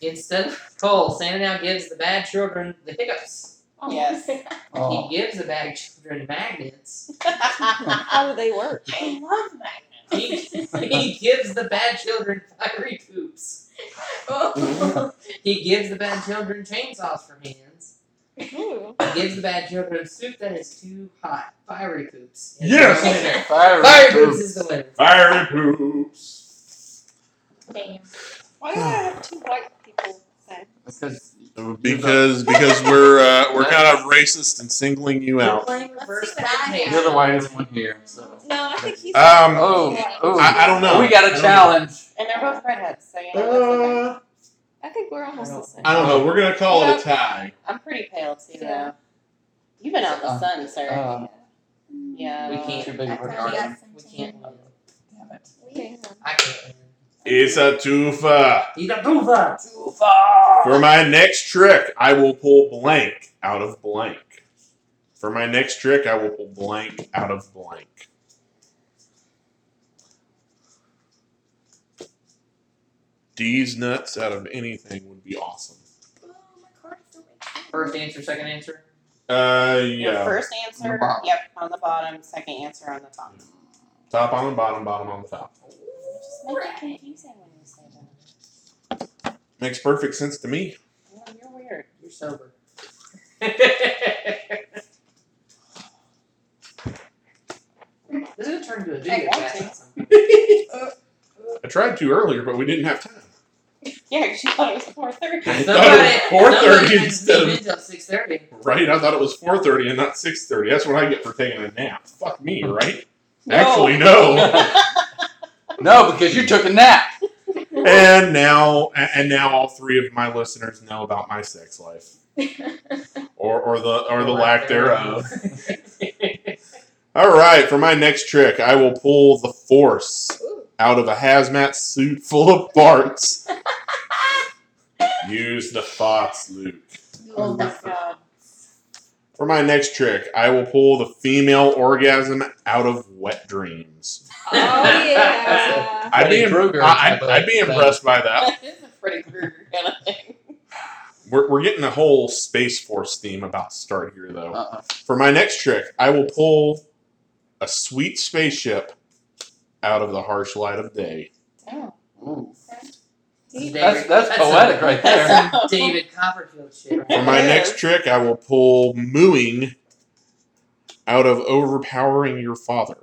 [SPEAKER 5] did.
[SPEAKER 4] Instead of coal, Santa now gives the bad children the hiccups.
[SPEAKER 2] Yes.
[SPEAKER 5] [LAUGHS]
[SPEAKER 3] oh,
[SPEAKER 4] He gives the bad children magnets.
[SPEAKER 6] How do they work?
[SPEAKER 2] [LAUGHS] I love magnets.
[SPEAKER 4] He, he gives the bad children fiery [LAUGHS] poops.
[SPEAKER 5] Oh.
[SPEAKER 4] He gives the bad children chainsaws for hands.
[SPEAKER 6] Ooh.
[SPEAKER 4] He gives the bad children soup that is too hot. Fiery poops. is the
[SPEAKER 1] Yes!
[SPEAKER 4] winner.
[SPEAKER 3] fire,
[SPEAKER 4] Fiery poops is the winner.
[SPEAKER 1] Fiery poops.
[SPEAKER 5] Damn.
[SPEAKER 6] Why do I have two white people then?
[SPEAKER 3] Because
[SPEAKER 1] Because because we're uh, we're kind of racist and singling you
[SPEAKER 4] [LAUGHS]
[SPEAKER 1] out.
[SPEAKER 4] Playing
[SPEAKER 5] Let's
[SPEAKER 4] reverse
[SPEAKER 5] see what I
[SPEAKER 4] pancake.
[SPEAKER 3] you're the whitest one here, so.
[SPEAKER 6] No, I think he's.
[SPEAKER 1] Um,
[SPEAKER 3] Oh, oh.
[SPEAKER 1] I, I don't know.
[SPEAKER 3] We got
[SPEAKER 1] I
[SPEAKER 3] a
[SPEAKER 1] don't
[SPEAKER 3] challenge.
[SPEAKER 2] And they're both redheads, so you
[SPEAKER 1] know.
[SPEAKER 2] know. that's okay.
[SPEAKER 1] Uh,
[SPEAKER 6] I think we're almost the same.
[SPEAKER 1] I don't know. We're gonna call it a tie.
[SPEAKER 2] I'm pretty pale too,
[SPEAKER 6] Yeah.
[SPEAKER 2] though. You've been out in the
[SPEAKER 3] Uh,
[SPEAKER 2] sun, sir.
[SPEAKER 3] uh,
[SPEAKER 2] yeah.
[SPEAKER 4] we can't.
[SPEAKER 3] Too big
[SPEAKER 5] I
[SPEAKER 3] of a
[SPEAKER 5] thought
[SPEAKER 3] garden.
[SPEAKER 5] you got some
[SPEAKER 4] We can't
[SPEAKER 5] tan.
[SPEAKER 4] win.
[SPEAKER 3] Damn it.
[SPEAKER 5] We-
[SPEAKER 4] I can't win.
[SPEAKER 1] It's a twofer.
[SPEAKER 4] He's a twofer.
[SPEAKER 2] uh,
[SPEAKER 1] For my next trick, I will pull blank out of blank. For my next trick, I will pull blank out of blank. These nuts out of anything would be awesome.
[SPEAKER 5] Oh, my card still makes sense.
[SPEAKER 4] First answer, second answer.
[SPEAKER 1] Uh,
[SPEAKER 2] Your
[SPEAKER 1] yeah.
[SPEAKER 2] first answer,
[SPEAKER 3] The bottom.
[SPEAKER 2] yep, on the bottom. Second answer on the top.
[SPEAKER 1] Top on the bottom, bottom on the top.
[SPEAKER 2] Just make it confusing when you say that.
[SPEAKER 1] Makes perfect sense to me.
[SPEAKER 2] You're- You're weird.
[SPEAKER 4] You're sober. [LAUGHS] This is turn to a video
[SPEAKER 2] want
[SPEAKER 4] chat
[SPEAKER 2] to.
[SPEAKER 4] at some point.
[SPEAKER 1] I tried to earlier, but we didn't have
[SPEAKER 4] [LAUGHS]
[SPEAKER 1] time.
[SPEAKER 2] Yeah, because you thought it was four thirty.
[SPEAKER 1] I thought
[SPEAKER 4] Somebody,
[SPEAKER 1] it was 4:30
[SPEAKER 4] somebody
[SPEAKER 1] instead of
[SPEAKER 4] until six thirty.
[SPEAKER 1] Right? I thought it was 4.30 and not 6.30. That's what I get for taking a nap. Fuck [LAUGHS] me, right?
[SPEAKER 2] No.
[SPEAKER 1] Actually, [LAUGHS] no.
[SPEAKER 3] [LAUGHS] no, because you took a nap.
[SPEAKER 1] and now and now all three of my listeners know about my sex life. Or, or the or the lack
[SPEAKER 3] [LAUGHS]
[SPEAKER 1] thereof. All right, for my next trick, I will pull the force out of a hazmat suit full of [LAUGHS] parts. Use the thoughts, Luke.
[SPEAKER 5] Oh, my God.
[SPEAKER 1] For my next trick, I will pull the female orgasm out of wet dreams.
[SPEAKER 6] Oh yeah.
[SPEAKER 1] I'd be,
[SPEAKER 3] Freddy
[SPEAKER 1] im-
[SPEAKER 3] Krueger
[SPEAKER 1] I,
[SPEAKER 3] type
[SPEAKER 1] would
[SPEAKER 3] of
[SPEAKER 1] I'd be
[SPEAKER 3] thing.
[SPEAKER 1] impressed by that.
[SPEAKER 2] [LAUGHS] That is a Freddy Krueger kind of thing.
[SPEAKER 1] We're, we're getting a whole Space Force theme about to start here, though.
[SPEAKER 3] Uh-uh.
[SPEAKER 1] For my next trick, I will pull a sweet spaceship out of the harsh light of day.
[SPEAKER 3] Ooh.
[SPEAKER 4] David-
[SPEAKER 3] That's, that's
[SPEAKER 4] some-
[SPEAKER 3] poetic right there.
[SPEAKER 4] that's some David Copperfield shit right
[SPEAKER 1] For my
[SPEAKER 2] Yeah.
[SPEAKER 1] next trick, I will pull mooing out of overpowering your father.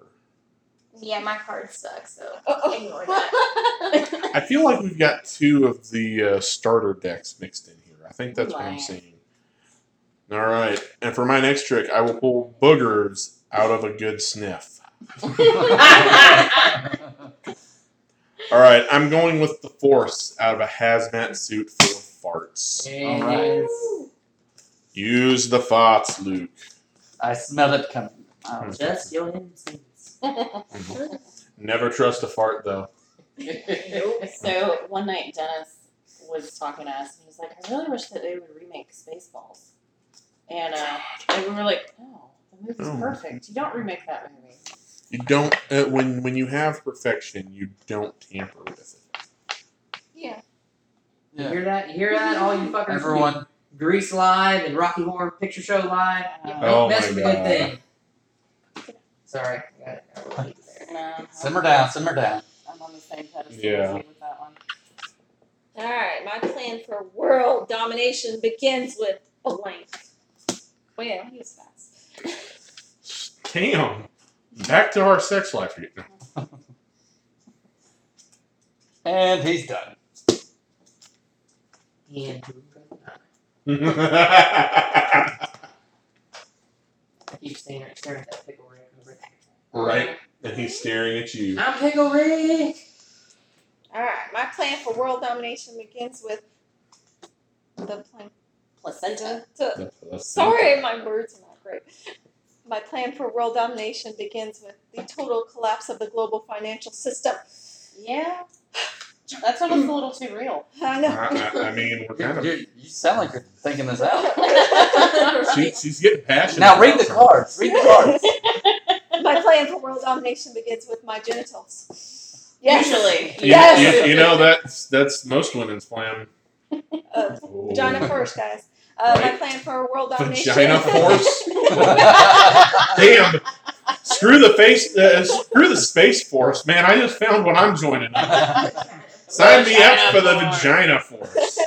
[SPEAKER 5] Yeah, my card sucks, so
[SPEAKER 6] Oh,
[SPEAKER 5] ignore that.
[SPEAKER 1] I feel like we've got two of the uh, starter decks mixed in here. I think that's what I'm
[SPEAKER 2] Right.
[SPEAKER 1] seeing. All right, and for my next trick, I will pull boogers out of a good sniff. All right, I'm going with the force out of a hazmat suit full of farts.
[SPEAKER 4] there.
[SPEAKER 3] All right.
[SPEAKER 1] Use the farts, Luke.
[SPEAKER 3] [LAUGHS] I smell it coming. I was-
[SPEAKER 4] Just your innocence.
[SPEAKER 1] Never trust a fart, though.
[SPEAKER 2] So one night Dennis was talking to us and he was like, I really wish that they would remake Spaceballs. And uh, and we were like, No, the movie's
[SPEAKER 1] Oh.
[SPEAKER 2] perfect. You don't remake that movie.
[SPEAKER 1] You don't uh, when when you have perfection, you don't tamper with it.
[SPEAKER 6] yeah.
[SPEAKER 4] You
[SPEAKER 3] Yeah.
[SPEAKER 4] hear that? You hear that? All you fuckers.
[SPEAKER 3] Everyone,
[SPEAKER 4] Grease Live and Rocky Horror Picture Show Live.
[SPEAKER 2] Uh,
[SPEAKER 4] Uh, Don't
[SPEAKER 1] Oh
[SPEAKER 4] mess
[SPEAKER 1] my
[SPEAKER 4] with
[SPEAKER 1] God.
[SPEAKER 4] that thing. Sorry. I got it. I got it.
[SPEAKER 2] No,
[SPEAKER 3] simmer down, simmer down.
[SPEAKER 2] um, I'm on the same pedestal as
[SPEAKER 1] Yeah.
[SPEAKER 2] you with that one.
[SPEAKER 6] All right, my plan for world domination begins with blank. Well, yeah, he was fast.
[SPEAKER 1] Damn. Back to our sex life. here. [LAUGHS]
[SPEAKER 3] And he's done.
[SPEAKER 4] And
[SPEAKER 1] right.
[SPEAKER 4] I keep staring, staring at that pickle Rick over there.
[SPEAKER 1] And he's staring at you.
[SPEAKER 4] I'm Pickle Rick.
[SPEAKER 6] All right, my plan for world domination begins with the blank.
[SPEAKER 2] Placenta.
[SPEAKER 6] So- Sorry, my words are not great. My plan for world domination begins with the total collapse of the global financial system.
[SPEAKER 2] Yeah. [LAUGHS] That's almost a little too [LAUGHS] real.
[SPEAKER 6] I
[SPEAKER 1] I,
[SPEAKER 6] know.
[SPEAKER 1] I- [LAUGHS] I mean, we're kind
[SPEAKER 3] You,
[SPEAKER 1] of.
[SPEAKER 3] you, you sound like you're thinking this out.
[SPEAKER 1] She, she's getting passionate.
[SPEAKER 3] Now read the
[SPEAKER 1] about
[SPEAKER 3] cards. Read the cards.
[SPEAKER 6] my plan for world domination begins with my genitals. Yes.
[SPEAKER 2] Usually.
[SPEAKER 1] something. You,
[SPEAKER 6] Yes.
[SPEAKER 1] you, you know that's that's most women's plan.
[SPEAKER 6] Uh,
[SPEAKER 1] Oh.
[SPEAKER 6] vagina first, guys. Uh, My
[SPEAKER 1] Right.
[SPEAKER 6] plan for world domination.
[SPEAKER 1] Vagina
[SPEAKER 6] [LAUGHS]
[SPEAKER 1] force.
[SPEAKER 3] All
[SPEAKER 1] Damn. Screw the face. Uh, screw the space force, man. I just found what I'm joining. Up. Sign me up for the vagina force.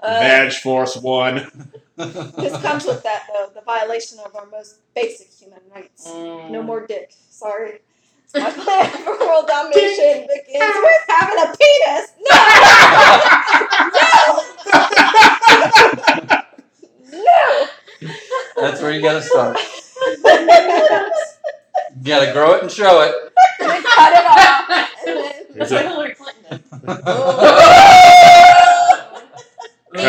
[SPEAKER 6] uh,
[SPEAKER 1] Vag Force One.
[SPEAKER 6] this comes with that though, the violation of our most basic human rights.
[SPEAKER 2] Mm.
[SPEAKER 6] No more dick. Sorry.
[SPEAKER 1] [LAUGHS]
[SPEAKER 6] My plan for world domination begins with having a penis. No. no.
[SPEAKER 3] That's where you gotta
[SPEAKER 6] [LAUGHS]
[SPEAKER 3] start. You gotta grow it and show it.
[SPEAKER 6] I cut it off. And then
[SPEAKER 2] That's what Hillary Clinton did.
[SPEAKER 1] Cut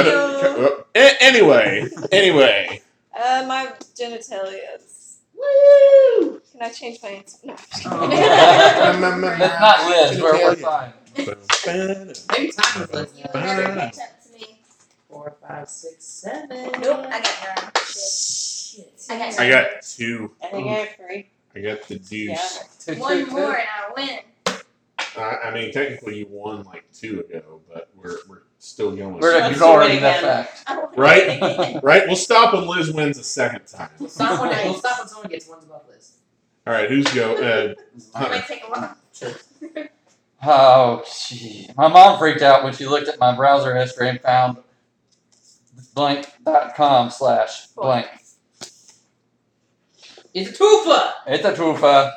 [SPEAKER 1] it- cut- well, a- anyway, anyway,
[SPEAKER 6] Uh, my genitalia is. Woo! Can I change my answer? No. [LAUGHS]
[SPEAKER 4] Oh,
[SPEAKER 3] That's
[SPEAKER 1] That's
[SPEAKER 3] not Liz. We're, we're fine.
[SPEAKER 4] Maybe time was less
[SPEAKER 5] You will
[SPEAKER 4] than
[SPEAKER 5] never catch up to me.
[SPEAKER 4] four, five, six, seven.
[SPEAKER 5] Nope, I got nine. Shit. I got
[SPEAKER 1] I
[SPEAKER 5] nine.
[SPEAKER 1] got two.
[SPEAKER 2] I think I have
[SPEAKER 6] [LAUGHS]
[SPEAKER 2] three.
[SPEAKER 1] I got the deuce.
[SPEAKER 3] Two, two,
[SPEAKER 5] one
[SPEAKER 3] two.
[SPEAKER 5] more and I win.
[SPEAKER 1] I, I mean, technically, you won like two ago, but we're, we're still going.
[SPEAKER 3] We're
[SPEAKER 2] Let's do
[SPEAKER 3] ignoring
[SPEAKER 2] it
[SPEAKER 3] the
[SPEAKER 2] again.
[SPEAKER 3] fact.
[SPEAKER 5] I won.
[SPEAKER 1] Right? right? We'll stop when Liz wins a second time.
[SPEAKER 4] We'll stop when we'll stop when someone gets ones above list.
[SPEAKER 1] All right, who's go? Uh,
[SPEAKER 5] It
[SPEAKER 1] Hunter.
[SPEAKER 5] might take a while.
[SPEAKER 3] Oh, gee. My mom freaked out when she looked at my browser history and found blank.com slash blank.
[SPEAKER 4] It's a tufa.
[SPEAKER 3] It's a tufa.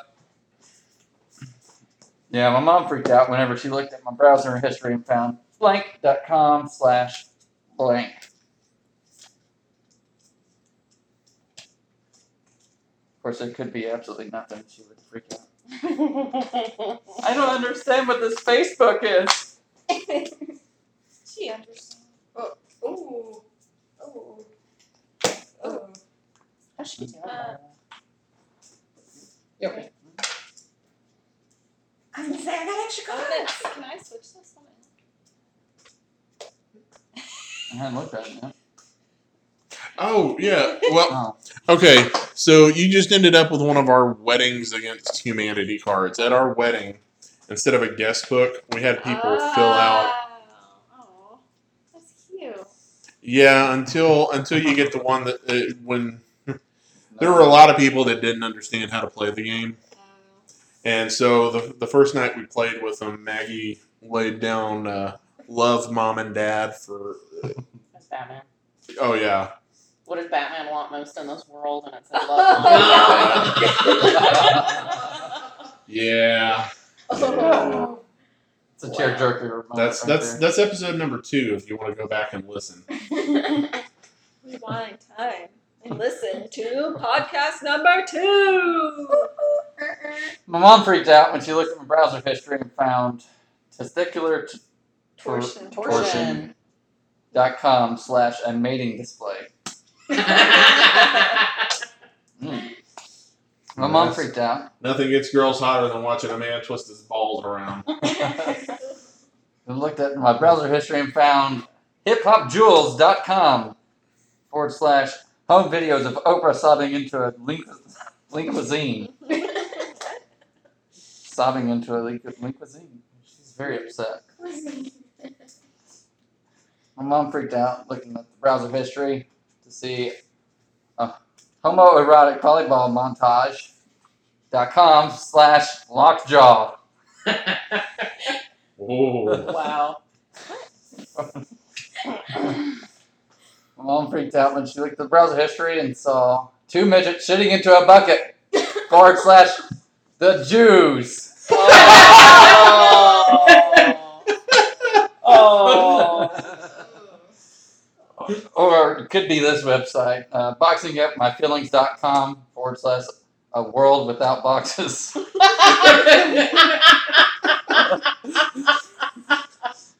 [SPEAKER 3] Yeah, my mom freaked out whenever she looked at my browser history and found blank.com slash blank. Of course, it could be absolutely nothing. She would freak out. I don't understand what this Facebook is.
[SPEAKER 6] she understands.
[SPEAKER 5] Ooh. Ooh. Ooh.
[SPEAKER 2] How's she doing?
[SPEAKER 4] [LAUGHS] Yep.
[SPEAKER 5] I was gonna say I got extra cards.
[SPEAKER 6] Oh, Can I switch this one?
[SPEAKER 3] I haven't looked at it. yet.
[SPEAKER 1] Oh yeah. Well,
[SPEAKER 3] Oh,
[SPEAKER 1] okay. So you just ended up with one of our weddings against humanity cards. At our wedding, instead of a guest book, we had people fill
[SPEAKER 6] Ah.
[SPEAKER 1] out.
[SPEAKER 6] Oh, that's cute.
[SPEAKER 1] Yeah, until until you get the one that uh, when there were a
[SPEAKER 3] [LAUGHS]
[SPEAKER 1] lot of people that didn't understand how to play the game.
[SPEAKER 6] Oh.
[SPEAKER 1] And so the, the first night we played with them, Maggie laid down uh, "Love Mom and Dad" for.
[SPEAKER 2] That's Batman.
[SPEAKER 1] Oh yeah,
[SPEAKER 2] What does Batman want most in this world? And
[SPEAKER 6] [LAUGHS]
[SPEAKER 2] it's a
[SPEAKER 4] No.
[SPEAKER 2] love.
[SPEAKER 1] yeah.
[SPEAKER 6] [LAUGHS] Oh.
[SPEAKER 3] it's a chair jerker. moment
[SPEAKER 1] That's
[SPEAKER 3] right
[SPEAKER 1] that's
[SPEAKER 3] there.
[SPEAKER 1] that's episode number two. If you want to go back and listen,
[SPEAKER 6] Rewind time and listen to podcast number two.
[SPEAKER 5] [LAUGHS]
[SPEAKER 3] My mom freaked out when she looked at my browser history and found testicular t- tor-
[SPEAKER 6] [LAUGHS] Torsion.
[SPEAKER 2] Torsion.
[SPEAKER 3] dot com slash a mating display. Mm. My mom
[SPEAKER 1] Yes.
[SPEAKER 3] freaked out.
[SPEAKER 1] nothing gets girls hotter than watching a man twist his balls [LAUGHS] around.
[SPEAKER 3] I looked at my browser history and found hiphopjewels.com forward slash home videos of Oprah sobbing into a link, linguazine. Sobbing into a link, linguazine. She's very upset. My mom freaked out looking at the browser history to see a homoerotic volleyball montage dot com slash lockjaw.
[SPEAKER 1] Whoa.
[SPEAKER 2] [LAUGHS]
[SPEAKER 6] [LAUGHS]
[SPEAKER 2] wow.
[SPEAKER 3] My mom freaked out when she looked at the browser history and saw two midgets shitting into a bucket forward slash the Jews.
[SPEAKER 6] [LAUGHS]
[SPEAKER 2] Oh. oh.
[SPEAKER 3] [LAUGHS] Or it could be this website, uh, boxingupmyfeelings.com forward slash a world without boxes. [LAUGHS] what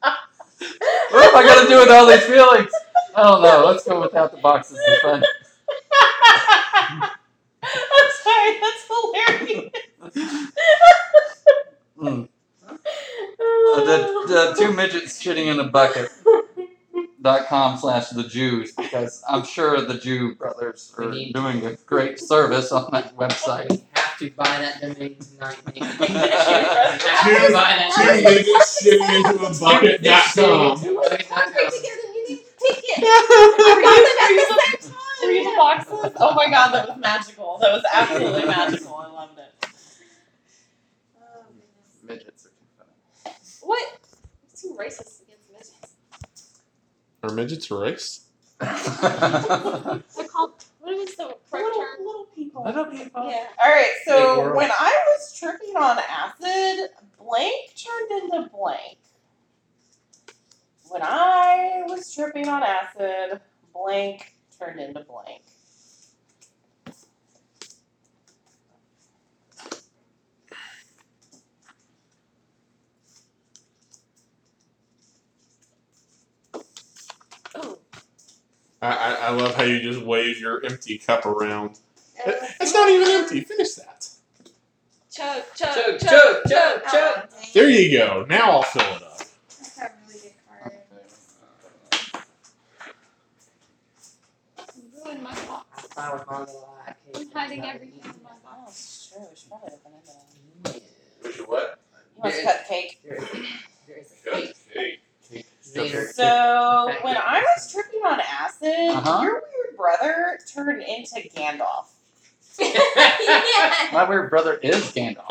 [SPEAKER 3] am I going to do with all these feelings? I don't know. Let's go without the boxes. It's fun.
[SPEAKER 2] [LAUGHS] I'm sorry, that's hilarious.
[SPEAKER 3] Mm. Uh, The, the two midgets shitting in a bucket dot com slash the Jews because I'm sure the Jew brothers are
[SPEAKER 4] We need-
[SPEAKER 3] doing a great service on that
[SPEAKER 4] [LAUGHS]
[SPEAKER 3] website.
[SPEAKER 4] We have to buy that domain tonight, Nick. We
[SPEAKER 2] Two-
[SPEAKER 4] have to buy that
[SPEAKER 1] Two
[SPEAKER 4] domain.
[SPEAKER 1] niggas shitting into a bucket dot com.
[SPEAKER 5] [LAUGHS]
[SPEAKER 2] Three boxes. Oh my god, that was magical. That was
[SPEAKER 6] [LAUGHS]
[SPEAKER 2] absolutely magical. I loved it.
[SPEAKER 3] Midgets are too funny.
[SPEAKER 6] What? It's too racist against midgets.
[SPEAKER 1] Are midgets race?
[SPEAKER 6] They're called. What is the correct
[SPEAKER 2] Little,
[SPEAKER 6] term?
[SPEAKER 2] little people.
[SPEAKER 6] Yeah.
[SPEAKER 2] All right,
[SPEAKER 1] Big
[SPEAKER 2] so
[SPEAKER 1] world.
[SPEAKER 2] when I was tripping on acid, blank turned into blank. When I was tripping on acid, blank turned into blank.
[SPEAKER 6] Oh.
[SPEAKER 1] I, I, I love how you just wave your empty cup around. It- It's not even empty. Finish that.
[SPEAKER 6] Chug,
[SPEAKER 4] Chug,
[SPEAKER 6] chug,
[SPEAKER 4] chug,
[SPEAKER 6] chug,
[SPEAKER 4] chug, chug.
[SPEAKER 1] There you go. Now I'll fill it up.
[SPEAKER 5] That's a really good card.
[SPEAKER 6] You ruined
[SPEAKER 5] [LAUGHS]
[SPEAKER 6] my box.
[SPEAKER 4] I was on the uh, line.
[SPEAKER 6] I'm hiding everything in my
[SPEAKER 2] Oh, it's
[SPEAKER 6] box.
[SPEAKER 2] true. We should probably open it up.
[SPEAKER 1] [LAUGHS] What?
[SPEAKER 2] You must cut cake.
[SPEAKER 4] There is, there is a fake Vader.
[SPEAKER 2] So when I was tripping on acid,
[SPEAKER 3] Uh-huh.
[SPEAKER 2] your weird brother turned into Gandalf.
[SPEAKER 5] Yeah.
[SPEAKER 3] My weird brother is Gandalf.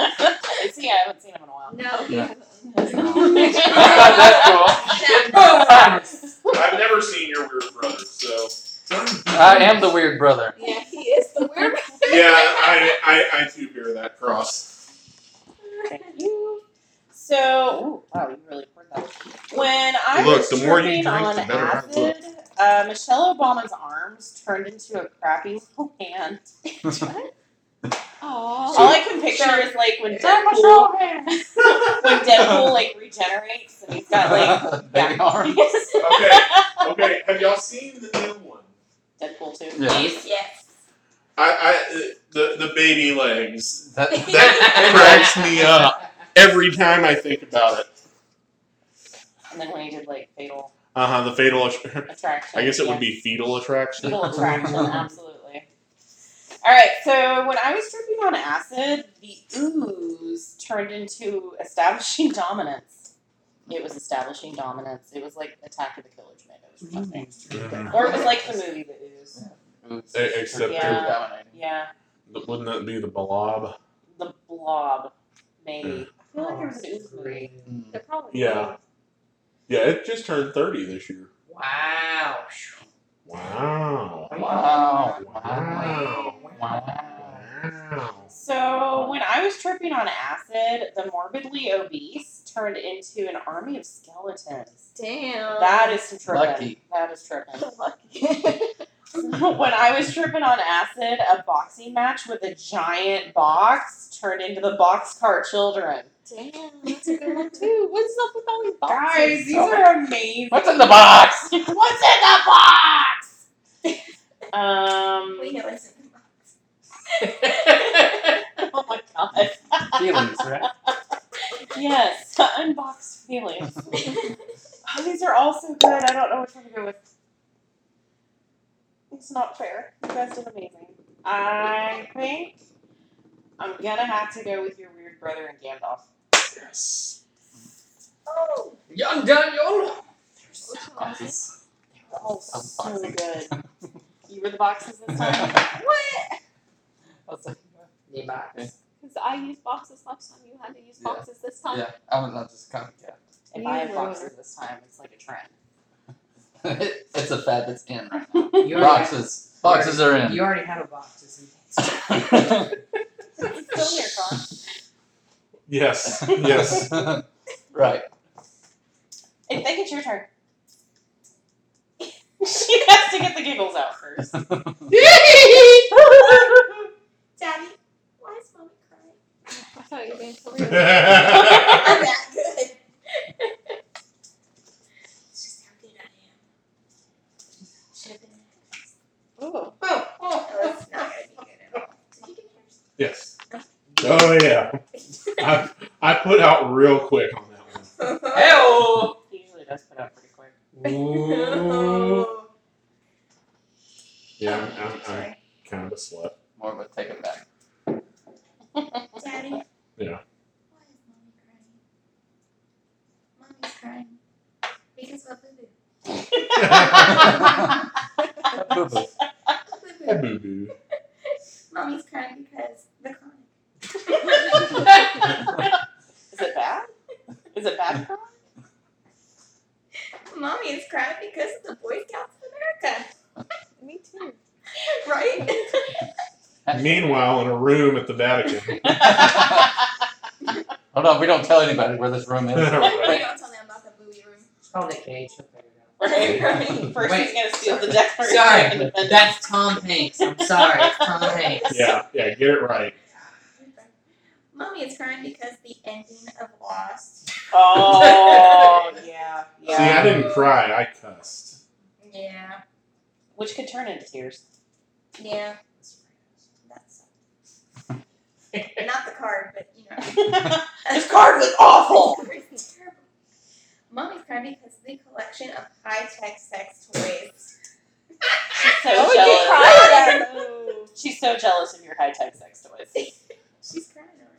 [SPEAKER 2] It's, yeah, I haven't seen him in a
[SPEAKER 5] [LAUGHS]
[SPEAKER 2] while.
[SPEAKER 5] No.
[SPEAKER 3] Yeah.
[SPEAKER 2] That's
[SPEAKER 3] That's cool.
[SPEAKER 1] I've never seen your weird brother, so.
[SPEAKER 3] I am the weird brother.
[SPEAKER 6] Yeah, he is the weird
[SPEAKER 1] [LAUGHS]
[SPEAKER 6] [LAUGHS]
[SPEAKER 1] Yeah, I, I, I too bear that cross.
[SPEAKER 2] Thank you. So, ooh, wow, you really poured that. When I
[SPEAKER 1] Look,
[SPEAKER 2] was
[SPEAKER 1] the more you
[SPEAKER 2] tripping
[SPEAKER 1] drink,
[SPEAKER 2] on
[SPEAKER 1] the better I
[SPEAKER 2] acid, uh, Michelle Obama's arms turned into a crappy [LAUGHS] hand. All
[SPEAKER 1] Oh.
[SPEAKER 6] Aww.
[SPEAKER 2] I can picture is like when
[SPEAKER 5] Is
[SPEAKER 2] Deadpool, when
[SPEAKER 1] [LAUGHS]
[SPEAKER 2] Deadpool like regenerates and he's got like
[SPEAKER 3] [LAUGHS] Baby arm.
[SPEAKER 1] Okay, okay. Have y'all seen the new one?
[SPEAKER 2] [LAUGHS] Deadpool too.
[SPEAKER 3] Yeah.
[SPEAKER 5] Yes.
[SPEAKER 1] I, I uh, the the baby legs.
[SPEAKER 2] [LAUGHS]
[SPEAKER 3] That,
[SPEAKER 1] That cracks me up every time I think about it.
[SPEAKER 2] And then when he did like fatal.
[SPEAKER 1] Uh huh. The fatal. Att- [LAUGHS]
[SPEAKER 2] attraction.
[SPEAKER 1] I guess it
[SPEAKER 2] yeah.
[SPEAKER 1] would be fetal attraction.
[SPEAKER 2] Fetal attraction, absolutely. All right, so when I was tripping on acid, the ooze turned into establishing [LAUGHS] dominance. It was establishing dominance. It was like Attack of the Killer Tomatoes or something.
[SPEAKER 1] [LAUGHS] Mhm.
[SPEAKER 2] Or it was like the movie The Ooze.
[SPEAKER 1] Except
[SPEAKER 2] Yeah.
[SPEAKER 1] they're-
[SPEAKER 2] Yeah,
[SPEAKER 1] But Wouldn't that be the blob?
[SPEAKER 2] The Blob, maybe. I feel
[SPEAKER 4] Oh,
[SPEAKER 2] like there was an ooze movie.
[SPEAKER 4] Green.
[SPEAKER 6] They're probably
[SPEAKER 1] Yeah. Yeah, it just turned 30 this year.
[SPEAKER 4] Wow.
[SPEAKER 1] Wow.
[SPEAKER 3] Wow.
[SPEAKER 1] Wow.
[SPEAKER 3] Wow.
[SPEAKER 1] Wow.
[SPEAKER 2] So when I was tripping on acid, the morbidly obese turned into an army of skeletons.
[SPEAKER 5] Damn.
[SPEAKER 2] That is some tripping.
[SPEAKER 3] Lucky.
[SPEAKER 2] That is tripping.
[SPEAKER 6] lucky.
[SPEAKER 2] [LAUGHS] when I was tripping on acid, a boxing match with a giant box turned into the Boxcar Children.
[SPEAKER 6] [LAUGHS] Damn, that's a [LAUGHS] good one too. What's up with all these boxes? Oh
[SPEAKER 2] Guys, these are amazing.
[SPEAKER 3] What's in the box?
[SPEAKER 2] [LAUGHS] What's in the box?
[SPEAKER 6] [LAUGHS]
[SPEAKER 2] um.
[SPEAKER 5] We know it's in the box.
[SPEAKER 2] [LAUGHS] Oh my god.
[SPEAKER 3] Feelings, right?
[SPEAKER 2] [LAUGHS] Yes, the unboxed feelings. oh, these are all so good. I don't know which one to go with. It's not fair. You guys did amazing. I think I'm gonna have to go with your weird brother and Gandalf.
[SPEAKER 1] Yes.
[SPEAKER 6] Oh,
[SPEAKER 4] Young Daniel.
[SPEAKER 3] Boxes.
[SPEAKER 2] They're all so
[SPEAKER 3] Unboxing.
[SPEAKER 2] [LAUGHS] good. You were the boxes this [LAUGHS] time.
[SPEAKER 3] I
[SPEAKER 6] what?
[SPEAKER 3] was like,
[SPEAKER 4] Knee box.
[SPEAKER 6] Because I used boxes last time. You had to use
[SPEAKER 3] Yeah.
[SPEAKER 6] boxes this time.
[SPEAKER 3] Yeah, I was not just coming.
[SPEAKER 2] If I have
[SPEAKER 6] You
[SPEAKER 2] boxes
[SPEAKER 6] [LAUGHS] loser.
[SPEAKER 2] this time, it's like a trend.
[SPEAKER 3] Yeah. [LAUGHS] it's a fad that's in right now.
[SPEAKER 4] You already,
[SPEAKER 3] Boxes. Boxes are in. [LAUGHS]
[SPEAKER 4] you already have a box. Just
[SPEAKER 2] It's still here, Con.
[SPEAKER 1] [LAUGHS] Yes. Yes. [LAUGHS]
[SPEAKER 3] right.
[SPEAKER 2] I think it's your turn. [LAUGHS] she has to get the giggles out [LAUGHS] first.
[SPEAKER 5] Daddy, why is mommy crying?
[SPEAKER 6] I thought you were being so
[SPEAKER 1] [LAUGHS]
[SPEAKER 6] weird.
[SPEAKER 1] That's
[SPEAKER 5] I'm that good. it's just how good I am. Should have been that.
[SPEAKER 6] Ooh.
[SPEAKER 5] No, Oh, it's not gonna be good at all. Did you get yours?
[SPEAKER 1] Yes. Oh yeah. I, I put out real quick on that one.
[SPEAKER 4] Hell.
[SPEAKER 2] He usually does put out pretty [LAUGHS] quick.
[SPEAKER 1] Yeah, I'm, I'm, I'm
[SPEAKER 5] Sorry.
[SPEAKER 1] kind of a slut.
[SPEAKER 3] More of a take it back.
[SPEAKER 5] [LAUGHS] Daddy.
[SPEAKER 1] Yeah.
[SPEAKER 5] Why is mommy crying? Mommy's crying. Because of boo
[SPEAKER 3] Boo-boo.
[SPEAKER 5] boo. Boo boo.
[SPEAKER 1] Boo boo.
[SPEAKER 5] Mommy's crying because the comic.
[SPEAKER 2] Is it bad? Is it bad, Con?
[SPEAKER 5] Mommy is crying because of the Boy Scouts of America,
[SPEAKER 6] Me too.
[SPEAKER 5] right?
[SPEAKER 1] [LAUGHS]
[SPEAKER 5] [LAUGHS]
[SPEAKER 3] [LAUGHS]
[SPEAKER 1] Meanwhile, in a room at the [LAUGHS] Vatican.
[SPEAKER 3] Hold on, Oh, we don't tell anybody where this room is.
[SPEAKER 5] we
[SPEAKER 1] Right.
[SPEAKER 5] don't tell them about the booby room.
[SPEAKER 4] Call Nick Cage. He'll figure it
[SPEAKER 2] Right.
[SPEAKER 4] out.
[SPEAKER 2] First, he's
[SPEAKER 4] Wait.
[SPEAKER 2] gonna steal the Declaration
[SPEAKER 4] Sorry.
[SPEAKER 2] of Independence.
[SPEAKER 4] That's Tom Hanks. I'm sorry, it's Tom Hanks.
[SPEAKER 1] Yeah, yeah, get it right.
[SPEAKER 5] Mommy is crying because the ending of Lost.
[SPEAKER 2] [LAUGHS] Oh, yeah, yeah.
[SPEAKER 1] See, I didn't cry, I cussed.
[SPEAKER 5] Yeah.
[SPEAKER 2] Which could turn into tears. [LAUGHS]
[SPEAKER 5] Yeah. That's not the card, but you know.
[SPEAKER 2] this card was awful.
[SPEAKER 5] [LAUGHS] It's terrible. Mommy's crying because the collection of high-tech sex toys.
[SPEAKER 2] She's so
[SPEAKER 6] Why would you
[SPEAKER 2] jealous.
[SPEAKER 6] cry
[SPEAKER 2] [LAUGHS]
[SPEAKER 6] at that? Ooh.
[SPEAKER 2] She's so jealous of your high-tech sex toys.
[SPEAKER 5] She's crying already.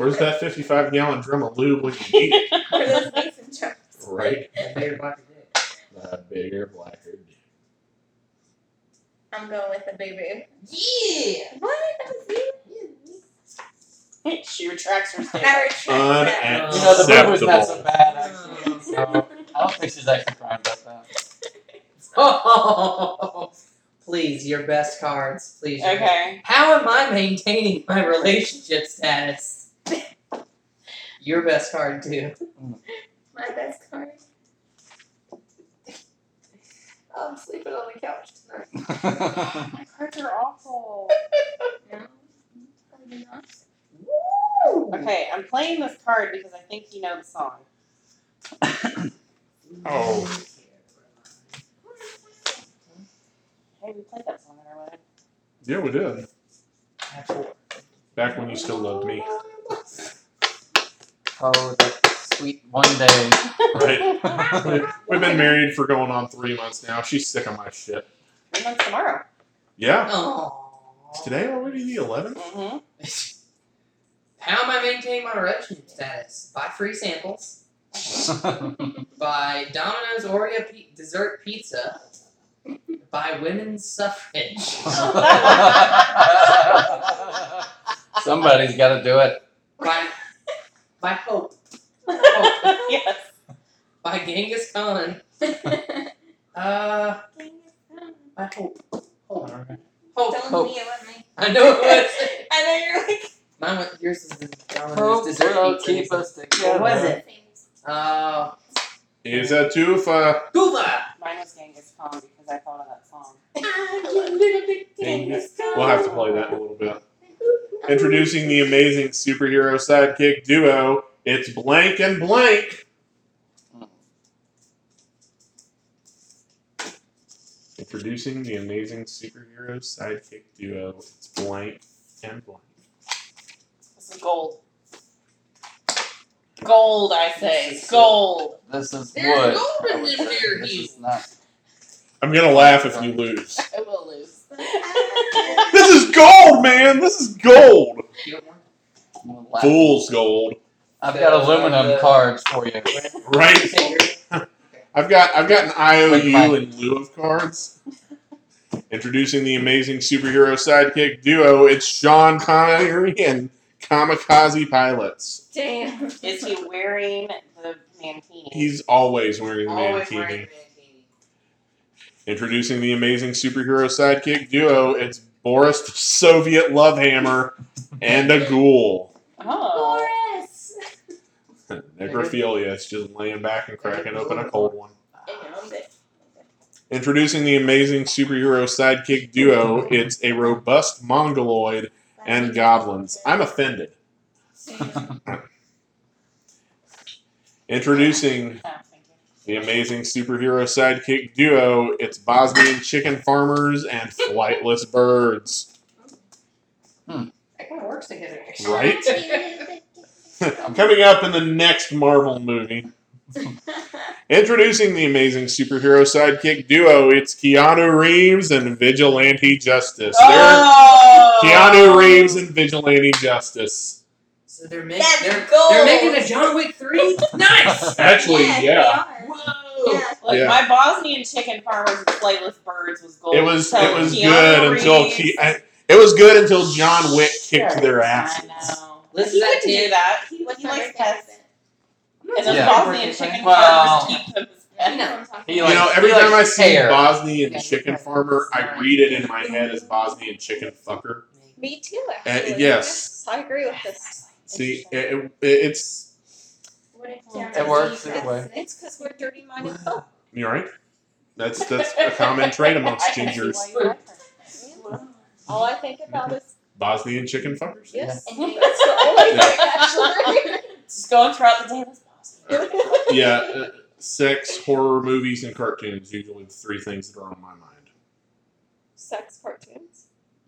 [SPEAKER 1] Where's that 55 gallon drum of lube when you [LAUGHS] need it?
[SPEAKER 5] Or those mason jars.
[SPEAKER 1] Right?
[SPEAKER 4] [LAUGHS] I figured about it.
[SPEAKER 1] The bigger, blacker.
[SPEAKER 5] I'm going with the boo-boo.
[SPEAKER 4] Yeah.
[SPEAKER 5] What? That was you? You- you-
[SPEAKER 2] [LAUGHS] she retracts her
[SPEAKER 5] I [LAUGHS]
[SPEAKER 2] statement.
[SPEAKER 5] retract that.
[SPEAKER 4] You
[SPEAKER 3] You know, the boo boo's not so
[SPEAKER 1] Unacceptable.
[SPEAKER 3] bad, actually. So, I don't think she's actually crying about that.
[SPEAKER 4] Oh, [LAUGHS] please, your best cards, please. your best-
[SPEAKER 2] Okay.
[SPEAKER 4] How am I maintaining my relationship status? Your best card too.
[SPEAKER 5] [LAUGHS] My best card.
[SPEAKER 6] I'm sleeping on the couch tonight.
[SPEAKER 2] [LAUGHS] My cards are awful.
[SPEAKER 5] No. Probably not.
[SPEAKER 2] Okay, I'm playing this card because I think you know the song.
[SPEAKER 1] Oh.
[SPEAKER 2] Hey, we played that song in our wedding.
[SPEAKER 1] Yeah, we did. Back when you still loved me.
[SPEAKER 3] Oh, that's sweet one day. [LAUGHS]
[SPEAKER 1] Right. [LAUGHS] We've been married for going on three months now. She's sick of my shit.
[SPEAKER 2] Three months tomorrow.
[SPEAKER 1] Yeah. Is
[SPEAKER 4] Aww.
[SPEAKER 1] today already the 11th?
[SPEAKER 2] Mm-hmm. [LAUGHS]
[SPEAKER 4] How am I maintaining my relationship status? Buy free samples. Buy Domino's Oreo pi- dessert pizza. Buy women's
[SPEAKER 5] [LAUGHS]
[SPEAKER 4] suffrage.
[SPEAKER 3] Somebody's got to do it.
[SPEAKER 4] Buy, buy hope. hope.
[SPEAKER 2] yes.
[SPEAKER 4] Buy Genghis Khan.
[SPEAKER 5] Dang
[SPEAKER 4] Uh,
[SPEAKER 5] it.
[SPEAKER 4] buy hope. Hope.
[SPEAKER 3] Alright.
[SPEAKER 4] Hope.
[SPEAKER 1] Oh,
[SPEAKER 5] Don't
[SPEAKER 3] Hope.
[SPEAKER 5] be it with me.
[SPEAKER 4] I know it was.
[SPEAKER 2] I know you're like,
[SPEAKER 4] Mine was yours is the Domino's
[SPEAKER 3] Hope
[SPEAKER 4] dessert
[SPEAKER 3] will
[SPEAKER 4] pizza.
[SPEAKER 3] keep us together.
[SPEAKER 4] What was it?
[SPEAKER 5] Things.
[SPEAKER 4] Uh,
[SPEAKER 1] Is that uh, Tufa?
[SPEAKER 4] Cuba.
[SPEAKER 2] mine was Genghis Khan because I thought of that song.
[SPEAKER 5] I get a little bit
[SPEAKER 1] Genghis.
[SPEAKER 5] Genghis Khan.
[SPEAKER 1] We'll have to play that in a little bit. Introducing the amazing superhero sidekick duo, it's Blank and Blank. Introducing the amazing superhero sidekick duo, it's Blank and Blank.
[SPEAKER 2] This is gold. Gold, I say.
[SPEAKER 4] This is
[SPEAKER 2] Gold.
[SPEAKER 3] This is wood.
[SPEAKER 4] There's gold
[SPEAKER 3] I
[SPEAKER 4] in
[SPEAKER 3] would
[SPEAKER 4] them
[SPEAKER 3] say.
[SPEAKER 4] there,
[SPEAKER 3] This
[SPEAKER 4] you.
[SPEAKER 3] is not.
[SPEAKER 1] I'm gonna laugh if you lose.
[SPEAKER 2] I will lose.
[SPEAKER 1] This is gold, man! This is gold!
[SPEAKER 4] You want one?
[SPEAKER 1] Fool's gold.
[SPEAKER 3] I've got aluminum cards
[SPEAKER 1] [LAUGHS]
[SPEAKER 3] for you.
[SPEAKER 1] Right? I've got I've got an
[SPEAKER 3] With my-
[SPEAKER 1] IOU in lieu of cards. Introducing the amazing superhero sidekick duo, it's Sean Connery and Kamikaze Pilots.
[SPEAKER 5] Damn.
[SPEAKER 6] [LAUGHS]
[SPEAKER 2] Is he wearing the mankini?
[SPEAKER 1] He's always wearing the
[SPEAKER 4] Always wearing
[SPEAKER 1] mankini.
[SPEAKER 4] mankini.
[SPEAKER 1] Introducing the amazing superhero sidekick duo, it's Boris the Soviet Love Hammer and a ghoul. [LAUGHS]
[SPEAKER 2] oh.
[SPEAKER 5] Boris.
[SPEAKER 1] Necrophilia, it's just laying back and cracking open a cold one.
[SPEAKER 5] Damn it.
[SPEAKER 1] Introducing the amazing superhero sidekick duo, it's a robust mongoloid and goblins. I'm
[SPEAKER 5] [LAUGHS]
[SPEAKER 1] offended. Introducing
[SPEAKER 2] Oh, thank you.
[SPEAKER 1] the amazing superhero sidekick duo, it's
[SPEAKER 2] [LAUGHS]
[SPEAKER 1] Bosnian chicken farmers and flightless birds. [LAUGHS]
[SPEAKER 4] That kind of works together.
[SPEAKER 1] [LAUGHS] Right? [LAUGHS] Coming up in the next Marvel
[SPEAKER 2] [LAUGHS]
[SPEAKER 1] movie, introducing the amazing superhero sidekick duo, it's Keanu Reeves and Vigilante Justice. They're
[SPEAKER 2] Oh!
[SPEAKER 1] Keanu Reeves and Vigilante Justice.
[SPEAKER 4] So they're making
[SPEAKER 5] That's
[SPEAKER 4] they're,
[SPEAKER 5] gold.
[SPEAKER 4] they're making a John
[SPEAKER 1] [LAUGHS]
[SPEAKER 4] Wick three. nice.
[SPEAKER 1] Actually,
[SPEAKER 5] Yes,
[SPEAKER 1] yeah.
[SPEAKER 5] they are.
[SPEAKER 4] Whoa.
[SPEAKER 5] Yeah.
[SPEAKER 2] Look,
[SPEAKER 1] Yeah.
[SPEAKER 2] my Bosnian chicken farmers and playlist birds was gold.
[SPEAKER 1] It was
[SPEAKER 2] So
[SPEAKER 1] it was
[SPEAKER 2] Keanu
[SPEAKER 1] good until
[SPEAKER 2] Reeves-
[SPEAKER 1] Ke- I- it was good until John Wick kicked
[SPEAKER 2] Sure,
[SPEAKER 1] their
[SPEAKER 2] I
[SPEAKER 1] asses.
[SPEAKER 2] know.
[SPEAKER 4] Let's
[SPEAKER 2] he
[SPEAKER 4] not
[SPEAKER 2] wouldn't
[SPEAKER 4] do-
[SPEAKER 2] do that. He,
[SPEAKER 5] What's
[SPEAKER 2] he
[SPEAKER 5] my
[SPEAKER 2] likes
[SPEAKER 5] birthday
[SPEAKER 2] pets.
[SPEAKER 5] present?
[SPEAKER 2] And those
[SPEAKER 3] Yeah.
[SPEAKER 2] Bosnian chicken
[SPEAKER 3] Well-
[SPEAKER 2] farmers keep them as
[SPEAKER 5] You
[SPEAKER 2] pets.
[SPEAKER 5] know what I'm talking
[SPEAKER 3] He
[SPEAKER 5] about.
[SPEAKER 1] You know,
[SPEAKER 3] likes-
[SPEAKER 1] every
[SPEAKER 3] he
[SPEAKER 1] time I
[SPEAKER 3] likes
[SPEAKER 1] see
[SPEAKER 3] hair.
[SPEAKER 1] Bosnian
[SPEAKER 4] Yeah,
[SPEAKER 1] chicken
[SPEAKER 4] because
[SPEAKER 1] farmer,
[SPEAKER 4] it's
[SPEAKER 1] I
[SPEAKER 4] not-
[SPEAKER 1] read it in my head as Bosnian chicken fucker.
[SPEAKER 6] Me too,
[SPEAKER 1] Uh,
[SPEAKER 6] actually.
[SPEAKER 1] yes.
[SPEAKER 6] I agree with this.
[SPEAKER 1] See, it, it, it's
[SPEAKER 5] What if
[SPEAKER 2] It
[SPEAKER 5] John
[SPEAKER 3] works
[SPEAKER 5] Cena
[SPEAKER 3] either
[SPEAKER 1] uh,
[SPEAKER 3] way.
[SPEAKER 5] says
[SPEAKER 6] It's because we're dirty minded folk.
[SPEAKER 1] you all right. That's that's a common trait amongst
[SPEAKER 2] [LAUGHS] I can see
[SPEAKER 1] gingers.
[SPEAKER 2] why you like her.
[SPEAKER 6] All I think about is
[SPEAKER 1] Bosnian chicken fuckers.
[SPEAKER 5] [LAUGHS]
[SPEAKER 6] yes.
[SPEAKER 2] [LAUGHS]
[SPEAKER 5] And he
[SPEAKER 6] That's the only thing,
[SPEAKER 5] [LAUGHS]
[SPEAKER 6] actually.
[SPEAKER 2] Just going throughout the day. That's Bosnian.
[SPEAKER 1] [LAUGHS] Yeah, uh, sex, horror movies, and cartoons usually the three things that are on my mind.
[SPEAKER 6] Sex cartoons.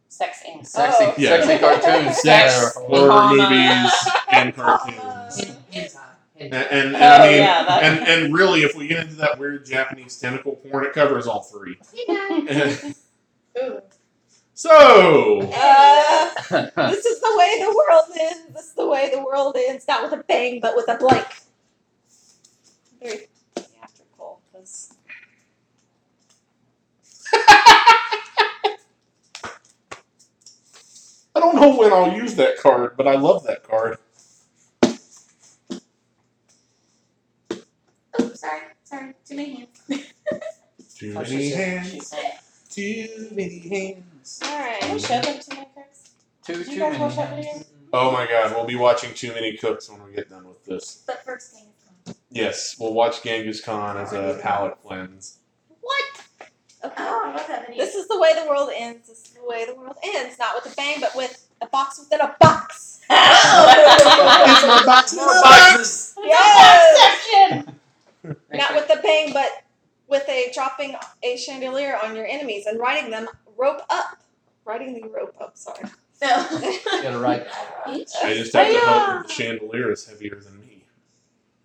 [SPEAKER 2] Sex and
[SPEAKER 3] Sexy,
[SPEAKER 6] Oh.
[SPEAKER 1] Yeah.
[SPEAKER 3] [LAUGHS] sexy cartoons.
[SPEAKER 1] Sex, horror
[SPEAKER 2] Obama.
[SPEAKER 1] movies,
[SPEAKER 2] [LAUGHS]
[SPEAKER 1] and cartoons.
[SPEAKER 6] Uh,
[SPEAKER 1] And, and, and I
[SPEAKER 2] Oh,
[SPEAKER 1] mean,
[SPEAKER 2] yeah, that-
[SPEAKER 1] and, and really, if we get into that weird Japanese tentacle porn, it covers all three. [LAUGHS]
[SPEAKER 6] ooh.
[SPEAKER 1] so,
[SPEAKER 6] Uh,
[SPEAKER 3] [LAUGHS] Sexy.
[SPEAKER 6] this is the way the world ends. This is the way the world ends. Not with a bang, but with a blank. Very theatrical, because
[SPEAKER 1] I don't know when I'll use that card, but I love that card.
[SPEAKER 5] Oh, sorry, sorry, too many hands.
[SPEAKER 1] Too
[SPEAKER 2] Oh, she said- she said-
[SPEAKER 1] too many hands.
[SPEAKER 6] all
[SPEAKER 2] Can
[SPEAKER 6] right.
[SPEAKER 2] we show them to my cooks?
[SPEAKER 3] Too,
[SPEAKER 2] Did you
[SPEAKER 3] too
[SPEAKER 2] guys watch
[SPEAKER 3] many.
[SPEAKER 2] that video?
[SPEAKER 1] Oh my god, we'll be watching too many cooks when we get done with this.
[SPEAKER 5] But first thing is
[SPEAKER 1] Yes, we'll watch Genghis Khan as a palate
[SPEAKER 6] [LAUGHS]
[SPEAKER 1] cleanse.
[SPEAKER 6] What?
[SPEAKER 5] gone. Oh, I love that video.
[SPEAKER 6] This is the way the world ends. This is the way the world ends. Not with a bang, but with a box within a box. [LAUGHS]
[SPEAKER 1] It's my box,
[SPEAKER 3] More boxes.
[SPEAKER 6] Yes.
[SPEAKER 2] Section!
[SPEAKER 6] Not with a bang, but with a dropping a chandelier on your enemies and riding them rope up. Riding the rope up. Sorry.
[SPEAKER 5] no.
[SPEAKER 3] Gotta write.
[SPEAKER 1] I just have to hope
[SPEAKER 6] Hi-ya.
[SPEAKER 1] that the chandelier is heavier than me.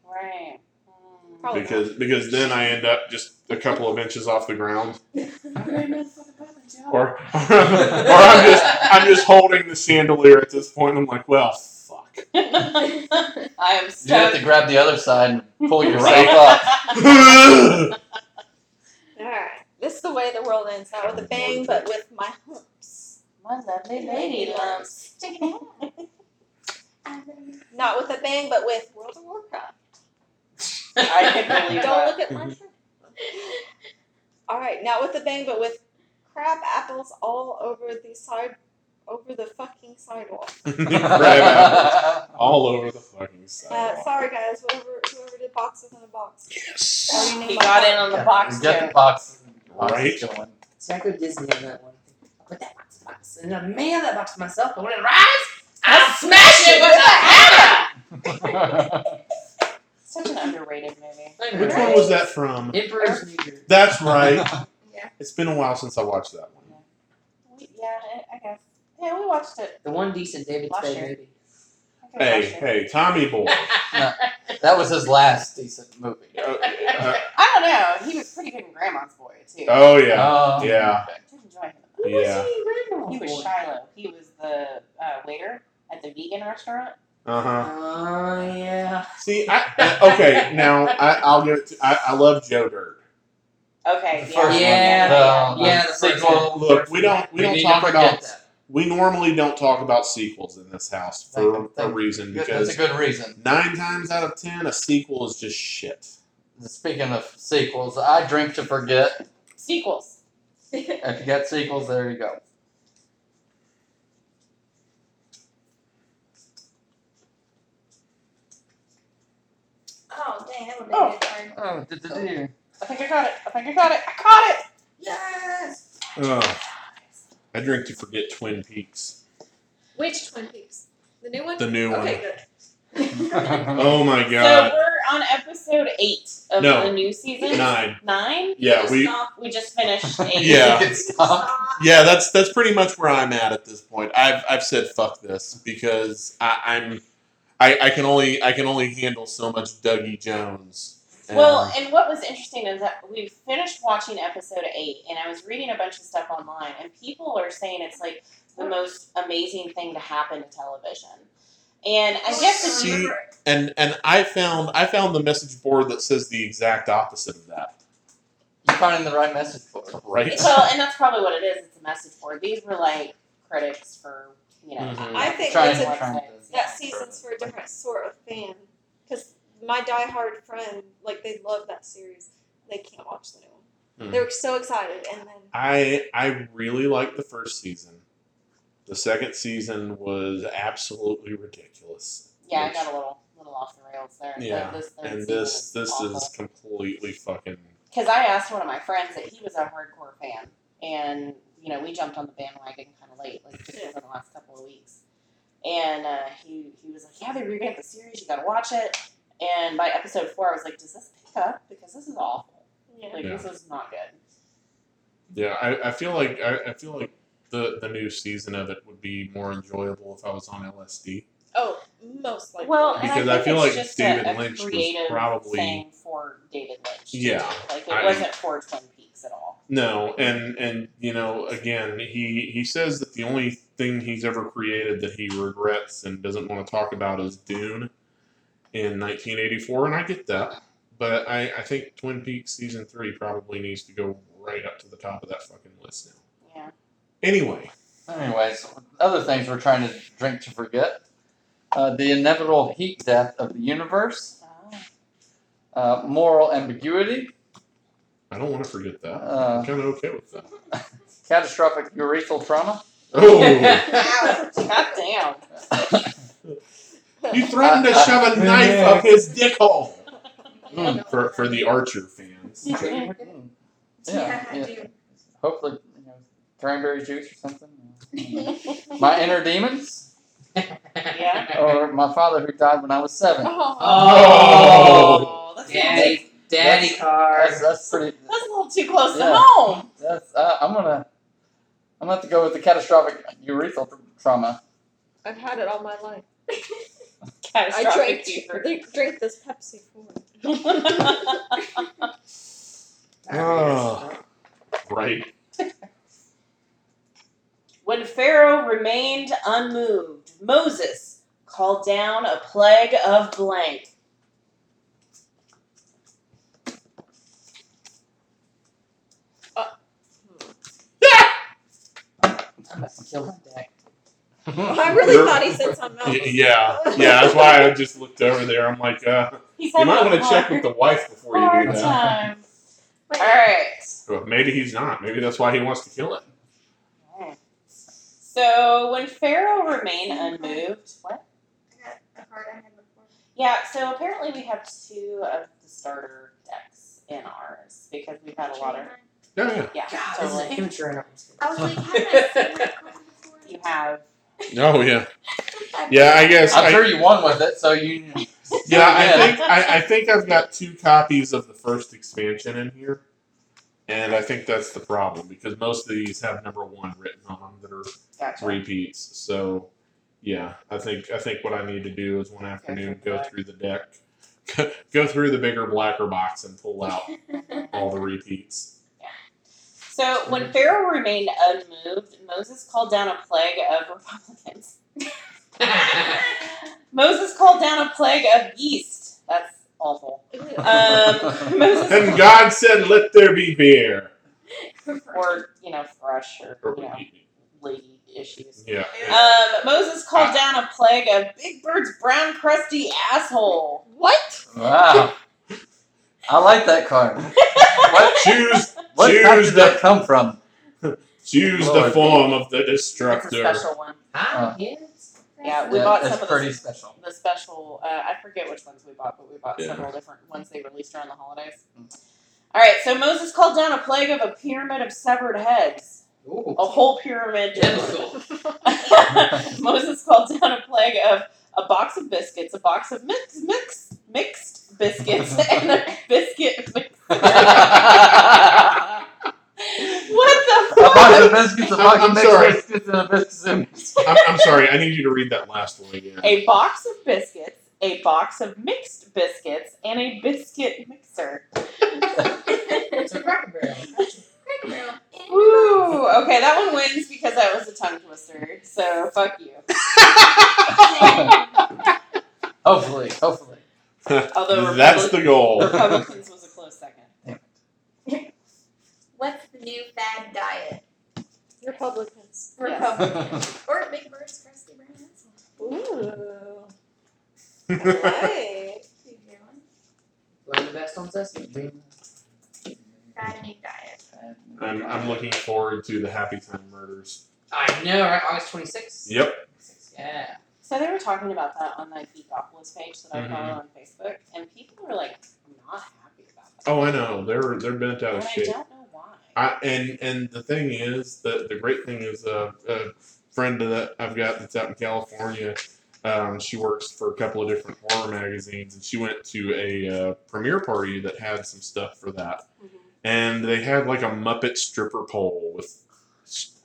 [SPEAKER 2] Right. Hmm.
[SPEAKER 6] Probably not.
[SPEAKER 1] because [LAUGHS] because then I end up just a couple of inches off the
[SPEAKER 6] [LAUGHS]
[SPEAKER 1] ground,
[SPEAKER 2] I'm really motherfucking bothered, y'all.
[SPEAKER 1] or [LAUGHS] or I'm just I'm just holding the chandelier at this point. And I'm like, well,
[SPEAKER 6] [LAUGHS]
[SPEAKER 1] fuck.
[SPEAKER 2] [LAUGHS]
[SPEAKER 1] [LAUGHS]
[SPEAKER 2] I am
[SPEAKER 3] You have to
[SPEAKER 2] stoked.
[SPEAKER 3] grab the other side and pull yourself up.
[SPEAKER 1] [LAUGHS]
[SPEAKER 2] Right.
[SPEAKER 1] I
[SPEAKER 6] Alright. This is the way the world ends. Not with a bang, but with my humps.
[SPEAKER 2] My lovely lady
[SPEAKER 5] lady
[SPEAKER 2] lumps.
[SPEAKER 5] lumps. Check it out. I really-
[SPEAKER 6] Not with a bang, but with World of Warcraft.
[SPEAKER 2] [LAUGHS] I can believe
[SPEAKER 6] Don't
[SPEAKER 2] that.
[SPEAKER 6] look at my shirt. [LAUGHS] Alright, not with a bang, but with crab apples all over the side over the fucking sidewalk.
[SPEAKER 1] grab apples all over the fucking
[SPEAKER 6] Uh,
[SPEAKER 1] sidewalk.
[SPEAKER 6] sorry guys, whoever whoever did boxes in a box.
[SPEAKER 1] Yes.
[SPEAKER 2] He got in on the box too.
[SPEAKER 3] Get the box. box
[SPEAKER 1] Right.
[SPEAKER 3] going.
[SPEAKER 4] See, I go Disney on that one. I'll put that box in the box. And then man that box to myself, but when it arrives, I'll smash it with a hammer!
[SPEAKER 1] [LAUGHS]
[SPEAKER 2] Such an underrated movie.
[SPEAKER 4] I know,
[SPEAKER 1] Which
[SPEAKER 4] right?
[SPEAKER 1] one was that from?
[SPEAKER 4] Emperor's New Year.
[SPEAKER 1] That's right.
[SPEAKER 5] Yeah.
[SPEAKER 1] It's been a while since I watched that one.
[SPEAKER 2] We- Yeah, I- I guess. Yeah, we watched it.
[SPEAKER 4] The one decent David
[SPEAKER 2] Last
[SPEAKER 4] Spade
[SPEAKER 2] year.
[SPEAKER 4] movie.
[SPEAKER 2] I think we
[SPEAKER 1] Hey,
[SPEAKER 2] watched it.
[SPEAKER 1] hey, Tommy
[SPEAKER 3] [LAUGHS]
[SPEAKER 1] boy.
[SPEAKER 3] That was his last decent movie.
[SPEAKER 1] Uh, uh,
[SPEAKER 2] I don't know. He was pretty good in Grandma's Boy too.
[SPEAKER 1] oh yeah,
[SPEAKER 3] Oh.
[SPEAKER 1] yeah,
[SPEAKER 2] I did enjoy him.
[SPEAKER 1] Who was Yeah.
[SPEAKER 2] He was Shiloh. He was the uh, waiter at the vegan restaurant.
[SPEAKER 1] uh huh.
[SPEAKER 4] Oh, [LAUGHS] yeah.
[SPEAKER 1] See, I, uh, okay, now I, I'll give it. To, I, I love Joe Dirt.
[SPEAKER 2] Okay,
[SPEAKER 3] The
[SPEAKER 2] yeah.
[SPEAKER 3] first
[SPEAKER 4] Yeah,
[SPEAKER 3] one. The,
[SPEAKER 4] yeah,
[SPEAKER 3] um,
[SPEAKER 4] the first
[SPEAKER 3] sequel.
[SPEAKER 4] one.
[SPEAKER 1] Look, we don't we, don't
[SPEAKER 3] need
[SPEAKER 1] talk
[SPEAKER 3] to
[SPEAKER 1] about
[SPEAKER 3] forget that.
[SPEAKER 1] we normally don't talk about sequels in this house
[SPEAKER 3] Thank
[SPEAKER 1] for
[SPEAKER 3] you, thank
[SPEAKER 1] a
[SPEAKER 3] you.
[SPEAKER 1] reason
[SPEAKER 3] Good- That's a
[SPEAKER 1] because
[SPEAKER 3] good reason.
[SPEAKER 1] nine times out of ten a sequel is just shit.
[SPEAKER 3] Speaking of sequels, I Drink to Forget.
[SPEAKER 2] Sequels.
[SPEAKER 3] If you got sequels, there you go.
[SPEAKER 5] Oh, dang, that would
[SPEAKER 2] Oh.
[SPEAKER 5] have been hard.
[SPEAKER 3] Oh, did you?
[SPEAKER 2] I think I got it. I think I got it. I caught it.
[SPEAKER 5] Yes!
[SPEAKER 1] Ugh. I drink to forget Twin Peaks,
[SPEAKER 5] Which Twin Peaks? The new one?
[SPEAKER 1] the new one.
[SPEAKER 5] okay, good.
[SPEAKER 1] [LAUGHS] Oh my
[SPEAKER 2] So
[SPEAKER 1] god,
[SPEAKER 2] we're on episode eight of
[SPEAKER 1] No.
[SPEAKER 2] the new season. [LAUGHS]
[SPEAKER 1] nine.
[SPEAKER 2] Nine?
[SPEAKER 1] Yeah, we.
[SPEAKER 2] We just
[SPEAKER 3] [LAUGHS]
[SPEAKER 2] finished eight.
[SPEAKER 1] Yeah.
[SPEAKER 3] You can stop.
[SPEAKER 1] Yeah, that's that's pretty much where I'm at at this point. I've I've said fuck this because I, I'm I, I can only I can only handle so much Dougie Jones. and-
[SPEAKER 2] Well, and what was interesting is that we finished watching episode eight, and I was reading a bunch of stuff online, and people are saying it's like the most amazing thing to happen to television. And I guess
[SPEAKER 1] See,
[SPEAKER 2] it's
[SPEAKER 1] and and I found I found the message board that says the exact opposite of that.
[SPEAKER 3] You're finding the right message for it.
[SPEAKER 1] Right?
[SPEAKER 2] [LAUGHS] well, and that's probably what it is. It's a message board. These were like critics for you know.
[SPEAKER 1] Mhm.
[SPEAKER 6] Hmm. I think
[SPEAKER 3] Trying-
[SPEAKER 6] it's a
[SPEAKER 3] trying to-
[SPEAKER 6] that season's for a different sort of fan. Because my diehard friend, like they love that series. They can't watch the new one.
[SPEAKER 1] Hmm.
[SPEAKER 6] They were so excited, and then
[SPEAKER 1] I I really liked the first season. The second season was absolutely ridiculous.
[SPEAKER 2] Yeah, I
[SPEAKER 1] Which-
[SPEAKER 2] got a little little off the rails there.
[SPEAKER 1] Yeah,
[SPEAKER 2] This third
[SPEAKER 1] and
[SPEAKER 2] season
[SPEAKER 1] this this
[SPEAKER 2] awful.
[SPEAKER 1] is completely fucking
[SPEAKER 2] because I asked one of my friends that he was a hardcore fan, and you know we jumped on the bandwagon kind of late, like just
[SPEAKER 6] Yeah.
[SPEAKER 2] within the last couple of weeks. And uh, he he was like, "Yeah, they revamped the series. You got to watch it." And by episode four, I was like, "Does this pick up? Because this is awful.
[SPEAKER 6] yeah.
[SPEAKER 2] Like
[SPEAKER 1] Yeah.
[SPEAKER 2] this is not good."
[SPEAKER 1] Yeah, I, I feel like I, I feel like the the new season of it would be more enjoyable if I was on LSD.
[SPEAKER 6] Oh, most likely.
[SPEAKER 2] Well, and
[SPEAKER 1] Because I
[SPEAKER 2] I, think
[SPEAKER 1] feel
[SPEAKER 2] it's
[SPEAKER 1] like
[SPEAKER 2] just
[SPEAKER 1] David
[SPEAKER 2] a, a
[SPEAKER 1] Lynch was
[SPEAKER 2] creative
[SPEAKER 1] probably-
[SPEAKER 2] thing for David Lynch. to
[SPEAKER 1] Yeah,
[SPEAKER 2] do. like it
[SPEAKER 1] I-
[SPEAKER 2] wasn't for Twin Peaks at all.
[SPEAKER 1] No, and and you know, again, he he says that the only thing he's ever created that he regrets and doesn't want to talk about is Dune in 1984, and I get that, but I I think Twin Peaks season three probably needs to go right up to the top of that fucking list now.
[SPEAKER 2] Yeah.
[SPEAKER 1] Anyway,
[SPEAKER 3] Anyways, other things we're trying to drink to forget. Uh, the inevitable heat death of the universe,
[SPEAKER 2] Oh.
[SPEAKER 3] uh, moral ambiguity,
[SPEAKER 1] I don't want to forget that.
[SPEAKER 3] Uh.
[SPEAKER 1] I'm kind of okay with that.
[SPEAKER 3] catastrophic urethral trauma.
[SPEAKER 1] Oh,
[SPEAKER 2] [LAUGHS] God damn.
[SPEAKER 1] you threatened to shove a knife up his dick hole. Hmm, for, for the Archer fans.
[SPEAKER 3] Mm, yeah, yeah. [LAUGHS] Hopefully, you know, cranberry juice or something. my inner demons,
[SPEAKER 2] Yeah.
[SPEAKER 3] or my father who died when I was seven.
[SPEAKER 6] Oh,
[SPEAKER 1] Oh.
[SPEAKER 4] Oh,
[SPEAKER 2] that's, a
[SPEAKER 4] daddy, daddy car.
[SPEAKER 3] That's, that's pretty.
[SPEAKER 2] little, that's a little too close
[SPEAKER 3] Yeah.
[SPEAKER 2] to home.
[SPEAKER 3] That's, uh, I'm gonna. I'm gonna have to go with the catastrophic urethral trauma.
[SPEAKER 6] I've had it all my life. I
[SPEAKER 2] catastrophic
[SPEAKER 6] drank,
[SPEAKER 2] fever.
[SPEAKER 6] drink, drink this Pepsi [LAUGHS] for it.
[SPEAKER 2] Oh.
[SPEAKER 1] Ah. Right.
[SPEAKER 2] [LAUGHS] when Pharaoh remained unmoved, Moses called down a plague of blank.
[SPEAKER 4] I'm about to kill my deck.
[SPEAKER 6] I really
[SPEAKER 1] You're-
[SPEAKER 6] thought he said
[SPEAKER 1] [LAUGHS]
[SPEAKER 6] something else.
[SPEAKER 1] Y- yeah, yeah. That's why I just looked over there. I'm like, uh,
[SPEAKER 2] He's
[SPEAKER 1] you
[SPEAKER 2] having
[SPEAKER 1] might want
[SPEAKER 2] a
[SPEAKER 1] to check with the wife before you
[SPEAKER 2] hard
[SPEAKER 1] do that.
[SPEAKER 2] time.
[SPEAKER 5] Wait,
[SPEAKER 2] All right.
[SPEAKER 1] Well, maybe he's not. Maybe that's why he wants to kill it.
[SPEAKER 2] So when Pharaoh remained unmoved, what?
[SPEAKER 5] I got a card I had before.
[SPEAKER 2] Yeah, so apparently we have two of the starter decks in ours because we've had a lot of
[SPEAKER 1] Yeah, yeah.
[SPEAKER 2] yeah,
[SPEAKER 4] God, this is
[SPEAKER 2] totally.
[SPEAKER 4] amateur hour.
[SPEAKER 2] [LAUGHS]
[SPEAKER 5] I was like, haven't I seen that card before?
[SPEAKER 2] You have
[SPEAKER 1] Oh, yeah. Yeah, I guess.
[SPEAKER 5] [LAUGHS]
[SPEAKER 3] I'm
[SPEAKER 1] I,
[SPEAKER 3] sure you won with it, so you.
[SPEAKER 1] yeah, I
[SPEAKER 2] [LAUGHS]
[SPEAKER 3] Yeah.
[SPEAKER 1] think I, I think I've got two copies of the first expansion in here, and I think that's the problem because most of these have number one written on them that are
[SPEAKER 2] gotcha.
[SPEAKER 1] repeats. So, yeah, I think I think what I need to do is one afternoon go through the deck, [LAUGHS] go through the bigger blacker box, and pull out
[SPEAKER 2] [LAUGHS]
[SPEAKER 1] all the repeats.
[SPEAKER 2] So when Pharaoh remained unmoved, Moses called down a plague of Republicans. Moses called down a plague of yeast. That's awful.
[SPEAKER 1] [LAUGHS]
[SPEAKER 2] Um, Moses
[SPEAKER 1] And God said, "Let there be beer."
[SPEAKER 2] or you know, fresh or you know, lady issues.
[SPEAKER 1] Yeah.
[SPEAKER 2] Um, Moses called down a plague of Big Bird's brown crusty asshole.
[SPEAKER 6] What?
[SPEAKER 3] wow. I like that
[SPEAKER 2] [LAUGHS]
[SPEAKER 3] card. What,
[SPEAKER 1] Choose
[SPEAKER 3] what
[SPEAKER 1] Choose
[SPEAKER 3] card did
[SPEAKER 1] the-
[SPEAKER 3] that come from?
[SPEAKER 1] choose the
[SPEAKER 3] Lord.
[SPEAKER 1] form of the
[SPEAKER 2] That's a
[SPEAKER 1] destructor.
[SPEAKER 2] special one.
[SPEAKER 4] Ah,
[SPEAKER 3] Uh.
[SPEAKER 4] yes.
[SPEAKER 2] Yeah, we
[SPEAKER 3] That-
[SPEAKER 2] bought
[SPEAKER 3] that's
[SPEAKER 2] some of
[SPEAKER 3] pretty
[SPEAKER 2] the,
[SPEAKER 3] special. [LAUGHS]
[SPEAKER 2] the special. Uh, I forget which ones we bought, but we bought
[SPEAKER 1] Yeah.
[SPEAKER 2] several different ones they released during the holidays.
[SPEAKER 3] Mhm.
[SPEAKER 2] All right, so Moses called down a plague of a pyramid of severed heads,
[SPEAKER 4] Ooh.
[SPEAKER 2] a whole pyramid.
[SPEAKER 4] Biblical.
[SPEAKER 2] [LAUGHS] Moses called down a plague of a box of biscuits, a box of mix, mix, mixed biscuits, [LAUGHS] and a biscuit. mix.
[SPEAKER 3] a
[SPEAKER 2] what the
[SPEAKER 3] box
[SPEAKER 2] fuck?
[SPEAKER 3] of biscuits, a
[SPEAKER 1] I'm-
[SPEAKER 3] box
[SPEAKER 1] I'm
[SPEAKER 3] of mixed
[SPEAKER 1] sorry.
[SPEAKER 3] biscuits, and a biscuit.
[SPEAKER 1] I'm, I'm sorry. I need you to read that last one again. [LAUGHS]
[SPEAKER 2] A box of biscuits, a box of mixed biscuits, and a biscuit mixer.
[SPEAKER 4] It's a cracker barrel.
[SPEAKER 5] Cracker Barrel. And
[SPEAKER 2] Woo! Okay, that one wins because that was a tongue twister. So fuck you.
[SPEAKER 3] Hopefully, hopefully.
[SPEAKER 2] Although
[SPEAKER 1] That's
[SPEAKER 2] Republic-
[SPEAKER 1] the
[SPEAKER 2] [LAUGHS]
[SPEAKER 1] goal.
[SPEAKER 2] Republicans was a close second.
[SPEAKER 5] What's the new fad diet?
[SPEAKER 6] Republicans.
[SPEAKER 5] Republican. or Big Bird's Crusty Brown Asshole.
[SPEAKER 6] [LAUGHS] Ooh. Right.
[SPEAKER 5] Do you hear one?
[SPEAKER 4] One of the best ones I've seen.
[SPEAKER 5] Got a new diet.
[SPEAKER 1] I'm, I'm looking forward to the Happy Time Murders.
[SPEAKER 4] I know, right? August 26th?
[SPEAKER 1] Yep.
[SPEAKER 4] Yeah.
[SPEAKER 2] So they were talking about that on the Geekopolis page that I
[SPEAKER 1] Mhm.
[SPEAKER 2] follow on Facebook, and people were like not happy about that.
[SPEAKER 1] Oh, I know. They're they're bent out of
[SPEAKER 2] and I
[SPEAKER 1] shape.
[SPEAKER 2] don't know why.
[SPEAKER 1] Oh, I, and and the thing is, the the great thing is, uh, a friend that I've got that's out in California. Um, she works for a couple of different horror magazines, and she went to a uh, premiere party that had some stuff for that.
[SPEAKER 2] Mm-hmm.
[SPEAKER 1] and they had like a Muppet stripper pole with,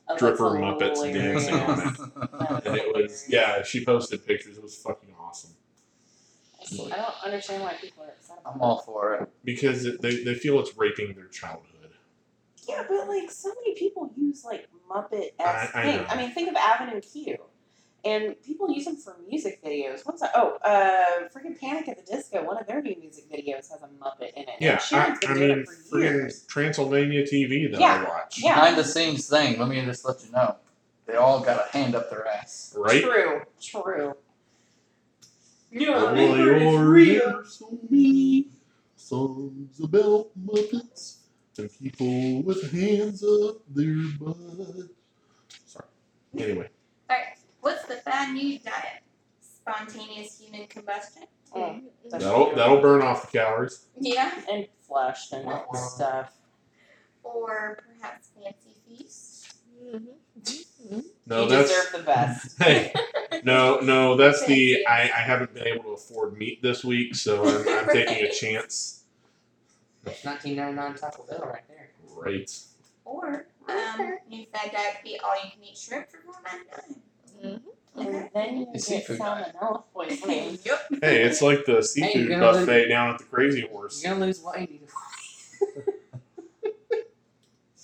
[SPEAKER 2] Oh, that's
[SPEAKER 1] Stripper Muppets
[SPEAKER 2] hilarious.
[SPEAKER 1] dancing on it.
[SPEAKER 2] That
[SPEAKER 1] and it was
[SPEAKER 2] hilarious.
[SPEAKER 1] yeah. She posted pictures. It was fucking awesome
[SPEAKER 2] I see- I don't understand why people are upset
[SPEAKER 3] [LAUGHS]
[SPEAKER 2] about
[SPEAKER 3] I'm
[SPEAKER 2] that.
[SPEAKER 3] all for it.
[SPEAKER 1] because it, they they feel it's raping their childhood.
[SPEAKER 2] Yeah, but like so many people use like Muppet esque
[SPEAKER 1] I- I
[SPEAKER 2] things. I
[SPEAKER 1] know.
[SPEAKER 2] mean, think of Avenue Q, and people use them for music videos. What's that? Oh, uh, freaking Panic at the Disco. One of their new music videos has a Muppet in it.
[SPEAKER 1] Yeah,
[SPEAKER 2] and Sharon's
[SPEAKER 1] I,
[SPEAKER 2] been
[SPEAKER 1] I
[SPEAKER 2] doing
[SPEAKER 1] mean,
[SPEAKER 2] it for years.
[SPEAKER 1] friggin' Transylvania TV that
[SPEAKER 2] Yeah,
[SPEAKER 1] I watch,
[SPEAKER 2] yeah.
[SPEAKER 3] Behind the scenes thing, let me just let you know. They all got a hand up their ass.
[SPEAKER 1] right?
[SPEAKER 2] True, true.
[SPEAKER 1] Well, you're so mean. Songs about Muppets and people with hands up their butt. Sorry. Anyway,
[SPEAKER 5] Alright, what's the fad new diet? Spontaneous human combustion?
[SPEAKER 6] Mm-hmm.
[SPEAKER 2] Mm.
[SPEAKER 1] that'll that'll burn off the calories.
[SPEAKER 5] Yeah.
[SPEAKER 2] And flesh and stuff.
[SPEAKER 5] Or perhaps fancy feast?
[SPEAKER 6] Mhm.
[SPEAKER 1] No,
[SPEAKER 2] you
[SPEAKER 1] that's
[SPEAKER 2] deserve the best.
[SPEAKER 1] [LAUGHS] Hey, no, no, that's the I, I haven't been able to afford meat this week, so I'm, I'm taking a chance.
[SPEAKER 4] 1999 Taco Bell right there.
[SPEAKER 1] Right.
[SPEAKER 5] Or um, new fad diet could be all you can eat shrimp for four ninety nine.
[SPEAKER 6] Mhm.
[SPEAKER 4] Mm-hmm.
[SPEAKER 5] Now
[SPEAKER 2] and then you
[SPEAKER 3] It's
[SPEAKER 2] get
[SPEAKER 3] seafood diet.
[SPEAKER 2] salmonella
[SPEAKER 5] [LAUGHS]
[SPEAKER 2] poisoning.
[SPEAKER 5] yep.
[SPEAKER 1] Hey, it's like the seafood
[SPEAKER 4] you know,
[SPEAKER 1] buffet down at the Crazy Horse.
[SPEAKER 4] You're gonna lose weight.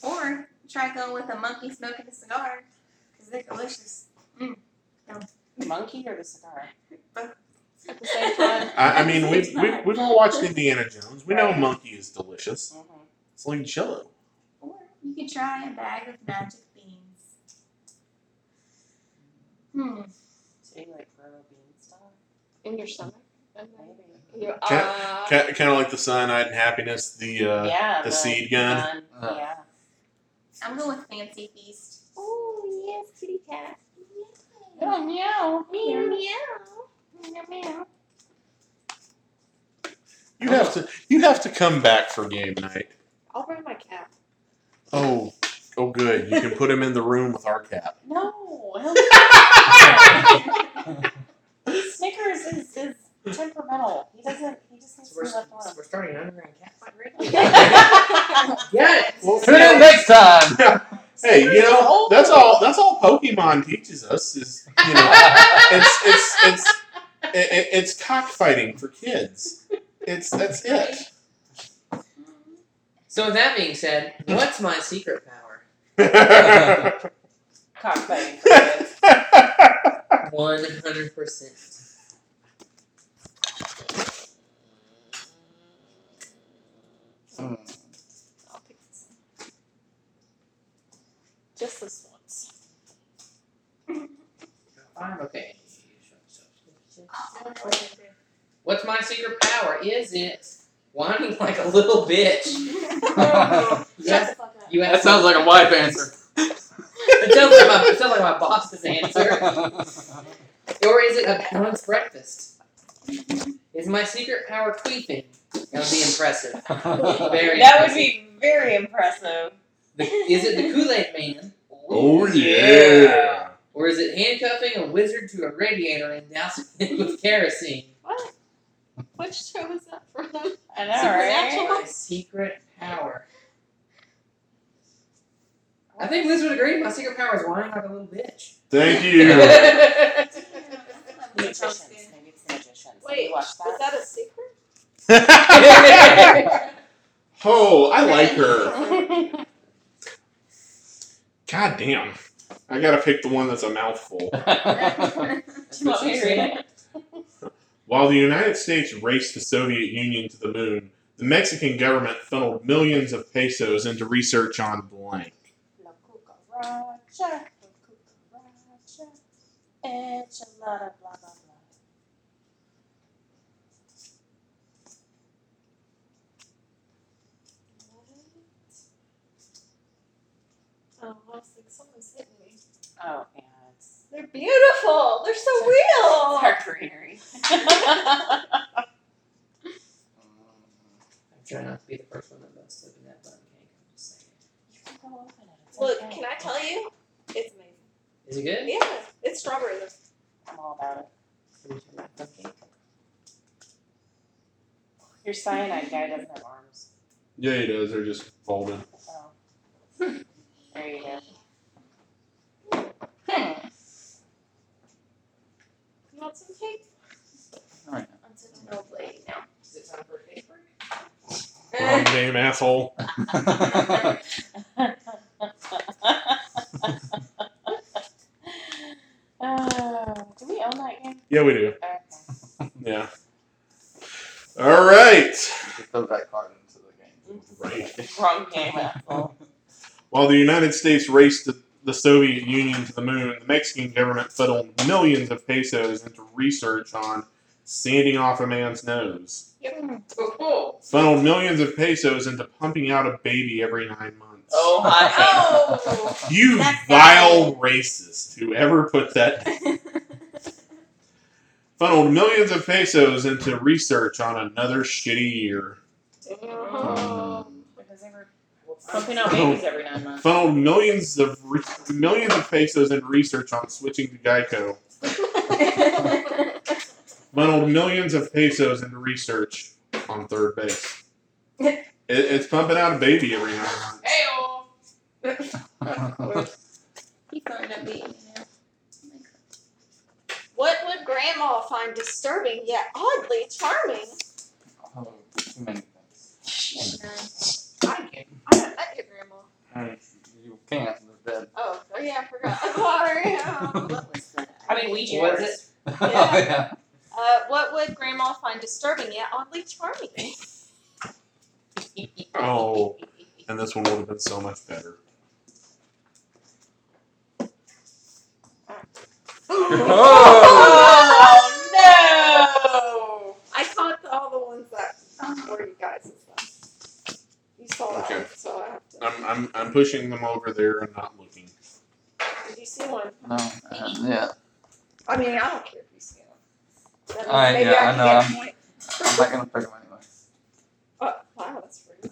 [SPEAKER 5] Or try going with a monkey smoking a cigar because they're delicious.
[SPEAKER 2] Monkey or the cigar?
[SPEAKER 6] At the same
[SPEAKER 2] [LAUGHS]
[SPEAKER 6] time,
[SPEAKER 1] I, I mean, we've, we've, we've all watched Indiana Jones. We know
[SPEAKER 2] Right.
[SPEAKER 1] monkey is delicious.
[SPEAKER 2] hmm
[SPEAKER 1] It's like jello.
[SPEAKER 5] Or you could try a bag of magic beans. Hmm.
[SPEAKER 2] So you like Ferrero bean stuff?
[SPEAKER 6] in your stomach. And then
[SPEAKER 2] Maybe.
[SPEAKER 6] you,
[SPEAKER 1] Can-
[SPEAKER 6] uh,
[SPEAKER 1] Kind of like the cyanide and happiness, the uh,
[SPEAKER 2] yeah.
[SPEAKER 1] the seed gun.
[SPEAKER 3] Uh.
[SPEAKER 2] yeah.
[SPEAKER 5] I'm going with Fancy Feast.
[SPEAKER 6] oh, yes, kitty cat.
[SPEAKER 2] Oh meow.
[SPEAKER 5] Meow, meow.
[SPEAKER 1] you have to you have to come back for game night.
[SPEAKER 6] I'll bring my cat.
[SPEAKER 1] Oh, oh, good. You can put him in the room with our
[SPEAKER 2] [LAUGHS]
[SPEAKER 1] cat.
[SPEAKER 2] No. he'll- Snickers is, is temperamental. He doesn't. He just needs
[SPEAKER 4] So
[SPEAKER 2] to
[SPEAKER 4] we're,
[SPEAKER 2] be
[SPEAKER 4] so
[SPEAKER 2] left alone.
[SPEAKER 4] we're starting an underground
[SPEAKER 6] [LAUGHS]
[SPEAKER 2] [LAUGHS]
[SPEAKER 4] catfight
[SPEAKER 2] yeah.
[SPEAKER 4] Get it.
[SPEAKER 3] [LAUGHS] Tune in next time.
[SPEAKER 1] Hey, you know that's all. That's all Pokemon teaches us is you know it's it's it's it, it- it's cockfighting for kids. It's that's it. [LAUGHS]
[SPEAKER 4] So with that being said, what's my secret power?
[SPEAKER 2] Cockfighting. [LAUGHS] for kids.
[SPEAKER 4] One hundred percent.
[SPEAKER 3] Hmm.
[SPEAKER 6] I'll pick this one. Just this once.
[SPEAKER 4] Five. Okay. What's my secret power? Is it whining like a little bitch? Yes.
[SPEAKER 6] Shut the fuck up.
[SPEAKER 4] You
[SPEAKER 3] That
[SPEAKER 4] asked.
[SPEAKER 3] sounds like a wife answer.
[SPEAKER 4] [LAUGHS] It sounds like my, it sounds like my boss's answer. Or is it a balanced breakfast? Is my secret power tweeting? That would be impressive. Very
[SPEAKER 2] That would
[SPEAKER 4] impressive.
[SPEAKER 2] be very impressive.
[SPEAKER 4] The, [LAUGHS] is it the Kool Aid Man?
[SPEAKER 1] oh yeah.
[SPEAKER 4] Or is it handcuffing a wizard to a radiator and dousing it with kerosene?
[SPEAKER 6] What? Which show is that from?
[SPEAKER 2] I know,
[SPEAKER 6] Supernatural?
[SPEAKER 2] right?
[SPEAKER 4] My secret power. I think Liz would agree. My secret power is whining like a little bitch.
[SPEAKER 1] Thank you.
[SPEAKER 2] [LAUGHS]
[SPEAKER 1] [LAUGHS]
[SPEAKER 2] Magicians. [LAUGHS]
[SPEAKER 5] Magicians.
[SPEAKER 2] Maybe it's the magicians. Have
[SPEAKER 6] Wait,
[SPEAKER 2] you watched
[SPEAKER 6] Is that
[SPEAKER 2] [LAUGHS]
[SPEAKER 6] a secret?
[SPEAKER 1] oh, I like her.
[SPEAKER 2] that?
[SPEAKER 1] God damn. I gotta pick the one that's a [LAUGHS] mouthful.
[SPEAKER 4] That's
[SPEAKER 2] Do you
[SPEAKER 4] what
[SPEAKER 2] want me
[SPEAKER 4] she
[SPEAKER 2] to read
[SPEAKER 4] said.
[SPEAKER 2] it?
[SPEAKER 1] While the United States raced the Soviet Union to the moon, the Mexican government funneled millions of pesos into research on blank.
[SPEAKER 2] La cucaracha, la cucaracha, enchilada, blah, blah, blah.
[SPEAKER 6] Oh, I was like, someone's hitting me.
[SPEAKER 2] Oh, yeah, it's
[SPEAKER 6] They're beautiful. They're so real.
[SPEAKER 2] dark greenery.
[SPEAKER 4] I'm trying not to be the first one that busts open that button cake. I'm just saying.
[SPEAKER 2] You can go open it. It's
[SPEAKER 6] Look,
[SPEAKER 2] okay.
[SPEAKER 6] can I tell you? It's amazing.
[SPEAKER 4] Is it good?
[SPEAKER 6] Yeah, it's strawberry. though.
[SPEAKER 2] I'm all about it.
[SPEAKER 4] Would you like some cake?
[SPEAKER 2] Your cyanide guy doesn't have arms.
[SPEAKER 1] Yeah, he does. They're just folded.
[SPEAKER 2] Oh. There you
[SPEAKER 5] [LAUGHS]
[SPEAKER 2] go. Hmm.
[SPEAKER 6] You want some cake?
[SPEAKER 5] I'm such an old lady now.
[SPEAKER 4] Is it time for a cake break?
[SPEAKER 6] Eh.
[SPEAKER 1] Wrong game, asshole.
[SPEAKER 2] Oh, do we own that game?
[SPEAKER 1] Yeah, we do.
[SPEAKER 2] Okay.
[SPEAKER 1] Yeah. All right.
[SPEAKER 3] Throw that card into the game.
[SPEAKER 1] Right.
[SPEAKER 2] Wrong game. asshole.
[SPEAKER 1] While the United States raced the, the Soviet Union to the moon, the Mexican government funneled millions of pesos into research on sanding off a man's nose.
[SPEAKER 4] Oh, cool.
[SPEAKER 1] funneled millions of pesos into pumping out a baby every nine months.
[SPEAKER 2] Oh, hi.
[SPEAKER 5] Oh!
[SPEAKER 1] you
[SPEAKER 5] That's
[SPEAKER 1] vile racist! Whoever put that funneled millions of pesos into research on another shitty year.
[SPEAKER 6] Uh-huh.
[SPEAKER 3] Oh,
[SPEAKER 6] Damn.
[SPEAKER 2] Because they were pumping out babies every nine months.
[SPEAKER 1] Funneled millions of re- millions of pesos into research on switching to Geico. Funneled millions of pesos into research on third base. It, it's pumping out a baby every nine months.
[SPEAKER 4] Hey-o.
[SPEAKER 5] He's going to beat me now.
[SPEAKER 6] grandma find disturbing yet oddly charming.
[SPEAKER 3] Oh, too many things.
[SPEAKER 5] And, uh,
[SPEAKER 4] I can.
[SPEAKER 6] I haven't met your grandma.
[SPEAKER 2] Oh,
[SPEAKER 3] Uh, you can't. They're dead.
[SPEAKER 6] Oh, oh yeah, I forgot. [LAUGHS] I'm sorry.
[SPEAKER 5] what
[SPEAKER 6] Um,
[SPEAKER 5] was the?
[SPEAKER 2] I mean, we do.
[SPEAKER 4] Was it?
[SPEAKER 3] oh, yeah.
[SPEAKER 6] uh, what would grandma find disturbing yet oddly charming?
[SPEAKER 1] Oh, and this one would have been so much better.
[SPEAKER 3] Oh!
[SPEAKER 2] Oh,
[SPEAKER 6] I caught all the ones that were you guys' ones. You saw that one,
[SPEAKER 1] Okay.
[SPEAKER 6] so I have to.
[SPEAKER 1] I'm, I'm, I'm pushing them over there and not looking.
[SPEAKER 6] Did you see one?
[SPEAKER 3] No. uh, yeah.
[SPEAKER 6] I mean, I don't care if you see one. That means
[SPEAKER 3] Alright,
[SPEAKER 6] maybe
[SPEAKER 3] Uh, yeah,
[SPEAKER 6] I can
[SPEAKER 3] I know.
[SPEAKER 6] get a point.
[SPEAKER 3] I'm not gonna pick them anyway.
[SPEAKER 6] Oh, wow, that's rude.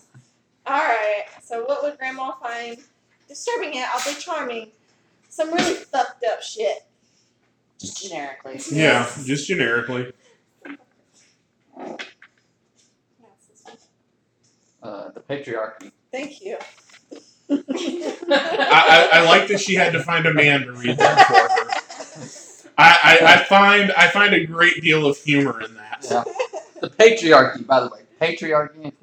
[SPEAKER 6] All right. So, what would Grandma find disturbing? It I'll be charming. Some really fucked up shit.
[SPEAKER 2] Just generically.
[SPEAKER 1] Yeah, just generically.
[SPEAKER 3] Uh, the patriarchy.
[SPEAKER 6] Thank you.
[SPEAKER 1] I, I, I like that she had to find a man to read them for her. I, I, I find I find a great deal of humor in that.
[SPEAKER 3] [LAUGHS]
[SPEAKER 1] [LAUGHS]
[SPEAKER 3] Yeah. The patriarchy, by the way. Patriarchy.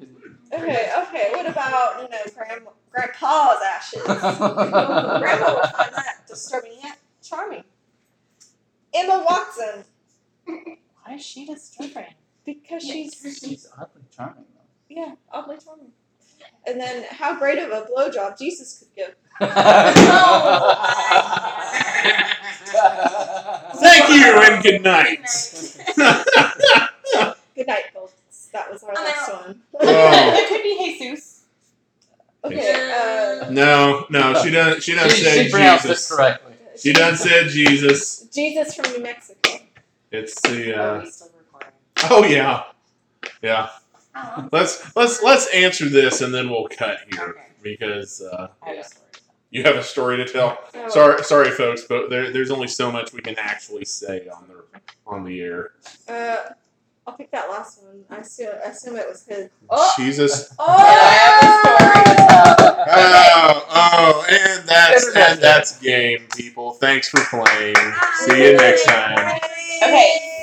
[SPEAKER 6] [LAUGHS] okay. Okay. What about you know Grandma, Grandpa's ashes?
[SPEAKER 3] [LAUGHS]
[SPEAKER 6] Grandma would find that disturbing yet charming. Emma Watson
[SPEAKER 2] Why is she disturbing?
[SPEAKER 6] because she's
[SPEAKER 3] She's oddly charming
[SPEAKER 6] yeah oddly charming. And then how great of a blowjob Jesus could give.
[SPEAKER 3] though.
[SPEAKER 1] Thank you and good
[SPEAKER 5] Good
[SPEAKER 1] night.
[SPEAKER 5] night.
[SPEAKER 6] Good night, folks. That was our
[SPEAKER 5] I'm
[SPEAKER 6] last
[SPEAKER 5] out.
[SPEAKER 6] one.
[SPEAKER 1] [LAUGHS] Oh.
[SPEAKER 2] [LAUGHS] it could be Jesus.
[SPEAKER 6] Okay. Uh,
[SPEAKER 1] no, no, she done she done
[SPEAKER 3] [LAUGHS] she,
[SPEAKER 1] said
[SPEAKER 3] she pronounced
[SPEAKER 1] Jesus.
[SPEAKER 3] it correctly.
[SPEAKER 1] She done said Jesus.
[SPEAKER 6] Jesus from New Mexico.
[SPEAKER 1] It's the
[SPEAKER 2] Are
[SPEAKER 1] uh,
[SPEAKER 2] we still recording?
[SPEAKER 1] oh yeah, yeah.
[SPEAKER 5] Oh,
[SPEAKER 1] Let's let's let's answer this and then we'll cut here
[SPEAKER 2] Okay.
[SPEAKER 1] because uh,
[SPEAKER 2] I have a story.
[SPEAKER 1] you have a story to tell.
[SPEAKER 6] So,
[SPEAKER 1] Sorry, sorry, folks, but there, there's only so much we can actually say on the on the air.
[SPEAKER 6] Uh, I'll pick that last one. I assume, I assume it was his. Oh!
[SPEAKER 1] Jesus.
[SPEAKER 6] Oh!
[SPEAKER 1] Oh, oh, and that's and that's game, people. Thanks for playing. See you next time.
[SPEAKER 2] Okay.